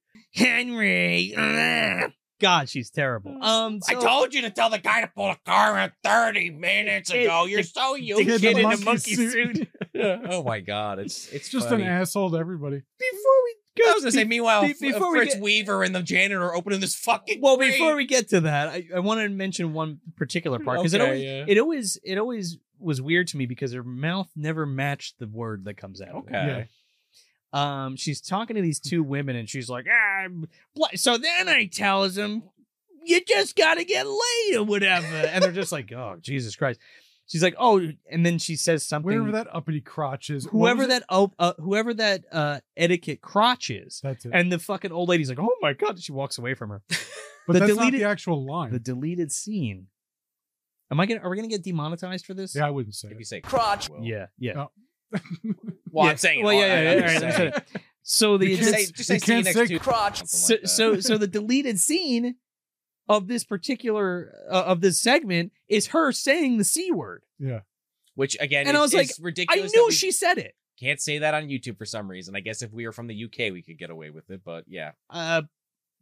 Henry. ugh. God, she's terrible. Um, Mm. I so- told you to tell the guy to pull a car in 30 minutes It- ago. You're the- so the *laughs* you Kid kid in a monkey monkey suit. suit. *laughs* oh my god, it's it's It's just an asshole to everybody. Before we go, I was gonna say, meanwhile, be- before before we Fritz get- Weaver and the janitor are opening this fucking. well grate. before we get to that I, I wanted to mention one particular part because it Okay, always yeah. it always it always was weird to me because her mouth never matched the word that comes out of it. okay, Yeah. um she's talking to these two women and she's like ah, bl-" so then i tells him you just gotta get laid or whatever and they're just like oh jesus christ she's like oh and then she says something Wherever that uppity crotch is, what whoever was it? that oh, uh, whoever that uh etiquette crotch is that's it. and the fucking old lady's like oh my god she walks away from her but the that's deleted- not the actual line. the deleted scene. Am I gonna? Are we gonna get demonetized for this? yeah, I *laughs* wouldn't say. if you It. say crotch, yeah, yeah. Oh. Well, Yeah. I'm saying. it. Well, yeah, I- yeah, I- yeah, I'm all just right, I saying. said it. So the You Just can't- say, it's- just say you see you can't next say to crotch. so, Something like so that. so *laughs* the deleted scene of this particular uh, of this segment is her saying the c word. which again, And I is- was like, is I ridiculous. that knew we she said it. can't say that on YouTube for some reason. I guess if we were from the UK, we could get away with it. But yeah, Uh,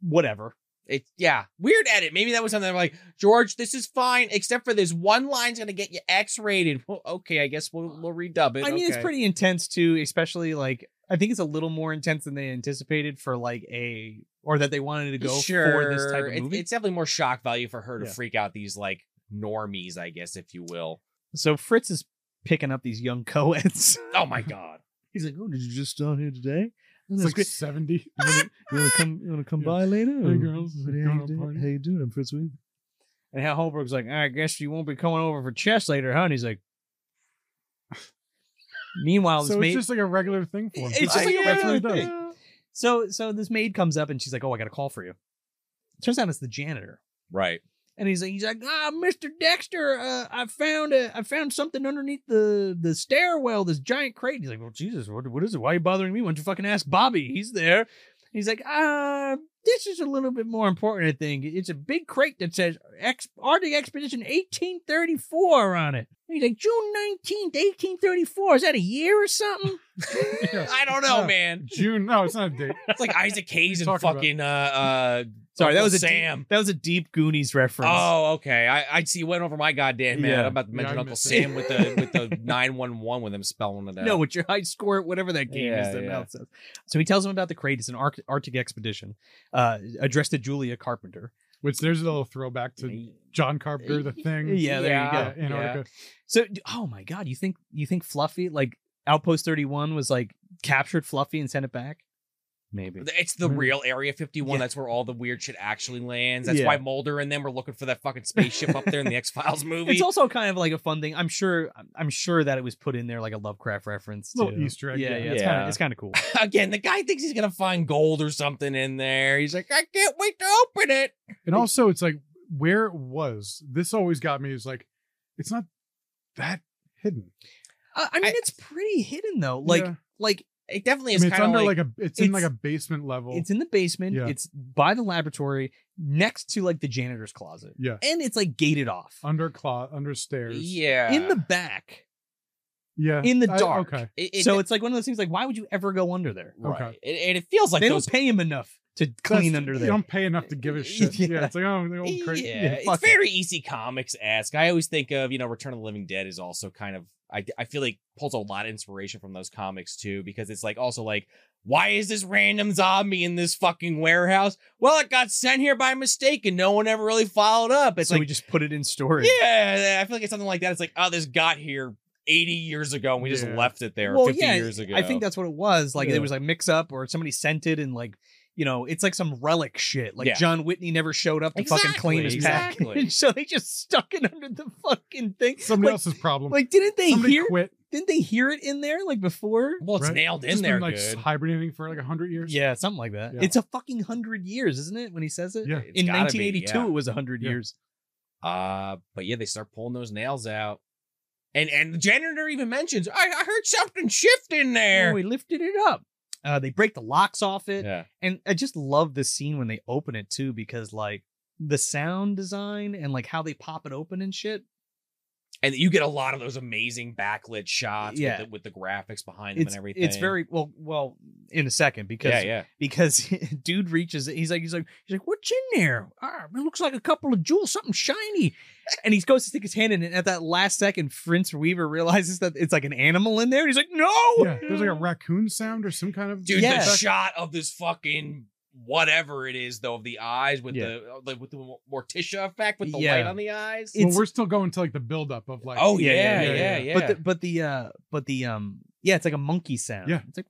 whatever. It yeah, weird edit. Maybe that was something like George. This is fine, except for this one line's gonna get you X rated. Well, okay, I guess we'll we'll redub it. I mean, it's okay. pretty intense too, especially like I think it's a little more intense than they anticipated for like a or that they wanted to go for this type of It- movie. it's definitely more shock value for her to Yeah. freak out these like normies, I guess, if you will. so Fritz is picking up these young *laughs* co-eds. Oh my god. He's like, "Oh, did you just start here today? It's That's like great. seventy. *laughs* You wanna, you wanna come? You wanna come Yeah. by later? Hey, or girls, what- going how, you on doing? party? How you doing? I'm Fritz Weaver. And Hal Holbrook's like, I guess you won't be coming over for chess later, huh? And he's like, Meanwhile, this so maid. *laughs* it's just like a regular thing for him. It's just like a that's regular what he does. *laughs* thing. So, so this maid comes up and she's like, "Oh, I got a call for you." Turns out it's the janitor. Right. and he's like, he's like, ah, Mister Dexter, uh, I found a, I found something underneath the the stairwell, this giant crate. And he's like, well, Jesus, what, what is it? Why are you bothering me? Why don't you fucking ask Bobby? He's there. And he's like, uh, this is a little bit more important. I think it's a big crate that says Ex- Arctic Expedition 1834 on it. And he's like, June 19th, 1834. Is that a year or something? *laughs* Yes. I don't know, Uh, man. June. No, it's not a date. It's like Isaac Hayes and Talking about- fucking uh uh Sorry, that Uncle was a Sam. Deep, that was a deep Goonies reference. Oh, okay. I, I see. You went over my goddamn man. Yeah. I'm about to Yeah, mention I Uncle missed Sam it. with the *laughs* with the nine one one with him spelling it out. No, with your high score, whatever that game Yeah, is that yeah. mouth says. So he tells him about the crate. It's an Arc- Arctic expedition uh, addressed to Julia Carpenter. Which there's a little throwback to John Carpenter, the thing. Yeah, there you Yeah. go. Yeah, Antarctica. So, d- oh my God, you think you think Fluffy like Outpost Thirty One was like captured Fluffy and sent it back? Maybe. It's the Mm. real Area 51. Yeah. That's where all the weird shit actually lands. That's Yeah. why Mulder and them were looking for that fucking spaceship up there in the X Files *laughs* movie. It's also kind of like a fun thing. I'm sure. I'm- I'm sure that it was put in there like a Lovecraft reference. Little too. Easter egg, Yeah, yeah. yeah. It's kind Yeah. of it's kind of *laughs* cool. Again, the guy thinks he's gonna find gold or something in there. He's like, I can't wait to open it. And also, it's like where it was. This always got me. Is like, it's not that hidden. Uh, I mean, I- it's pretty hidden though. Like Yeah. like It definitely I is mean, it's kind of under like, like, a. It's, in like it's- a basement level. it's in the basement. Yeah. It's by the laboratory, next to like the janitor's closet. yeah, and it's like gated off under cloth, under stairs. yeah. in the back. yeah. in the I- dark. okay. It- it- so it's like one of those things. Like, why would you ever go under there? right. okay. It- and it feels like they those don't pay him enough. to clean under you there. don't pay enough to give a shit. Yeah, *laughs* Yeah. it's like oh, the old crazy. Yeah, Yeah. it's fuck it. very EC Comics esque. I always think of you know Return of the Living Dead is also kind of I I feel like pulls a lot of inspiration from those comics too because it's like also like why is this random zombie in this fucking warehouse? Well, it got sent here by mistake and no one ever really followed up. It's so we like just put it in storage. yeah, I feel like it's something like that. It's like oh, this got here. 80 years ago and we just Yeah. left it there Well, 50 yeah, years ago I think that's what it was. Like Yeah. there was like mix up or somebody sent it and like you know, it's like some relic shit. Like Yeah. John Whitney never showed up to fucking claim his *laughs* Exactly, exactly. package, so they just stuck it under the fucking thing. Somebody like, else's problem. like didn't they Somebody hear? quit. Didn't they hear it in there like before? well it's right? nailed in Just there Been, like good. hibernating for like hundred years. Yeah, something like that. Yeah. It's a fucking hundred years, isn't it? When he says it, Yeah. It's in gotta be, 1982, yeah. it was hundred Yeah. years. Uh, but yeah, they start pulling those nails out. And and the janitor even mentions, I, I heard something shift in Oh, there. we lifted it up. Uh, they break the locks off it. yeah. and I just love this scene when they open it too, because like the sound design and like how they pop it open and shit. And you get a lot of those amazing backlit shots Yeah. with, the, with the graphics behind them It's and everything. it's very well well in a second because yeah, yeah. because *laughs* dude reaches he's like he's like he's like what's in there? Ah, it looks like a couple of jewels, something shiny, and he goes to stick his hand in, it, and at that last second, Prince Weaver realizes that it's like an animal in there, and he's like no, Yeah, there's like a raccoon sound or some kind of Dude, Yeah. the shot of this fucking whatever it is though of the eyes with Yeah. the uh, like with the Morticia effect with the Yeah. light on the eyes. Well, it's- we're still going to like the buildup of like oh yeah, yeah, yeah, yeah, yeah, yeah. yeah. but the but the uh but the um yeah, it's like a monkey sound. Yeah. it's like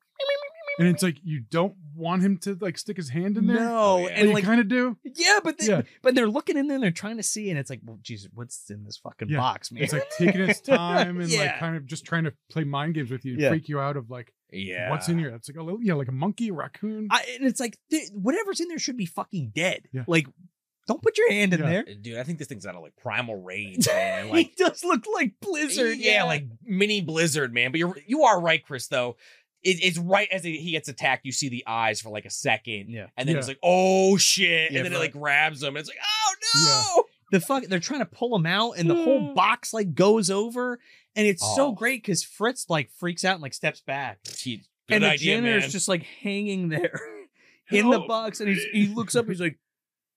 and it's like you don't want him to like stick his hand in there. no, yeah. and and like you Oh, kind *laughs* of do. Yeah, but they, Yeah. but they're looking in there and they're trying to see, and it's like, well, Jesus, what's in this fucking Yeah. box, man? It's like taking its time and like Yeah. kind of just trying to play mind games with you, and Yeah. freak you out of like yeah. what's in here. It's like a little yeah, like a monkey, a raccoon. *laughs* I, and it's like th- whatever's in there should be fucking dead. Yeah. Like, don't put your hand in Yeah. *laughs* there. Uh, Dude, I think this thing's out of like primal *laughs* rage, man. Like he does look like Blizzard. Yeah, like mini blizzard, man. But you're you are right, Chris. Though it, it's right as he gets attacked, you see the eyes for like a second, yeah. and then Yeah. it's like, oh shit, Yeah, and then but- it like grabs him, and it's like, oh The fuck, they're trying to pull him out, and the Mm. whole box like goes over, and it's so Oh. great because Fritz like freaks out and like steps back, no. He- good and the idea, janitor's man. just like hanging there *laughs* in the Help. box, and he's, he looks up, he's like,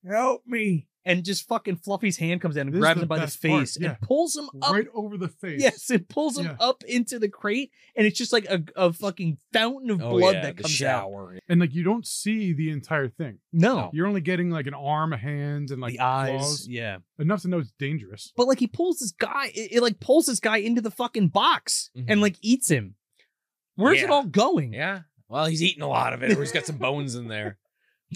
"Help me!" and just fucking Fluffy's hand comes down and This is grabs the him by the best part, face yeah. and pulls him up right over the um, face. Yes, it pulls him Yeah. up into the crate, and it's just like a, a fucking fountain of Oh, blood yeah, that the comes out. shower. And like you don't see the entire thing. No, You're only getting like an arm, a hand, and like the eyes. Oh, claws. Yeah, Enough to know it's dangerous. *laughs* but like he pulls this guy, it, it, like pulls this guy into the fucking box Mhm. and like eats him. Where's it Yeah. all going? Yeah. Well, he's eating a lot of it, or he's got some bones in there.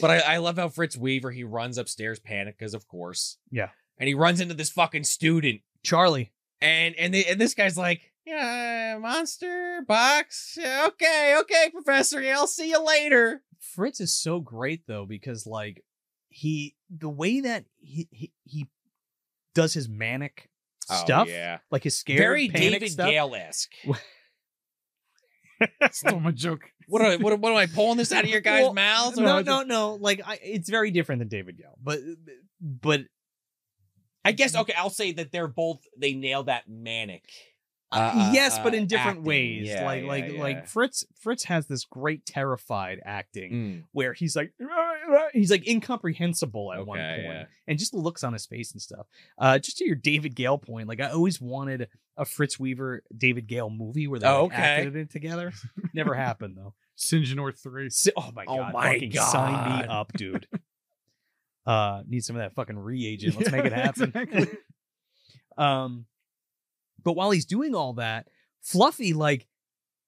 But I, I love how Fritz Weaver he runs upstairs, panic because of course. Yeah. And he runs into this fucking student, Charlie. and and they, and this guy's like, yeah, monster box. Okay, okay, Professor. Yeah, I'll see you later. Fritz is so great though because like he the way that he he, he does his manic stuff, Oh, yeah, like his scared very panic *laughs* David stuff. Gale esque. Stole my joke. What, am I- what, am- what am I pulling this out *laughs* of your guys' Well, mouths? Or- No, no, no. Like I, it's very different than David Gale, but but I guess okay. I'll say that they're both they nail that manic. uh, yes, but uh, in different acting. ways. Yeah, like yeah, like yeah. like Fritz Fritz has this great terrified acting Mm. where he's like *laughs* he's like incomprehensible at one Okay, point yeah. and just the looks on his face and stuff. Uh just to your David Gale point, like I always wanted a Fritz Weaver David Gale movie where they Oh, like, okay. acted it together. *laughs* Never happened though. Singenor three. Si- oh my Oh god, my fucking sign me God. up, dude. *laughs* uh need some of that fucking reagent. Let's *laughs* make it *laughs* Yeah, happen. exactly. Um, but while he's doing all that, Fluffy like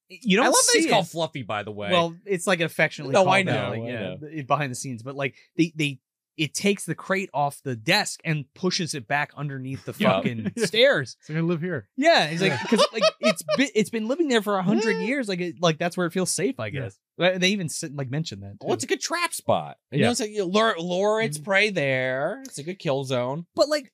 you I don't love that see he's it. called Fluffy, by the way. well, it's like affectionately. No, called I that, know, like, I yeah, know. th- behind the scenes, but like they they it takes the crate off the desk and pushes it back underneath the Yeah. *laughs* fucking stairs. It's like I live here. Yeah, he's like because like it's bi- it's been living there for a *laughs* hundred years. Like it, like that's where it feels safe, I Yeah. guess. Like, They even s- like mention that. Well, too. it's a good trap spot. You Yeah. know, it's like you lure, lure its prey there. It's a good kill zone. But like,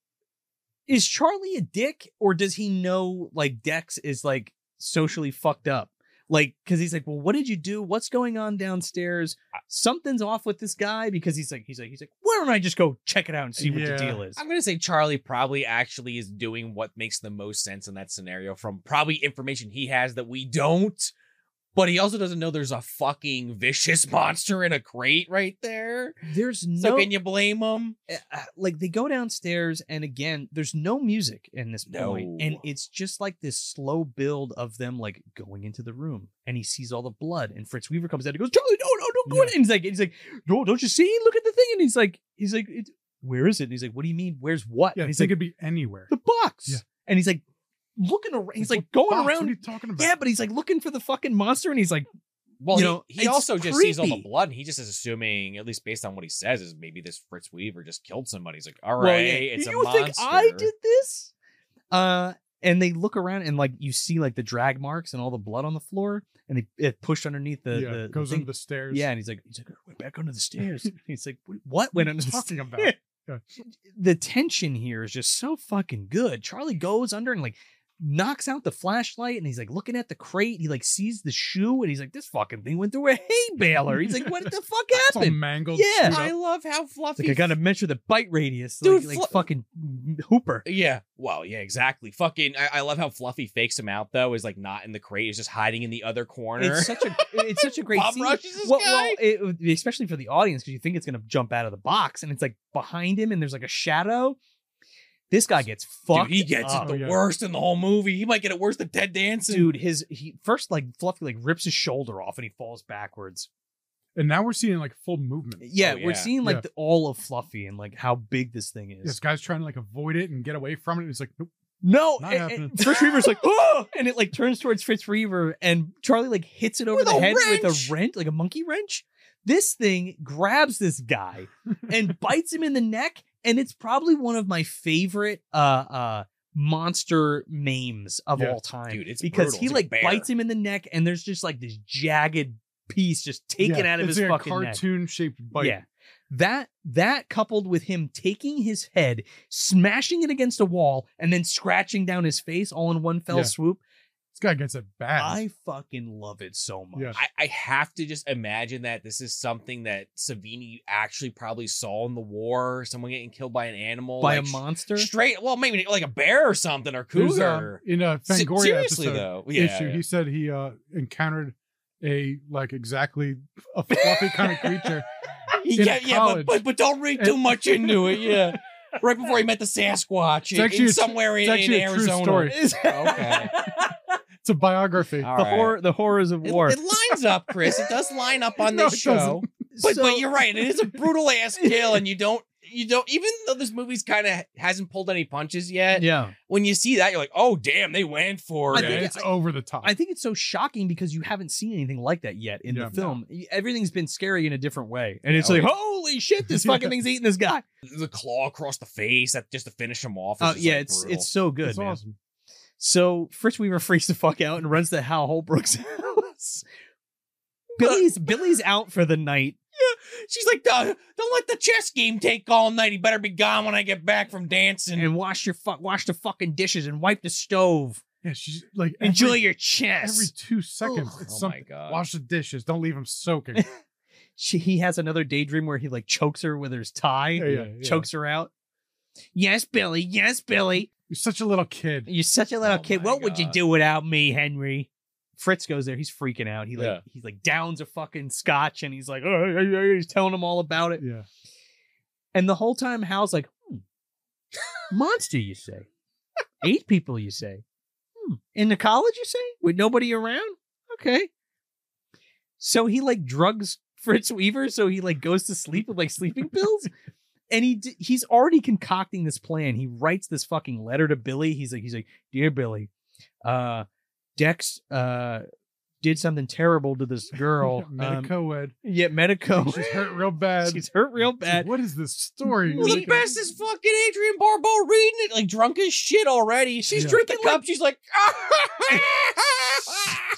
is Charlie a dick or does he know like Dex is like socially fucked up? Like, cause he's like, well, what did you do? What's going on downstairs? Something's off with this guy because he's like, he's like, he's like, why don't I just go check it out and see what the Yeah. deal is? I'm gonna say Charlie probably actually is doing what makes the most sense in that scenario from probably information he has that we don't. but he also doesn't know there's a fucking vicious *laughs* monster in a crate right there. There's So no can you blame him? uh, uh, like they go downstairs and again there's no music in this point, and No. it's just like this slow build of them like going into the room and he sees all the blood and fritz weaver comes out and goes charlie no no don't go in and he's like he's like no don't you see look at the thing and he's like he's like it's, where is it and he's like what do you mean where's what Yeah, and he's they like could be anywhere. the box Yeah. and he's like looking around he's like going Box, What are around you talking about? yeah but he's like looking for the fucking monster and he's like Well, You he- know, he, it's also just sees all the creepy. blood, and he just is assuming, at least based on what he says, is maybe this Fritz Weaver just killed somebody. He's like, all right, Well, yeah. it's you a monster. think I did this? Uh, and they look around and like you see like the drag marks and all the blood on the floor, and they it pushed underneath the yeah, the- the goes thing. under the stairs. yeah, and he's like, he's like, I went back under the stairs. he's like, "Wh- what *laughs* went under the talking stairs?" about? Yeah. The tension here is just so fucking good. Charlie goes under and like knocks out the flashlight, and he's like looking at the crate. He like sees the shoe, and he's like, this fucking thing went through a hay baler. He's like, what the fuck It's all happened? mangled. Yeah. screwed I up. love how It's fluffy. like I gotta measure the bite radius, Dude, like, fl- like fucking Hooper. Yeah. Well, yeah, exactly. Fucking, I, I love how Fluffy fakes him out though. Is like not in the crate. Is just hiding in the other corner. It's such a it's *laughs* such a great Bob scene. rushes this well, guy? well, it- especially for the audience because you think it's gonna jump out of the box and it's like behind him and there's like a shadow. This guy gets fucked. Dude, he gets up. it the Oh, yeah. worst in the whole movie. He might get it worse than Ted Danson. Dude, his he first like Fluffy like rips his shoulder off and he falls backwards. And now we're seeing like full movement. Yeah, Oh, we're yeah. seeing like Yeah. the, all of Fluffy and like how big this thing is. This guy's trying to like avoid it and get away from it. And he's like, nope. No, Not and- and happening. Fritz Reaver's *laughs* like, oh, and it like turns towards Fritz Reaver, and Charlie like hits it over With the a head with wrench. a wrench, like a monkey wrench. This thing grabs this guy *laughs* and bites him in the neck, and it's probably one of my favorite uh uh monster memes of Yeah. all time. Dude, it's because brutal. he It's like like a bear. bites him in the neck, and there's just like this jagged piece just taken yeah, out of it's his like fucking a neck. cartoon shaped bite. Yeah. That that coupled with him taking his head, smashing it against a wall, and then scratching down his face all in one fell Yeah. swoop. This guy gets it bad. I fucking love it so much. Yeah. I, I have to just imagine that this is something that Savini actually probably saw in the war. Someone getting killed by an animal, By like, a monster. *laughs* Straight, well, maybe like a bear or something or There's, uh, cougar. in a Se- Fangoria Seriously episode though, yeah, issue, yeah. he said he uh, encountered a like exactly a fluffy kind of creature. in yeah, yeah, but, college. but but don't read too And- much into it. Yeah, *laughs* right before he met the Sasquatch in, actually in a tr- somewhere it's in, actually in a true Arizona. story. *laughs* okay, It's a biography. All the right. horror the horrors of It, war. it lines up, Chris. It does line *laughs* up *laughs* on No, this it show. doesn't. But So- but you're right. *laughs* It is a *laughs* brutal ass kill, and you don't you don't even though this movie's kind of hasn't pulled any punches yet. Yeah. When you see that, you're like, oh damn, they went for I it. yeah, think- it's over the top. I think it's so shocking because you haven't seen anything like that yet in Yeah. the film. Everything's been scary in a different way. And Yeah, it's oh, like, Uh, yeah. holy shit, *laughs* this fucking Yeah. thing's eating this guy. the claw across the face that just to finish him off. Oh yeah, it's it's so good. Uh, it's man. awesome. So Fritz Weaver *laughs* freaks the fuck out and runs to Hal Holbrook's *laughs* house. Billy's Billy's out for the night. She's like, "Duh, Uh, don't let the chess game take all night. He better be gone when I get back from dancing. And wash your fuck, wash the fucking dishes and wipe the stove. Yeah, she's like Enjoy every, your every chest. two seconds. Ugh. It's oh my something. god. Wash the dishes. Don't leave them soaking. She, he has another daydream where he like chokes her with his tie, Yeah, yeah, yeah. chokes her out. Yes, Billy. Yes, Billy. You're such a little kid. You're such a little Oh kid. my What would you God. do without me, Henry? Fritz goes there. He's freaking out. He like Yeah. he's like downs a fucking scotch and he's like, "Oh, yeah, yeah, yeah," he's telling him all about it. Yeah. And the whole time, Hal's like, hmm, monster, you say? Eight people, you say? Hmm. In the college, you say? With nobody around? Okay. So he like drugs Fritz Weaver. So he like goes to sleep with like sleeping pills. And he d- he's already concocting this plan. He writes this fucking letter to Billy. He's like he's like, dear Billy, uh, Dex uh did something terrible to *laughs* this girl. Meta um, co-ed. *laughs* yeah, medico. She's hurt real *laughs* bad. She's hurt real bad. oh. What is this story? Well, the Like, best is fucking Adrian Barbeau reading it like drunk as shit already. She's Yeah. drinking cup. She's like, *laughs* *laughs*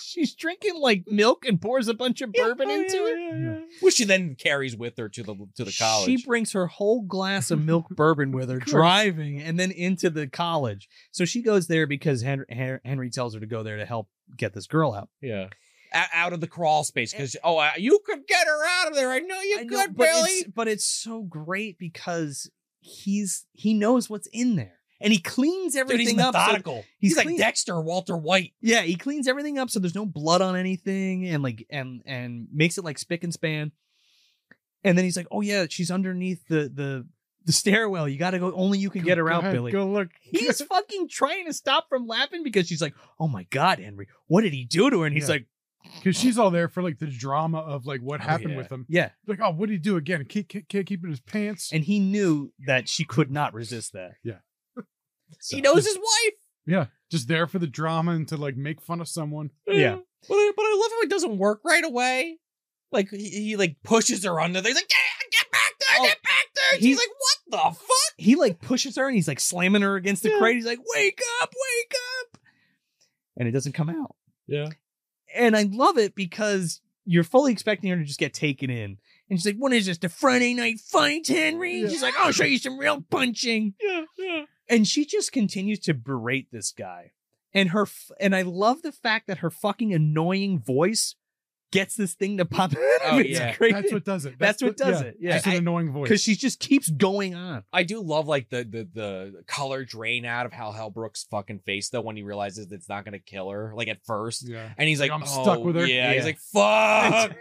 She's drinking like milk and pours a bunch of bourbon into it. oh, yeah. which she then carries with her to the to the college. She brings her whole glass of *laughs* milk bourbon with her, course. driving and then into the college. So she goes there because Henry, Henry tells her to go there to help get this girl out. yeah. O- out of the crawl space because oh, uh, you could get her out of there. I know you Eh I could, know, but Billy. It's, but it's so great because he's he knows what's in there. and he cleans Dude, he's everything up. so- methodical. he's he's like clean. Dexter, Walter White. yeah, he cleans everything up so there's no blood on anything, and like and and makes it like spick and span. And then he's like, "Oh yeah, she's underneath the the the stairwell. You got to go. Only you can get her Go out, ahead, Billy." Go look. *laughs* He's fucking trying to stop from laughing because she's like, "Oh my god, Henry, what did he do to her?" And he's Yeah. like, Because she's all there for like the drama of like what Oh, happened yeah. with him. "Yeah," Like, oh, what did he do again? Can't, can't, can't keep it in his pants. and he knew that she could not resist that. Yeah. He So- knows his wife. yeah, just there for the drama and to like make fun of someone. *laughs* Yeah. But I, but I love how it doesn't work right away. Like he, he like pushes her under there. He's like, get, get back there, Oh, get back there. And he- she's like, what the fuck? he like pushes her and he's like slamming her against the Yeah. crate. He's like, wake up, wake up. And it doesn't come out. Yeah. And I love it because you're fully expecting her to just get taken in. And she's like, what is this, the Friday night fight, Henry? Yeah. She's like, I'll show you some real punching. Yeah, yeah. And she just continues to berate this guy. And her f- and I love the fact that her fucking annoying voice gets this thing to pop *laughs* out. of Oh, its yeah. crate. That's *laughs* what does it. That's what does it. Yeah. Just an I- annoying voice. Because she just keeps going on. I do love like the the the color drain out of Hal Hellbrook's fucking face though when he realizes that it's not gonna kill her. Like at *laughs* first. yeah, And he's like, I'm "Oh, stuck with her." Yeah. He's Yeah. like, fuck.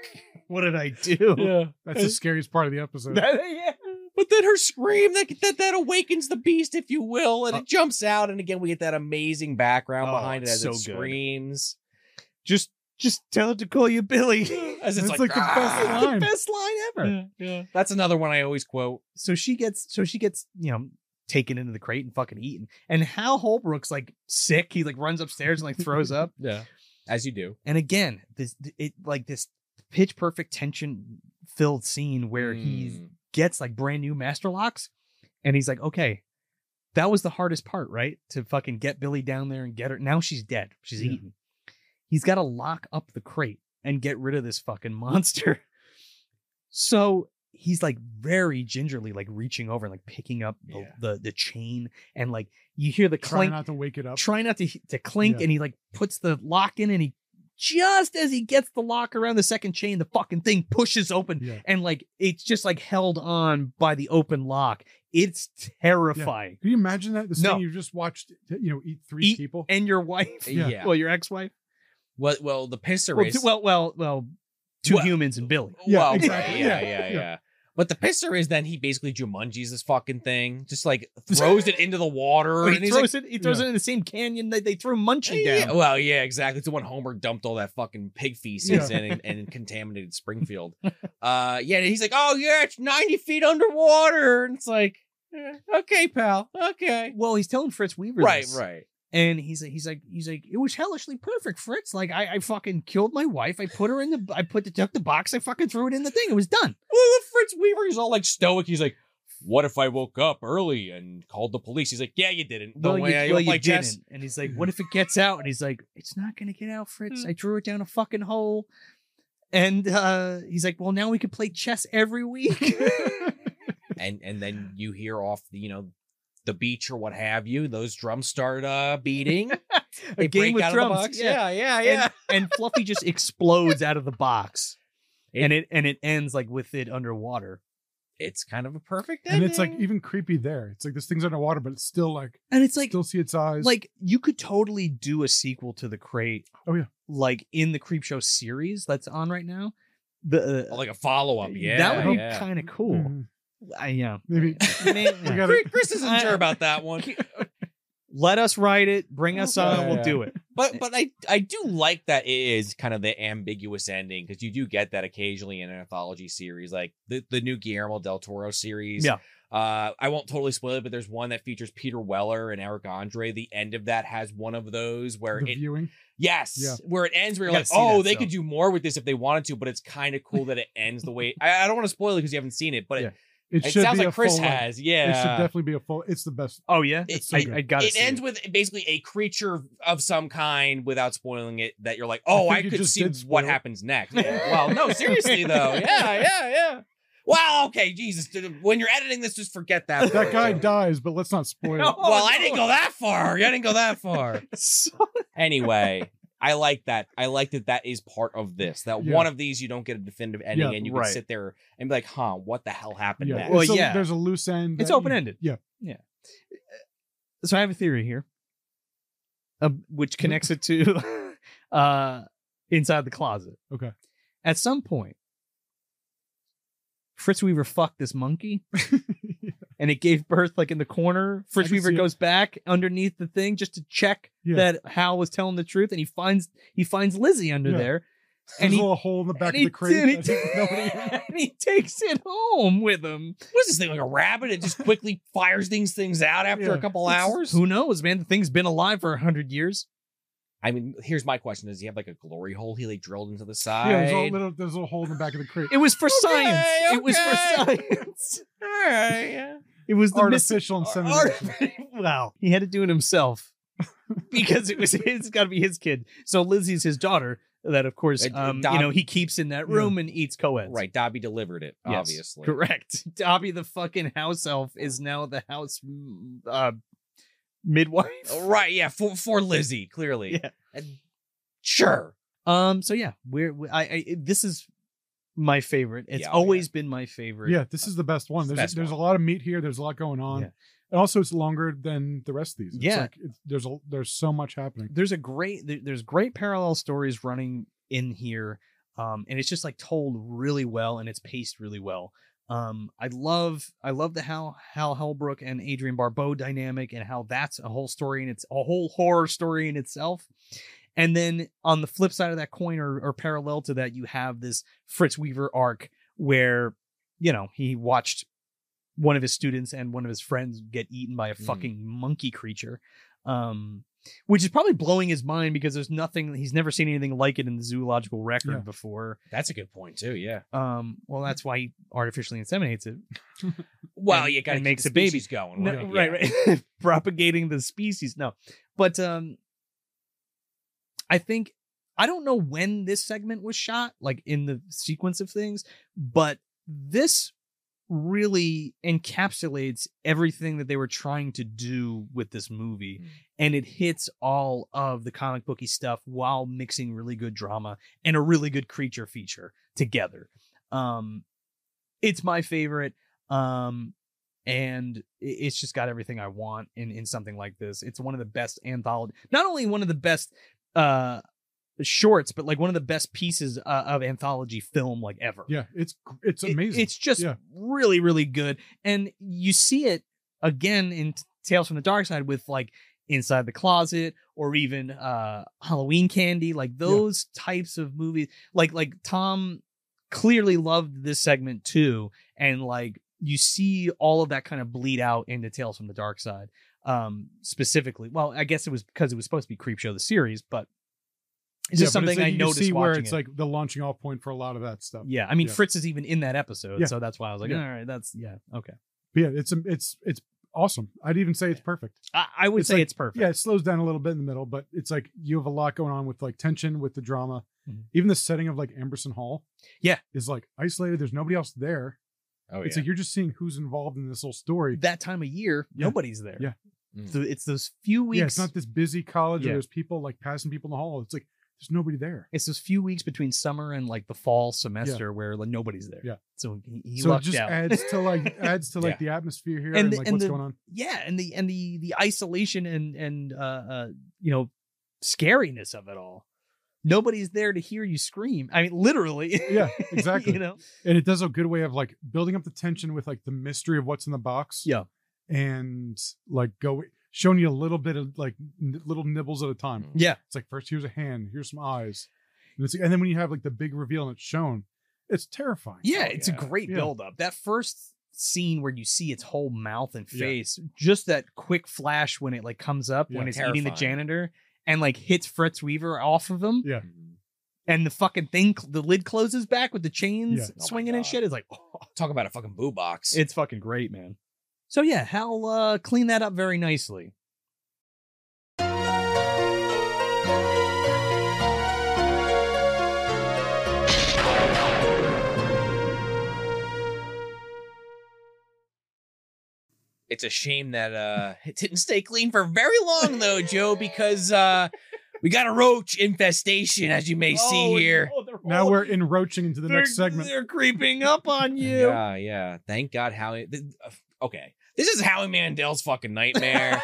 What did I do? that's the scariest part of the episode. That- yeah. But then her scream that that that awakens the beast, if you will, and it jumps out, and again we get that amazing background Oh, behind it it's as it so good. screams. just just tell her to call you Billy. *laughs* As That's like the best "Ah." line. Best line ever. That's another one I always quote. So she gets so she gets, you know, taken into the crate and fucking eaten. And Hal Holbrook's like sick. He like runs upstairs and like throws up. Yeah. As you do. And again, this it like this pitch perfect tension filled scene where he Mm. gets like brand new master locks and he's like, "Okay, that was the hardest part, right? To fucking get Billy down there and get her. Now she's dead. She's Yeah. eaten. He's got to lock up the crate and get rid of this fucking *laughs* monster. So he's like very gingerly, like reaching over and like picking up the Yeah. the, the chain and like you hear the Try clink, not to wake it up. try not to to clink, Yeah. and he like puts the lock in and he. Just as he gets the lock around the second chain, the fucking thing pushes open Yeah. and like it's just like held on by the open lock. It's terrifying. Can you imagine that? This No. thing you just watched, you know, eat three Eat people. and your wife. Yeah. Yeah. Well, your ex-wife. Well, well, the pisser Well, race. two- well, well, well, two Well- humans and Billy. Yeah, Well, exactly. yeah, yeah, Yeah, yeah, yeah. But the pisser is then he basically Jumanji's this fucking thing, just *laughs* like throws it into the water. Or and he he's throws it. He throws Yeah. it in the same canyon that they threw Munchie like, yeah, down. Well, yeah, exactly. It's the one Homer dumped all that fucking pig feces in and, *laughs* and contaminated Springfield. Uh, yeah, and he's like, oh yeah, it's ninety feet underwater, and it's like, eh, okay, pal, okay, Well, he's telling Fritz Weaver, right, this, right. and he's like, he's like, he's like, it was hellishly perfect, Fritz. Like, I, I fucking killed my wife. I put her in the, I put the took the box. I fucking threw it in the thing. It was done. Well, the Fritz Weaver, he's all like stoic. He's like, "What if I woke up early and called the police?" He's like, "Yeah, you didn't. Don't well, worry, you, I well, don't you play didn't. chess." And he's like, what if it gets out? And he's like, it's not gonna get out, Fritz. I drew it down a fucking hole. And uh, he's like, well, now we could play chess every *laughs* week. *laughs* And and *sighs* then you hear off, the, you know, the beach or what have you. Those drums start uh, *laughs* beating. they game break with out of drums, the box. yeah. yeah, and, and Fluffy just explodes out of the box. It- and it and it ends like with it underwater. it's kind of a perfect ending. and it's like even creepy there. It's like this thing's underwater, but it's still like And it's like still see its eyes. like you could totally do a sequel to the crate. Oh, yeah. Like in the Creep Show series that's on right now. The Oh, uh, like a follow up. Yeah, that would be yeah. kind of cool. Mm, I, yeah. maybe *laughs* *laughs* we Man, gotta- Chris- Chris isn't I- sure about that one, Let us write it. Bring us on. Okay. We'll do it. but but I I do like that it is kind of the ambiguous ending because you do get that occasionally in an anthology series like the the new Guillermo del Toro series. Yeah. Uh, I won't totally spoil it, but there's one that features Peter Weller and Eric Andre. The end of that has one of those where the it viewing. Yes, Yeah. where it ends, where I gotta you're like, see oh, that they still." could do more with this if they wanted to, but it's kind of cool that it ends *laughs* the way. I, I don't want to spoil it because you haven't seen it, but it, It, it should sounds be like a Chris full length. has. It should Yeah, definitely be a full. It's the *laughs* best. Oh yeah. It's so I, good. I gotta. it see ends with basically a creature of some kind without spoiling it. That you're like, oh, think I, you could just see did what spoil it. happens *laughs* next. Yeah. well, no, seriously though, yeah, yeah, yeah. Wow, okay, Jesus, dude, when you're editing this, just forget that. That part. guy dies, but let's not *laughs* spoil No. it. Well, I didn't go that far. I didn't go that far. *laughs* anyway i like that i like that that is part of this that Yeah. one of these you don't get a definitive ending Yeah, and you right. can sit there and be like huh what the hell happened Yeah. next Well, it's a- yeah. There's a loose end. It's that you- open ended. Yeah. Yeah. so I have a theory here, uh, which connects it to *laughs* uh, inside the closet. Okay. At some point, Fritz Weaver fucked this *laughs* monkey, and it gave birth like in the corner. Fritz can Weaver see it. goes back underneath the thing just to check Yeah. that Hal was telling the truth, and he finds he finds Lizzie under Yeah. there, There's and a he. little hole in the and back of he, the crate. and he- *laughs* I *laughs* didn't know what it- and he takes it home with him. What is this thing like a rabbit? It just quickly fires these things out after a Yeah. couple It's- hours. Who knows, man? The thing's been alive for a hundred years. I mean, here's my question: Does he have like a glory hole he like drilled into the side? yeah, there's a little, little- there's a little hole in the back of the crate. It was for science. It was okay. for science. All right, yeah. It was the missing. Artificial *laughs* insemination. Art- *laughs* wow, he had to do it *laughs* himself because it was his. It's got to be his kid. So Lizzie's his daughter. That of course, Uh, um, Dob- you know, he keeps in that room and eats co-eds. Right, Dobby delivered it. Yes, obviously, Correct. *laughs* Dobby, the fucking house elf, is now the house mm, uh, midwife. Right, yeah, for for Lizzie, clearly. Yeah. And- sure. Um. So yeah, we're. we- I, I. This is my favorite. It's Yeah, oh, yeah. always been my favorite. Yeah, this is the best one. It's the There's best there's one. a lot of meat here. There's a lot going on, Yeah. and also it's longer than the rest of these. It's Yeah. like, it's, there's a, there's so much happening. there's a great there- there's great parallel stories running in here um and it's just like told really well and it's paced really well um i love i love the how hal hellbrook and adrian barbeau dynamic and how that's a whole story and it's a whole horror story in itself and then on the flip side of that coin or, or parallel to that you have this fritz weaver arc where you know he watched one of his students and one of his friends get eaten by a Mm. fucking monkey creature um which is probably blowing his mind because there's nothing he's never seen anything like it in the zoological record Yeah. before That's a good point too, yeah. um well that's why he artificially inseminates it Well, And- you gotta and keep makes the a baby. species going. No, right, right, yeah. right. *laughs* propagating the species no but um i think i don't know when this segment was shot like in the sequence of things but this really encapsulates everything that they were trying to do with this movie Mm. and it hits all of the comic booky stuff while mixing really good drama and a really good creature feature together um it's my favorite um and i- it's just got everything i want in in something like this it's one of the best anthology not only one of the best uh shorts but like one of the best pieces uh, of anthology film like ever Yeah, it's gr- it's it- amazing. it's just Yeah. really, really good. And you see it again in T- Tales from the Dark Side with like Inside the Closet or even uh Halloween Candy, like those types of movies. Like like Tom clearly loved this segment too. And like you see all of that kind of bleed out into Tales from the Dark Side. Um specifically. Well, I guess it was because it was supposed to be Creepshow the series, but it's Yeah, just but something like I you noticed see where watching it's it. like the launching off point for a lot of that stuff. Yeah, I mean Oh, Yeah. Fritz is even in that episode, Yeah. so that's why I was like, Yeah. all right, that's yeah, okay. But yeah, it's um, it's it's awesome. I'd even say it's perfect. I, I would It's say like- it's perfect. Yeah, it slows down a little bit in the middle, but it's like you have a lot going on with like tension with the drama. Mhm. Even the setting of like Amberson Hall, Yeah. is like isolated. There's nobody else there. Oh It's like you're just seeing who's involved in this whole story. That time of year, Yeah. nobody's there. Yeah. Mm. So it's those few weeks. Yeah, it's not this busy college Yeah. where there's people like passing people in the hall. It's like there's nobody there. it's those few weeks between summer and like the fall semester where like nobody's there. Yeah. So he, he so it lucked just out. adds to like *laughs* adds to like the atmosphere here And and, the- like and what's the- going on. yeah, and the and the the isolation and and uh, uh you know scariness of it all. Nobody's there to hear you scream. I mean, literally. *laughs* Yeah, exactly. you know. And it does a good way of like building up the tension with like the mystery of what's in the box. Yeah. And like go showing you a little bit of like n- little nibbles at a time. Mm. Yeah. It's like first here's a hand, here's some eyes, and, it's, and then when you have like the big reveal and it's shown, it's terrifying. Yeah, Oh, it's yeah. a great Yeah. build up. That first scene where you see its whole mouth and Yeah. face, just that quick flash when it like comes up when Yeah. it's eating the Terrifying. janitor and like hits Fritz Weaver off of him, Yeah. Mm-hmm. and the fucking thing, cl- the lid closes back with the chains Yeah. Oh my swinging and God. shit. It's like, oh, Talk about a fucking boo box. it's fucking great, man. So yeah, Hal uh, cleaned that up very nicely. it's a shame that uh it didn't stay clean for very long though, Joe, because uh we got a roach infestation, as you may see Oh, here. Now we're enroaching into the next segment. They're creeping up on you. Yeah, yeah. Thank God, Howie. th- uh, okay, this is Howie Mandel's fucking nightmare.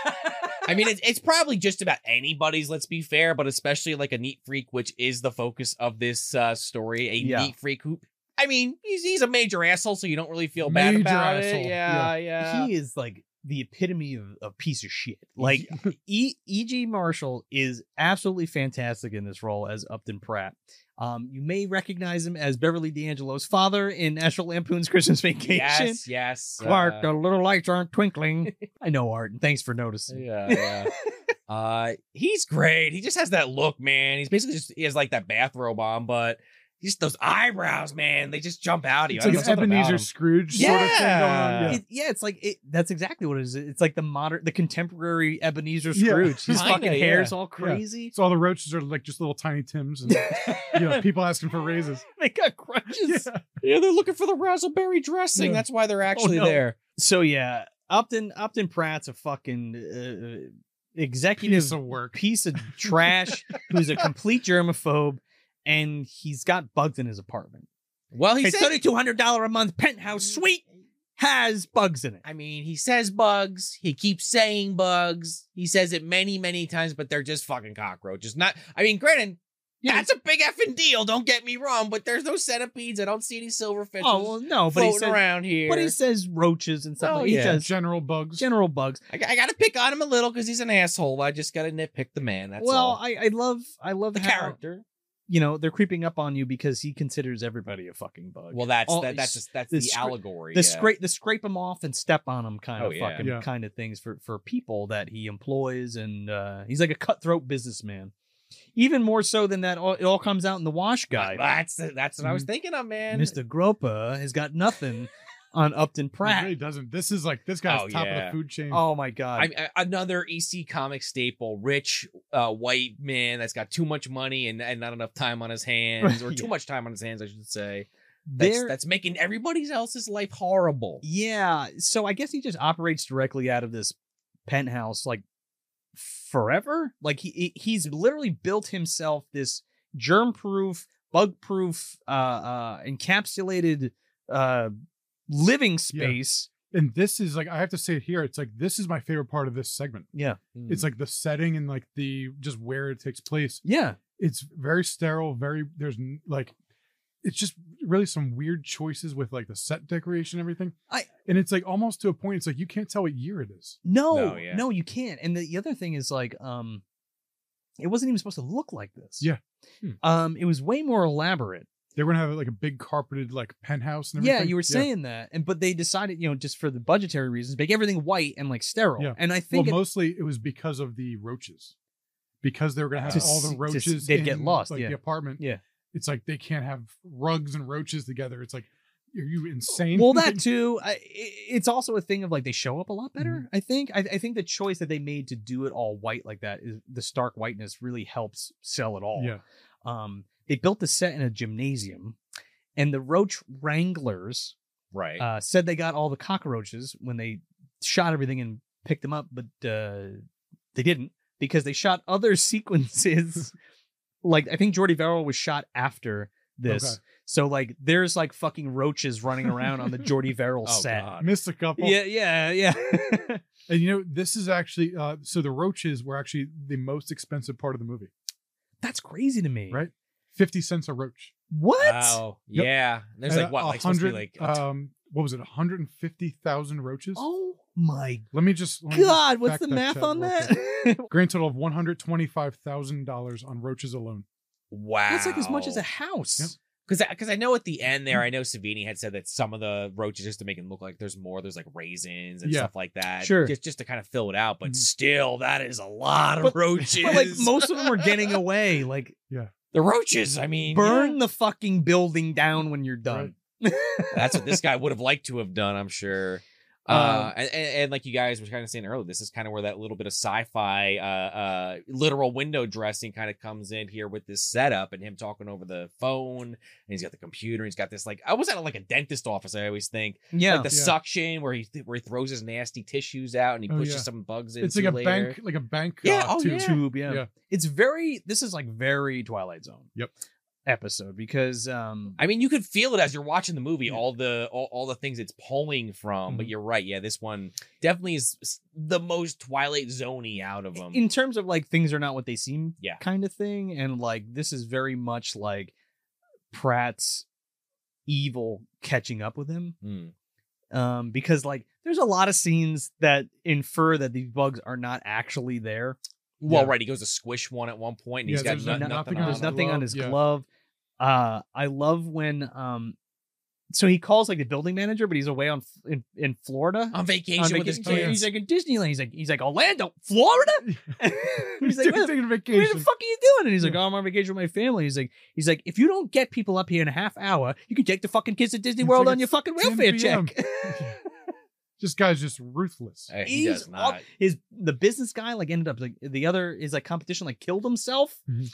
I mean, it's, it's probably just about anybody's. Let's be fair, but especially like a neat freak, which is the focus of this uh, story. A Yeah. neat freak who, I mean, he's he's a major asshole, so you don't really feel bad Major about asshole. it. Yeah, yeah. he is like the epitome of a piece of shit. Like *laughs* E. E. G. Marshall is absolutely fantastic in this role as Upton Pratt. Um, you may recognize him as Beverly D'Angelo's father in National Lampoon's Christmas Vacation. yes, yes. Clark, uh, the little lights aren't twinkling. I know Art, and thanks for *laughs* noticing. Yeah, yeah. uh, he's great. He just has that look, man. He's basically just he has like that bathrobe on, but just those eyebrows, man. They just jump out at you. It's I like an don't know, something about Ebenezer 'em. Scrooge sort of thing going on. Yeah. Yeah. It- yeah, it's like it, that's exactly what it is. It's like the modern, the contemporary Ebenezer Yeah. Scrooge. His Kinda, fucking yeah. hair's all crazy. *laughs* So all the roaches are like just little tiny Tims and you know, people asking for raises. They got *laughs* crutches. Yeah. Yeah, they're looking for the razzleberry dressing. Yeah. Oh, That's why they're actually no. there. So yeah, Upton Upton Pratt's a fucking uh, executive Piece of work. piece *laughs* of trash who's a complete germaphobe, and he's got bugs in his apartment. Well, he His said. thirty two hundred dollar a month penthouse Mm. suite has bugs in it. I mean, he says bugs. He keeps saying bugs. He says it many, many times, but they're just fucking cockroaches. Not. I mean, granted, that's a big effing deal. Don't get me wrong, but there's no centipedes. I don't see any silverfishes Oh well, no, but floating he says around here. but he says roaches and stuff. Oh, like, He yeah. says General bugs. general bugs. I, I gotta pick on him a little because he's an asshole. I just gotta nitpick the man. That's well, all. I I love I love the how, character. You know they're creeping up on you because he considers everybody a fucking bug. Well, that's All- that, that's just, that's the the, scra- allegory. the yeah. scrape the scrape them off and step on them kind Oh, of yeah. fucking Yeah. kind of things for for people that he employs and uh he's like a cutthroat businessman even more so than that all, it all comes out in the wash guy That's that's what *laughs* I was thinking of, man. mr gropa has got nothing on upton It pratt really doesn't. This is like this guy's Oh, top of yeah. the food chain. oh my god I, I- uh, another EC comic staple: rich uh, white man that's got too much money and, and not enough time on his hands, or too Yeah. much time on his hands, I should say. That's, there that's making everybody else's life horrible. yeah so i guess he just operates directly out of this penthouse like forever like he he- he's literally built himself this germ proof bug proof uh uh encapsulated uh living space And this is like I have to say it here. It's like this is my favorite part of this segment. yeah Hmm, It's like the setting and like the just where it takes place. yeah It's very sterile. Very there's n- like it's just really some weird choices with like the set decoration and everything. I- and it's like almost to a point. It's like you can't tell what year it is. no no, No, yeah. you can't and the, the other thing is like um it wasn't even supposed to look like this Yeah. Hmm. um it was way more elaborate They're gonna have like a big carpeted like penthouse and everything. Yeah, you were saying that, and but they decided, you know, just for the budgetary reasons, make everything white and like sterile. Yeah. And I Well, think it- mostly it was because of the roaches, because they were gonna have To all s- the to s- roaches. they'd get in, lost, like yeah. the apartment. Yeah. it's like they can't have rugs and roaches together. It's like, are you insane? *laughs* well, that too. I, i- it's also a thing of like they show up a lot better. Mm-hmm. I think. I, I think the choice that they made to do it all white like that is the stark whiteness really helps sell it all. yeah, Um, they built the set in a gymnasium, and the roach wranglers right. uh, said they got all the cockroaches when they shot everything and picked them up, but uh, they didn't because they shot other *laughs* sequences. like I think Jordy Verrill was shot after this. Okay. So like there's like fucking roaches running around on the Jordy *laughs* Verrill Oh, set. God. missed a couple. Yeah, yeah, *laughs* yeah. and you know this is actually uh, so the roaches were actually the most expensive part of the movie. That's crazy to me. Right? Fifty cents a roach. What? Wow. Yep. Yeah. There's And, like what? uh, Like supposed to be 100 like a um, what was it? One hundred and fifty thousand roaches. Oh my Let me just let me just god, what's Oh fact the that math check on real that? quick. Grand total of one hundred twenty-five thousand dollars on roaches alone. *laughs* wow. That's like as much as a house. Yep. Because because I know at the end Mm. there, I know Savini had said that some of the roaches just to make it look like there's more. There's like raisins and Yeah. stuff like that. Sure. Mm-hmm. Just just to kind of fill it out, but Mhm. still, that is a lot of But- roaches. But like most of them were getting *laughs* away. Like *laughs* the roaches. I mean, burn the fucking building down when you're done. *laughs* yeah. *laughs* That's what this guy would have liked to have done. I'm sure. Uh, Um, and, and, and like you guys were kind of saying earlier, this is kind of where that little bit of sci-fi, uh, uh, literal window dressing kind of comes in here with this setup and him talking over the phone, and he's got the computer, he's got this like I was at like a dentist office. I always think. yeah. like the Yeah. suction where he where he throws his nasty tissues out and he Oh, pushes yeah. some bugs in. It's like a later. bank, like a bank. uh, Yeah, oh, tube. yeah. tube. Yeah. Yeah. It's very, this is like very Twilight Zone. Yep. episode because um I mean, you could feel it as you're watching the movie, all the all, all the things it's pulling from. Mm-hmm. But you're right, yeah, this one definitely is s- the most Twilight Zoney out of them. in terms of like things are not what they seem Yeah. kind of thing and like this is very much like pratt's evil catching up with him Hmm. um because like there's a lot of scenes that infer that these bugs are not actually there Well, Yeah. right, he goes to squish one at one point, and Yeah, he's got there's no- no- nothing. nothing on on there's him. his nothing on glove, his yeah. glove uh i love when um so he calls like the building manager but he's away on in, in florida on vacation on Oh, with his vacation. *laughs* kids. he's like in disneyland he's like he's like orlando florida *laughs* And *laughs* he's like "Where the taking a What the vacation. fuck are you doing? And he's like, oh, I'm on vacation with my family. He's like, he's like, if you don't get people up here in a half hour, you can take the fucking kids to Disney *laughs* It's World like on your it's fucking 10 welfare PM. *laughs* check. *laughs* This guy's just ruthless. Uh, he does He's not. up- His the business guy like ended up like the other is like competition like killed himself, Mhm.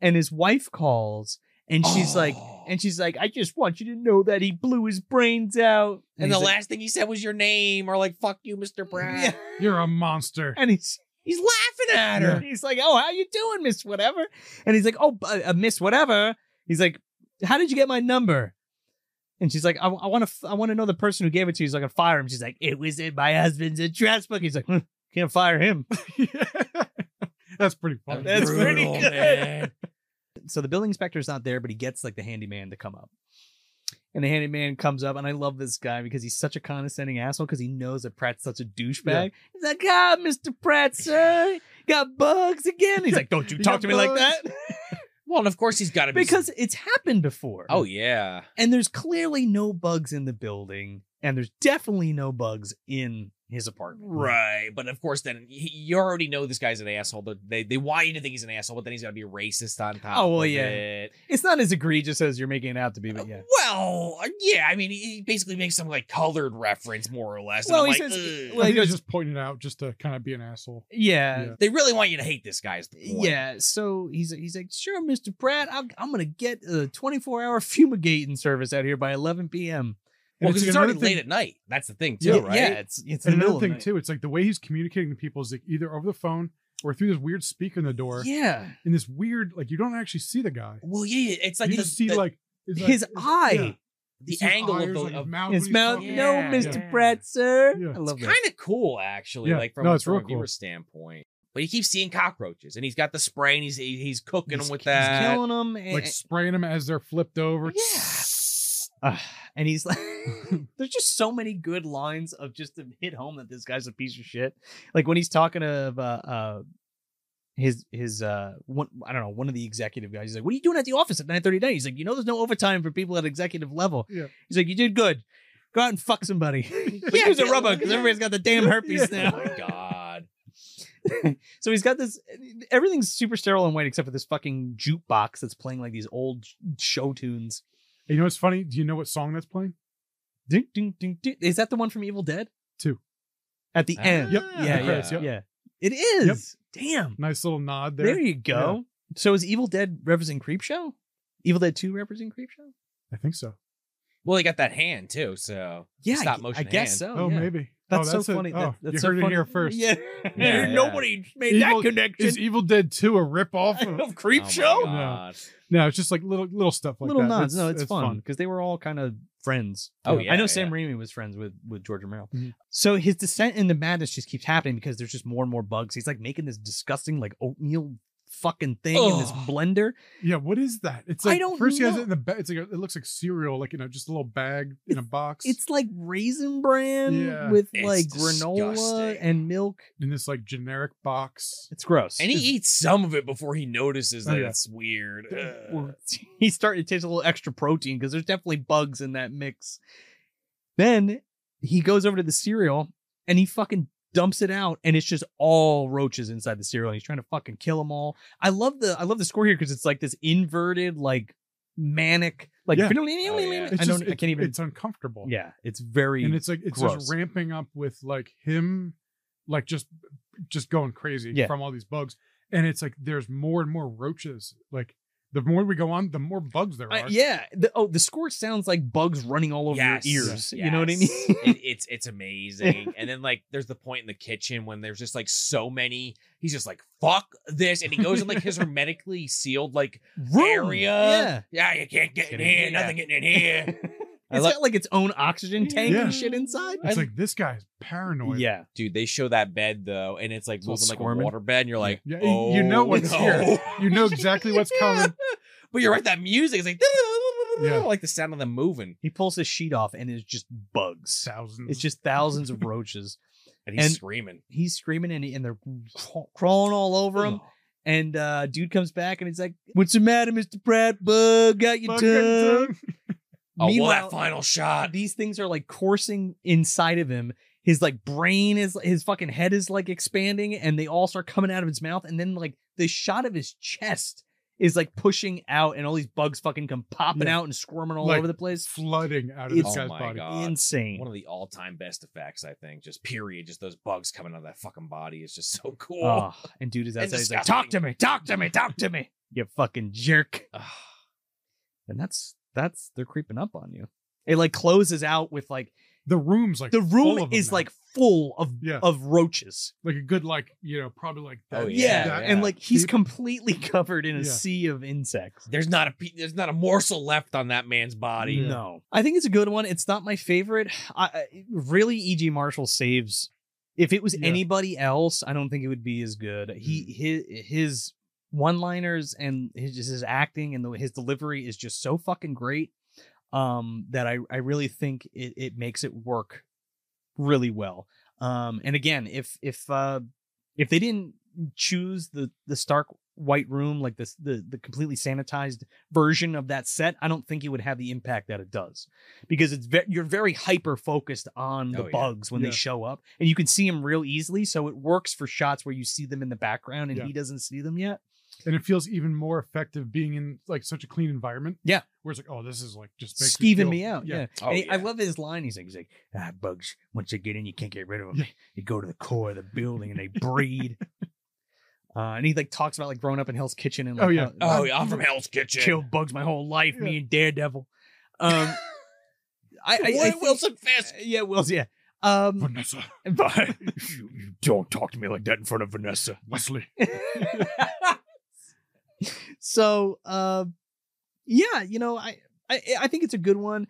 and his wife calls and she's like, Oh. and she's like, I just want you to know that he blew his brains out. And the he's like- last thing he said was your name, or like "fuck you, Mr. *laughs* Brad." Yeah. You're a monster. and he's He's laughing at her. He's like, "Oh, how you doing, Miss Whatever?" And he's like, "Oh, b- uh, Miss Whatever." He's like, "How did you get my number?" And she's like, "I want to, I want to know the person who gave it to you." He's like, "I fire him." She's like, "It was in my husband's address book." He's like, "Hmm, "Can't fire him." *laughs* That's pretty funny. That's pretty good. man. so the building inspector's not there, but he gets like the handyman to come up. And the handyman comes up, and I love this guy because he's such a condescending asshole because he knows that Pratt's such a douchebag. He's like, "Ah, Mister Pratt, sir, got bugs again." He's like, "Don't you You talk got to me like bugs?" that." *laughs* Well, and of course he's got to be because it's happened before. Oh yeah, and there's clearly no bugs in the building, and there's definitely no bugs in his apartment. right. But of course, then he, you already know this guy's an asshole. But they they want you to think he's an asshole, but then he's got to be racist on top. Oh, well, of yeah. it. It's not as egregious as you're making it out to be, Oh. but yeah. Well, uh, yeah. I mean, he basically makes some like colored reference, more or less. Well, Well, he like, says- uh, "Ugh." I *laughs* think Like, I just pointed out just to kind of be an asshole. Yeah. Yeah. they really want you to hate this guy. Is the point. Yeah, so he's he's like, sure, Mister Pratt, I'll, I'm gonna get a 24 hour fumigating service out here by 11 p.m. And Well, because like it's already another thing- late at night. That's the thing, Yeah, too, right? yeah, it's it's And the middle another of thing the too, it's like the way he's communicating to people is like either over the phone or through this weird speaker in the door. night. Yeah, And this weird, like you don't actually see the guy. Well, yeah. yeah, It's like you the, just see the, like it's like- his it's- yeah. eye, the His angle eye of is, the like, of, mouth when his he's mouth. talking. No, Yeah. Mister Yeah. Pratt, sir. Yeah. I love that. kind of cool actually Yeah. like from, No, it's from a real cool. viewer standpoint but he keeps seeing cockroaches and he's got the spray and he's he- he's cooking He's- them with He's that killing him. And, like spraying them as they're flipped over. Uh, and he's like, *laughs* there's just so many good lines of just to hit home that this guy's a piece of shit. Like when he's talking of uh, uh his his uh one I don't know one of the executive guys. He's like, "What are you doing at the office at 9:30 day?" He's like, "You know, there's no overtime for people at executive level." Yeah. He's like, "You did good. Go out and fuck somebody." *laughs* but use a rubber because everybody's got the *laughs* damn herpes oh now. my god *laughs* so he's got this. Everything's super sterile and white except for this fucking jukebox that's playing like these old show tunes. And you know what's funny? Do you know what song that's playing? Ding, ding, ding, ding. Is that the one from Evil Dead? Two. At the Ah. end. Yep. Yeah, Yeah. yeah, Credits, yep. yeah. It is. Damn. Nice little nod There, there. you go. So is Evil Dead referencing Creepshow? Evil Dead 2 referencing Creepshow? I think so. well he got that hand too so Yeah, stop I, motion I guess so. hand. Oh, yeah. maybe. That's, oh, so a- funny. oh, That- that's you so heard it funny. here first. Yeah. Yeah, Nobody made Evil- that connection *laughs* *laughs* Is Evil Dead 2 a ripoff of of Creepshow. Oh my No. God. No, it's just like little little stuff like Little that. nods. No, it's, fun fun. because they were all kind of friends. Oh, yeah, I know yeah. Sam Raimi was friends with with George Romero. Mhm. So his descent into madness just keeps happening because there's just more and more bugs. He's like making this disgusting like oatmeal fucking thing in this Ugh. blender. Yeah, what is that? It's I like don't first he has know. it in the bag. It's like a, it looks like cereal, like you know, just a little bag in a box. It's like raisin bran Yeah. with It's like granola disgusting. and milk. in this like generic box. It's gross. and he eats some of it before he notices Oh, that yeah. it's weird Ugh. Well, *laughs* he started to taste a little extra protein because there's definitely bugs in that mix. Then he goes over to the cereal and he fucking dumps it out and it's just all roaches inside the cereal and he's trying to fucking kill them all. I love the I love the score here because it's like this inverted like manic like *laughs* Yeah. Oh, yeah. It's I just, don't I it- can't even It's uncomfortable. yeah it's very and it's like it's gross. just ramping up with like him, like just just going crazy Yeah. from all these bugs, and it's like there's more and more roaches. Like The more we go on, the more bugs there are. I- yeah. The, oh, the score sounds like bugs running all over your ears. You know what I mean? yes. *laughs* it, it's it's amazing. and then like there's the point in the kitchen when there's just like so many. He's just like fuck this, and he goes in *laughs* like his hermetically sealed like Yeah. area. Yeah, you can't get in Getting in, here. yeah. Nothing getting in *laughs* here. I It's lo- got like its own oxygen tank Yeah. and shit inside. It's like this guy's paranoid. yeah. Dude, they show that bed though, and it's like It's all moving like a squirming. water bed, and you're like, Yeah, oh, you- you know what's no. here. You know exactly *laughs* what's coming. But you're right, that music is like, Yeah. like the sound of them moving, He pulls his sheet off and it's just bugs. Thousands. It's just thousands *laughs* of roaches. and he's And- screaming. He's screaming and, he, and they're craw- crawling all over Oh, him. And uh, dude comes back and he's like, "What's the matter, Mister Pratt? Bug got your Fucking tongue." tongue. Oh, well, Meanwhile- that final shot. These things are like coursing inside of him. His like brain is his fucking head is like expanding, and they all start coming out of his mouth. And then like the shot of his chest is like pushing out, and all these bugs fucking come popping Yeah. out and squirming all Like, uh, over the place. flooding out of It's- this oh guy's my body. god, Insane. one of the all-time best effects, I think. Just period, just those bugs coming out of that fucking body is just *laughs* so cool. Ah. Oh, and dude is And outside. He's like, "Talk to me, talk to me, talk to me, you fucking jerk." And that's that's they're creeping up on you. It like closes out with like The room's like the full room of them is now. like full of Yeah. of roaches. like a good like you know probably like Oh, that- Yeah, Yeah, and yeah. like he's Dude. completely covered in a Yeah. sea of insects. There's not a pe- there's not a morsel left on that man's body. Yeah. No, I think it's a good one. It's not my favorite. I, I really E.G. Marshall saves. If it was Yeah. Mm. anybody else, I don't think it would be as good. He his his one-liners and his just his acting and the, his delivery is just so fucking great um that I I really think it it makes it work really well. Um and again, if if uh if they didn't choose the the stark white room like this the the completely sanitized version of that set, I don't think it would have the impact that it does because it's ve- you're very hyper focused on the Oh, yeah. bugs when Yeah. they show up and you can see them real easily, so it works for shots where you see them in the background and Yeah. he doesn't see them yet. and it feels even more effective being in like such a clean environment Yeah. where it's like oh this is like just makes you Skeeving feel- me out, yeah. Oh, And he- I yeah. love his line. He's like, he's like, ah, bugs. Once they get in, you can't get rid of them. Yeah. They go to the core of the building and they *laughs* breed. uh, and he like talks about like growing up in Hell's Kitchen and like, Oh, yeah. how- Oh, yeah, I'm from Hell's Kitchen. killed bugs my whole life, me Yeah. and Daredevil. Um, I, I, I Roy think- uh, Wilson Fisk. yeah, Wills, yeah. Um, *laughs* Vanessa but *laughs* You, you don't talk to me like that in front of Vanessa. Wesley *laughs* so, uh, yeah, you know, I, I, I think it's a good one.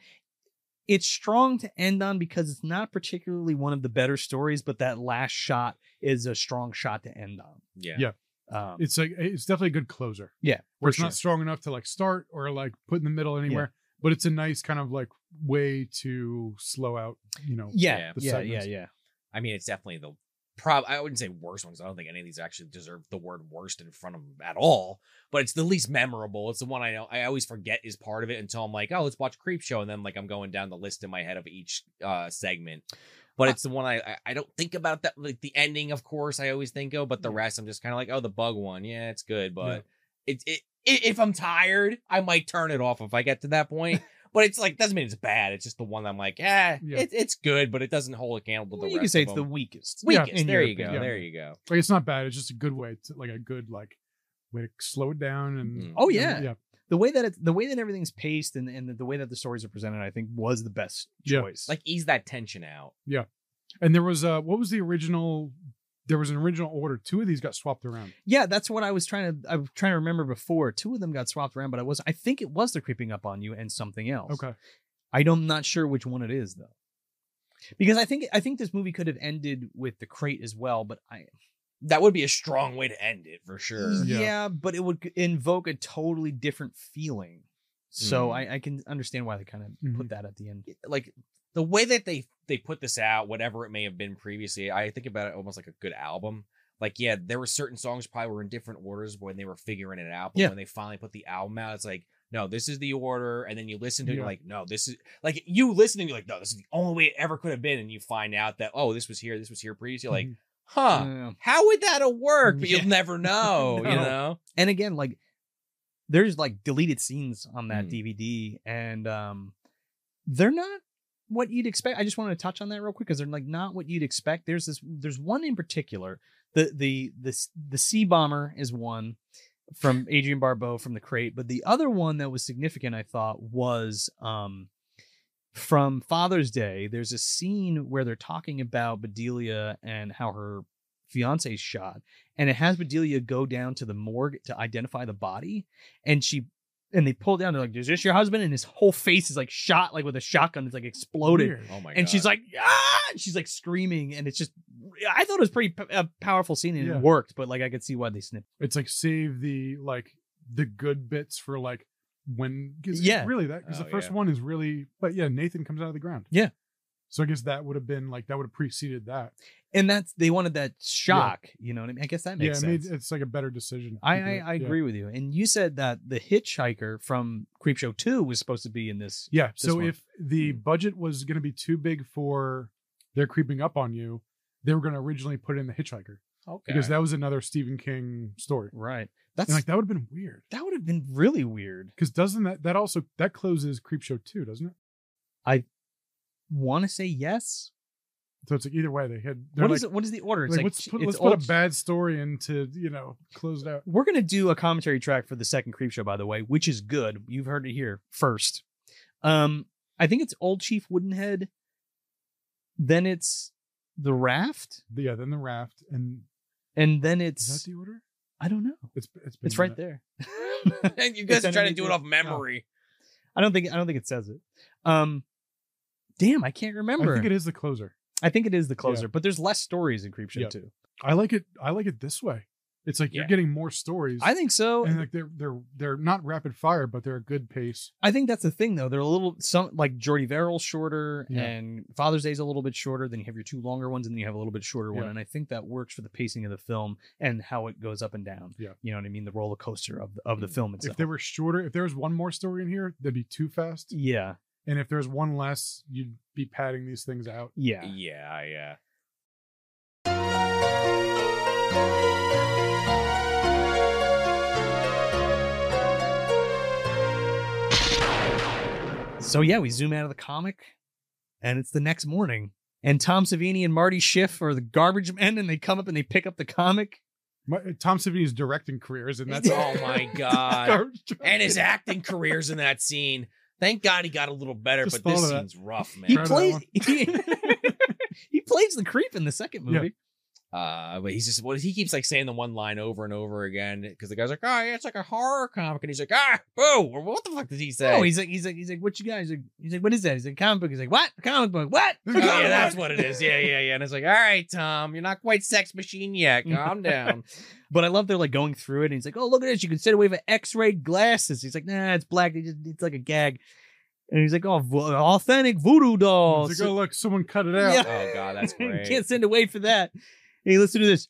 It's strong to end on because it's not particularly one of the better stories, but that last shot is a strong shot to end on. Yeah. Yeah. Um, it's like it's definitely a good closer Yeah, where it's sure. not strong enough to like start or like put in the middle anywhere but it's a nice kind of like way to slow out you know yeah, Yeah. The yeah, yeah, segments. yeah. I mean, it's definitely the prob. I wouldn't say worst ones. I don't think any of these actually deserve the word worst in front of them at all. But it's the least memorable. It's the one I know. I always forget is part of it until I'm like, oh, let's watch Creep Show, and then like I'm going down the list in my head of each uh segment. But it's the one I I- I don't think about that like the ending, of course, I always think of. But the rest, I'm just kind of like, oh, the bug one, yeah, it's good, but it it. i- If I'm tired, I might turn it off if I get to that *laughs* point. But it's like doesn't mean it's bad. It's just the one I'm like, eh, Yeah. it, it's good, but it doesn't hold a candle to Well, the you rest can say of it's the them weakest. weakest. in there your you go. opinion. There you go. like it's not bad it's just a good way to like a good like way to slow it down and Mm. Oh and- yeah, yeah the way that it's the way that everything's paced and and the, the way that the stories are presented, I think was the best Yeah. choice. Like ease that tension out. and there was uh what was the original there was an original order two of these got swapped around yeah, that's what I was trying to I was trying to remember before. Two of them got swapped around, but I was I think it was the creeping up on you and something else. okay I don't, am not sure which one it is though, because I think I think this movie could have ended with the crate as well, but I That would be a strong way to end it for sure. yeah, Yeah. but it would invoke a totally different feeling. So Mm. I, I can understand why they kind of put that at the end. Like the way that they they put this out, whatever it may have been previously, I think about it almost like a good album. Like yeah, there were certain songs probably were in different orders when they were figuring it out, but Yeah. when they finally put the album out, it's like no, this is the order, and then you listen to it, you're Yeah. like, no, this is like you listening, you're like, no, this is the only way it ever could have been, and you find out that oh, this was here, this was here previously, like, Mm-hmm. Mhm. huh, Yeah. how would that have worked? But Yeah. you'll never know, you No. know. and again like there's like deleted scenes on that Mm. dvd and um they're not what you'd expect i just wanted to touch on that real quick because they're like not what you'd expect there's this there's one in particular the the the, s- the sea bomber is one from Adrian Barbeau from the crate, but the other one that was significant, I thought, was um, from Father's Day. There's a scene where they're talking about Bedelia and how her fiance's shot, and it has Bedelia go down to the morgue to identify the body, and she. And they pull down. They're like, "Is this your husband?" And his whole face is like shot, like with a shotgun. It's like exploded Weird. Oh my god. and she's like, ah, and she's like screaming, and it's just, I thought it was pretty p- a powerful scene and Yeah. it worked, but like I could see why they snipped. It's like save the like the good bits for like when 'cause Yeah. really that because Oh, the first yeah. one is really but yeah Nathan comes out of the ground Yeah. so I guess that would have been like that would have preceded that And that's they wanted that shock, you know what I mean? I guess that makes yeah it sense. made, it's like a better decision I, Keep I, it- I yeah. agree with you. And you said that the hitchhiker from Creepshow Two was supposed to be in this. Yeah. So one. Mm. if the budget was going to be too big for they're creeping up on you, they were going to originally put in the hitchhiker okay. because that was another Stephen King story. Right. And That's like that would have been weird that would have been really weird. because doesn't that that also that closes Creepshow too, doesn't it? Want to say yes? So it's like either way they had. What they're is like, it? What is the order? like, It's like, let's ch- put, it's let's old- put a bad story into you know close it out. We're gonna do a commentary track for the second creep show, by the way, which is good. You've heard it here first. Um, I think it's Old Chief Woodenhead. Then it's the raft, Yeah, then the raft and and then is it's that the order? I don't know. It's it's, been It's right that- there. *laughs* and you guys It's are trying to underneath do it it. off memory. I don't think I don't think it says it. Um, damn, I can't remember. I think it is the closer. is the closer, but there's less stories in Creep Show Yeah. too. I like it. I like it this way. It's like you're Yeah. getting more stories. I think so. and like they're they're they're not rapid fire, but they're a good pace. I think that's the thing though. They're a little some like Jordy Verrill's shorter Yeah. and Father's Day's a little bit shorter. Then you have your two longer ones, and then you have a little bit shorter one. Yeah. And I think that works for the pacing of the film and how it goes up and down. Yeah. You know what I mean? The roller coaster of the, of the Mm. film itself. If there were shorter, if there was one more story in here, that'd be too fast. yeah. And if there's one less, you'd be padding these things out. Yeah. yeah. yeah. So yeah, we zoom out of the comic, and it's the next morning, and Tom Savini and Marty Schiff are the garbage men, and they come up and they pick up the comic. My, Tom Savini's directing careers, and *laughs* that's all. *laughs* oh my god. and his acting careers in that scene. Thank God he got a little better, Just but this thought of that. scene's rough, He *laughs* Try man. that plays. one. He, he plays the creep in the second Yeah. movie. Uh, but he's just what he keeps like saying the one line over and over again because the guy's like, "Oh, yeah, it's like a horror comic," and he's like, "Ah, boo!" Or what the fuck did he say? No, Oh, he's like, he's like, he's like, what you guys? He's like, he's like, what is that? He's like, comic book. He's like, what? Comic book? What? Oh, *laughs* yeah, that's what it is. Yeah, yeah, yeah. And it's like, all right, Tom, you're not quite sex machine yet. Calm down. But I love they're like going through it, and he's like, oh, look at this. You can sit away for X-ray glasses. He's like, nah, it's black. They just, it's like a gag. And he's like, oh, vo- authentic voodoo doll. It's like, oh, look, someone cut it out. Yeah. oh god, *laughs* that's great. *laughs* Can't send away for that. Hey, listen to this.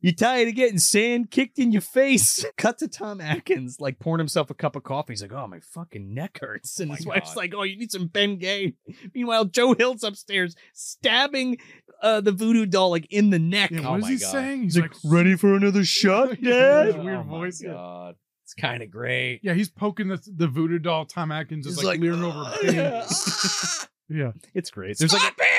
You tired of getting sand kicked in your face? *laughs* Cut to Tom Atkins, like pouring himself a cup of coffee. He's like, "Oh, my fucking neck hurts," and my his wife's God. like, "Oh, you need some Ben Gay." Meanwhile, Joe Hill's upstairs stabbing uh, the voodoo doll like in the neck. Yeah, Oh what is my he God. saying? He's He's like, "Ready for another *laughs* shot, Yeah. *laughs* Dad?" His weird oh my voice, yeah. God. It's kind of great. yeah, he's poking the, the voodoo doll. Tom Atkins is He's like, like, leering over. *laughs* "Ugh." pain. yeah, It's great. There's like Stop it!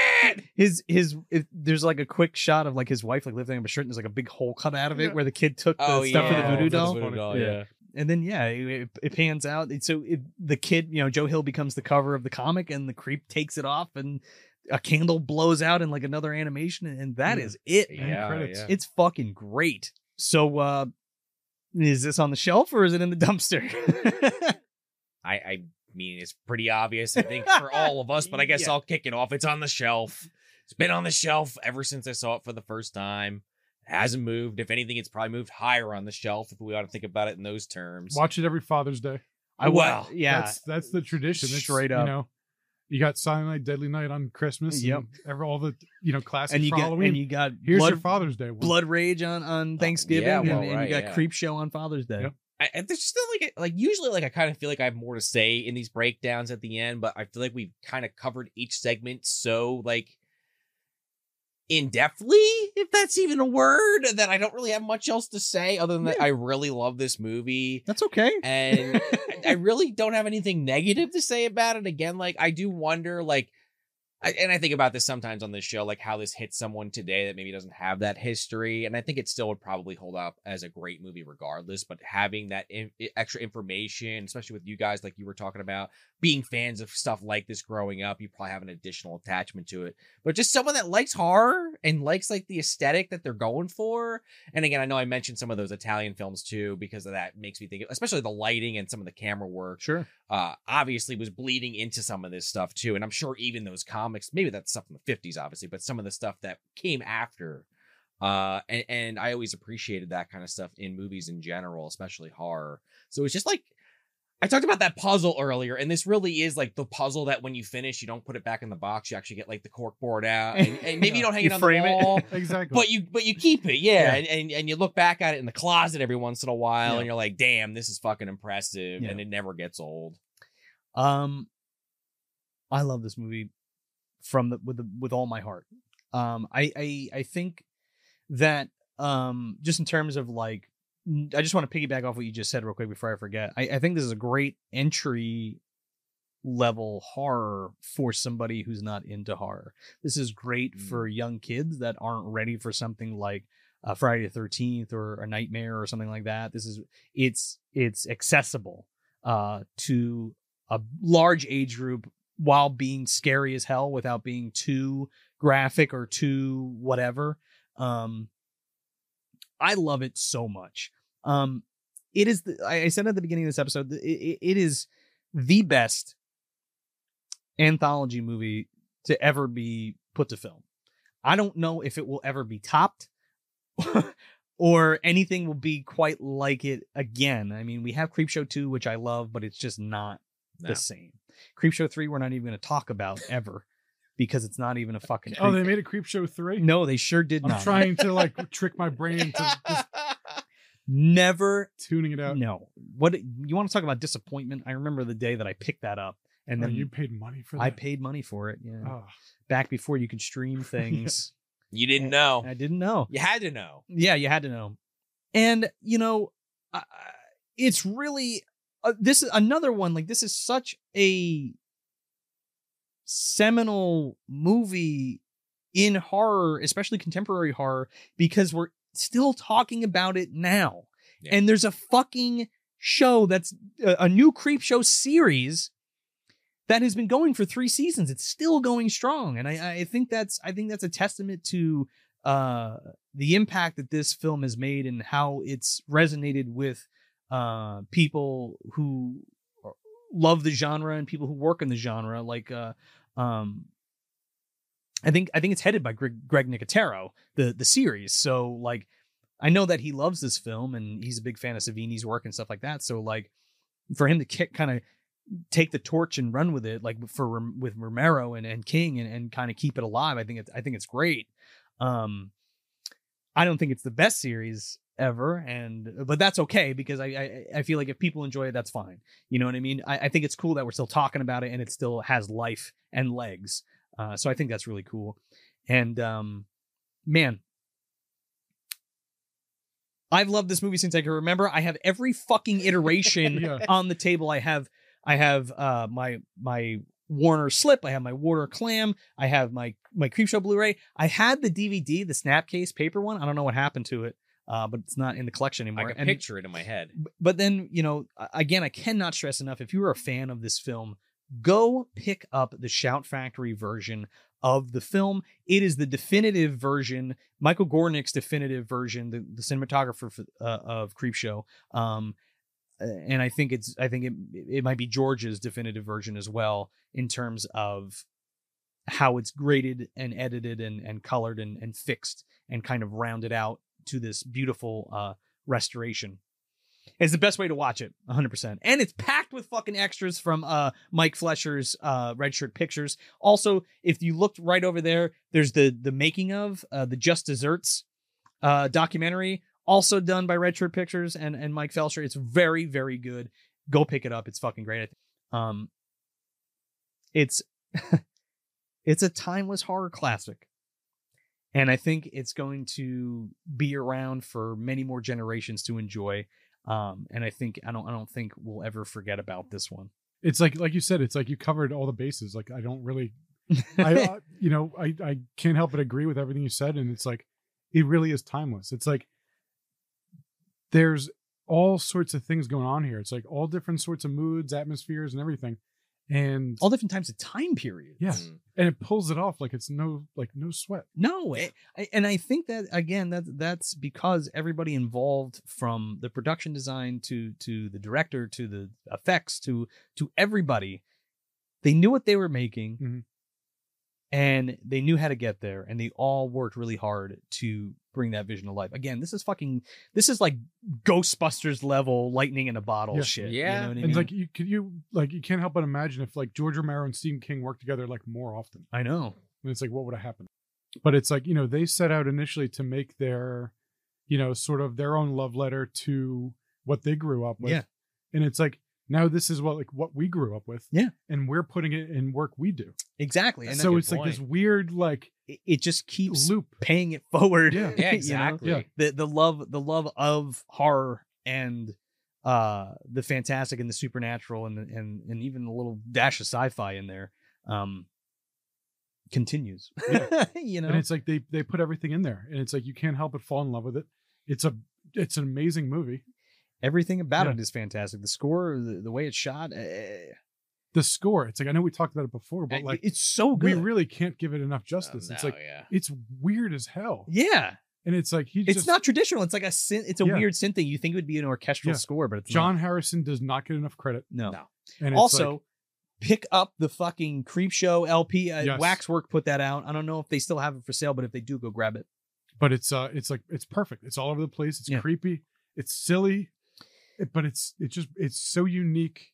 his his it, there's like a quick shot of like his wife like lifting up a shirt and there's like a big hole cut out of it Yeah. where the kid took the Oh yeah, stuff for the yeah. voodoo For the doll. voodoo doll, Yeah. yeah. and then yeah, it, it- it pans out. And so it, the kid, you know, Joe Hill becomes the cover of the comic, and the creep takes it off, and a candle blows out in like another animation, and that Yeah. is it. man. Yeah, credits. yeah. It's fucking great. So, uh, is this on the shelf or is it in the dumpster? *laughs* I, I mean, it's pretty obvious, I think, for all of us, but *laughs* I guess Yeah. I'll kick it off. It's on the shelf. It's been on the shelf ever since I saw it for the first time. It hasn't moved. If anything, it's probably moved higher on the shelf if we ought to think about it in those terms. watch it every Father's Day. I Wow. well, yeah, that's that's the tradition. That's, Straight you up. know, you got Silent Night, Deadly Night on Christmas. Yep. and every, all the you know classics and you for got Halloween. and you got Here's blood, your Father's Day. One. blood rage on on Thanksgiving, Uh, yeah, and- well, and, right, you got yeah. creep show on Father's Day. Yep. I, I- there's still like a- like usually like I kind of feel like I have more to say in these breakdowns at the end, but I feel like we've kind of covered each segment so like in depthly, if that's even a word, that I don't really have much else to say other than that I really love this movie. *laughs* That's okay. and I- I really don't have anything negative to say about it. Again, like I do wonder, like I, and I think about this sometimes on this show, like how this hits someone today that maybe doesn't have that history. And I think it still would probably hold up as a great movie regardless. But having that in, e, extra information, especially with you guys, like you were talking about, being fans of stuff like this growing up, you probably have an additional attachment to it. But just someone that likes horror and likes like the aesthetic that they're going for. And again, I know I mentioned some of those Italian films too, because of that makes me think, especially the lighting and some of the camera work Sure. uh, obviously was bleeding into some of this stuff too. And I'm sure even those comics, maybe that's stuff from the 50s, obviously, but some of the stuff that came after. Uh, and, and I always appreciated that kind of stuff in movies in general, especially horror. So it's just like, I talked about that puzzle earlier, and this really is like the puzzle that when you finish, you don't put it back in the box. You actually get like the cork board out, and, *laughs* and maybe you don't hang You it on frame the it. *laughs* wall Exactly. but you but you keep it yeah, Yeah. And, and and you look back at it in the closet every once in a while Yeah. and you're like damn this is fucking impressive Yeah. and it never gets old Um, I love this movie from the with the with all my heart. Um, I I I think that um just in terms of like n- I just want to piggyback off what you just said real quick before I forget. I, I think this is a great entry level horror for somebody who's not into horror. This is great for young kids that aren't ready for something like uh, Friday the Thirteenth or a Nightmare or something like that. This is it's it's accessible uh, to a large age group while being scary as hell without being too graphic or too whatever. Um, I love it so much. Um, it is. The, I I said at the beginning of this episode, it, it, it is the best anthology movie to ever be put to film. I don't know if it will ever be topped. *laughs* or anything will be quite like it again. I mean, we have Creepshow 2, which I love, but it's just not *laughs* No. the same. Creepshow 3 we're not even going to talk about ever because it's not even a fucking oh, creep- they made a creep show three. No, they sure did I'm not. trying *laughs* to like trick my brain into *laughs* just Never tuning it out. no. What you want to talk about disappointment? I remember the day that I picked that up and Oh, then you paid money for that. I paid money for it. Yeah. Oh, Back before you could *laughs* stream things. you didn't know I didn't know. you had to know Yeah, you had to know. And you know, uh, it's really uh, this is another one like this is such a seminal movie in horror, especially contemporary horror because we're still talking about it now. Yeah. And there's a fucking show that's uh, a, a new creep show series that has been going for three seasons. It's still going strong. And I, I think that's I think that's a testament to uh the impact that this film has made and how it's resonated with uh people who love the genre and people who work in the genre like uh um I think I think it's headed by Greg, Greg Nicotero, the the series. So like I know that he loves this film and he's a big fan of Savini's work and stuff like that. So like for him to kick kind of take the torch and run with it like for Rom- with Romero and, and King and, and kind of keep it alive. I think it's I think it's great. Um I don't think it's the best series ever and uh, but that's okay because I I, I feel like if people enjoy it that's fine. You know what I mean? I, I think it's cool that we're still talking about it and it still has life and legs. Uh, so I think that's really cool. And um, man, I've loved this movie since I can remember. I have every fucking iteration Yeah. on the table. I have I have uh, my my Warner slip. I have my Warner clam. I have my my Creepshow Blu-ray. I had the DVD, the snap case paper one. I don't know what happened to it, uh, but it's not in the collection i anymore. can And- picture it in my head B- but then you know a- again i cannot stress enough if you're a fan of this film go pick up the shout factory version of the film it is the definitive version michael gornick's definitive version the, the cinematographer for, uh, of creepshow um and i think it's i think it it might be george's definitive version as well in terms of how it's graded and edited and and colored and and fixed and kind of rounded out to this beautiful uh restoration it's the best way to watch it, 100%. And it's packed with fucking extras from uh, Mike Flesher's uh, Red Shirt Pictures. Also, if you looked right over there, there's the the making of uh, the Just Desserts uh, documentary, also done by Red Shirt Pictures and, and Mike Flesher. It's very, very good. Go pick it up. It's fucking great. Um, it's *laughs* it's a timeless horror classic. And I think it's going to be around for many more generations to enjoy um and i think i don't i don't *laughs* think we'll ever forget about this one it's like like you said. It's like you covered all the bases. Like I don't really *laughs* I, uh, you know, I, I can't help but agree with everything you said. And it's like, it really is timeless. It's like, there's all sorts of things going on here. It's like all different sorts of moods, atmospheres, and everything. And, All different types of time periods. yeah. And it pulls it off like it's no, like no sweat. No, it, I- and I think that again that that's because everybody involved from the production design to to the director to the effects to to everybody they knew what they were making Mhm. and they knew how to get there and they all worked really hard to bring that vision to life. Again, this is fucking this is like Ghostbusters level lightning in a bottle Yeah. shit. Yeah. You know what I And mean? like, you could, you, like, you can't help but imagine if like George Romero and Stephen King worked together like more often. I know. And it's like, what would have happened? But it's like, you know, they set out initially to make their, you know, sort of their own love letter to what they grew up with. Yeah. And it's like, now this is what like what we grew up with. Yeah. And we're putting it in work we do. Exactly. And That's a so good it's like this point. weird like it, it just keeps loop. paying it forward. Yeah. Yeah, *laughs* You know? exactly. Yeah. the the love the love of horror and uh the fantastic and the supernatural and the- and and even a little dash of sci-fi in there um continues *laughs* you know And it's like they they put everything in there. And it's like you can't help but fall in love with it. It's a it's an amazing movie. everything about Yeah. it is fantastic the score the, the way it's shot eh, The score, it's like I know we talked about it before, but eh, like it's so we good really can't give it enough Oh, justice. it's no, like yeah. it's weird as hell. yeah And it's like he it's just not traditional it's like a synth it's a Yeah. weird synth thing you think it would be an orchestral Yeah. score but it's John not. Harrison does not get enough credit. no, And it's also like, pick up the fucking creep show lp uh, Yes. waxwork put that out i don't know if they still have it for sale but if they do go grab it but it's uh, it's like it's perfect. It's all over the place. It's Yeah. creepy. It's silly, it- but it's it's just it's so unique,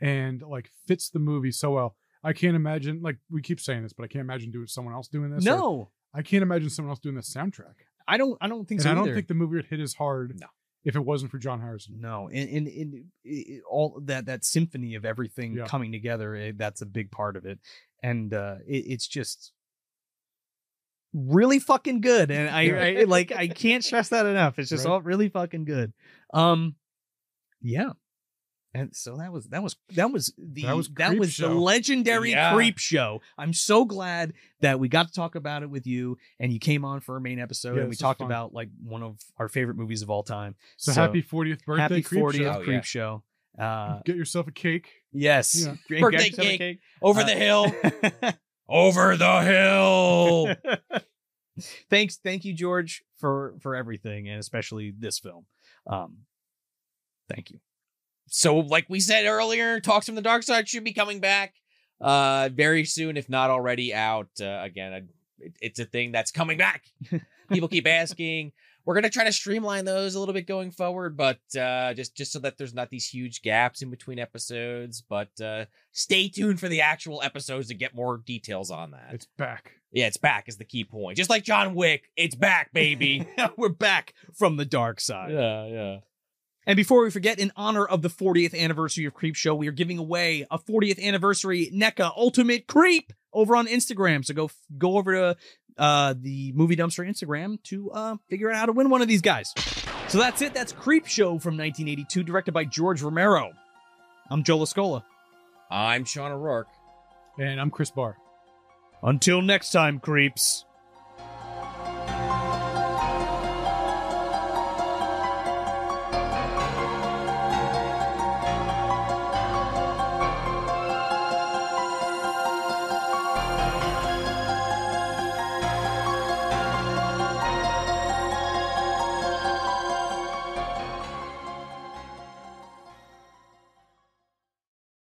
and like fits the movie so well. I can't imagine like we keep saying this, but I can't imagine doing someone else doing this. or No, I can't imagine someone else doing the soundtrack. I don't. I don't think And so I don't either. think the movie would hit as hard No. if it wasn't for John Harrison. no, and and, and it- it- all that that symphony of everything Yeah. coming together. eh, That's a big part of it, and uh, it, it's just really fucking good. And I, Yeah. I like I can't stress that enough. *laughs* It's just Right. all really fucking good. Um, yeah. And so that was that was that was the That was that was the Creepshow. legendary Yeah. creep show. I'm so glad that we got to talk about it with you, and you came on for a main episode, Yeah, and we this was talked fun. about like one of our favorite movies of all time. So, So, happy 40th birthday, Happy Creep 40th Show. Oh, Creep yeah. Show. Uh, Get yourself a cake. yes, Yeah. Great Birthday Gatsby cake. cake. Over Uh, the hill. *laughs* Over the hill. Oh. *laughs* Thanks, thank you, George, for for everything, and especially this film. Um, thank you. *laughs* so like we said earlier talks from the dark side should be coming back uh very soon if not already out uh, again I, it, it's a thing that's coming *laughs* back people keep asking we're gonna try to streamline those a little bit going forward but uh just just so that there's not these huge gaps in between episodes but uh stay tuned for the actual episodes to get more details on that It's back. yeah it's back is the key point just like john wick it's back baby We're back from the dark side. *laughs* yeah yeah And before we forget, in honor of the 40th anniversary of Creep Show, we are giving away a 40th anniversary NECA Ultimate Creep over on Instagram. So go go over to uh, the Movie Dumpster Instagram to uh, figure out how to win one of these guys. So that's it. That's Creep Show from 1982, directed by George Romero. I'm Joe Lascola. i'm sean o'rourke And I'm Chris Barr. Until next time, creeps.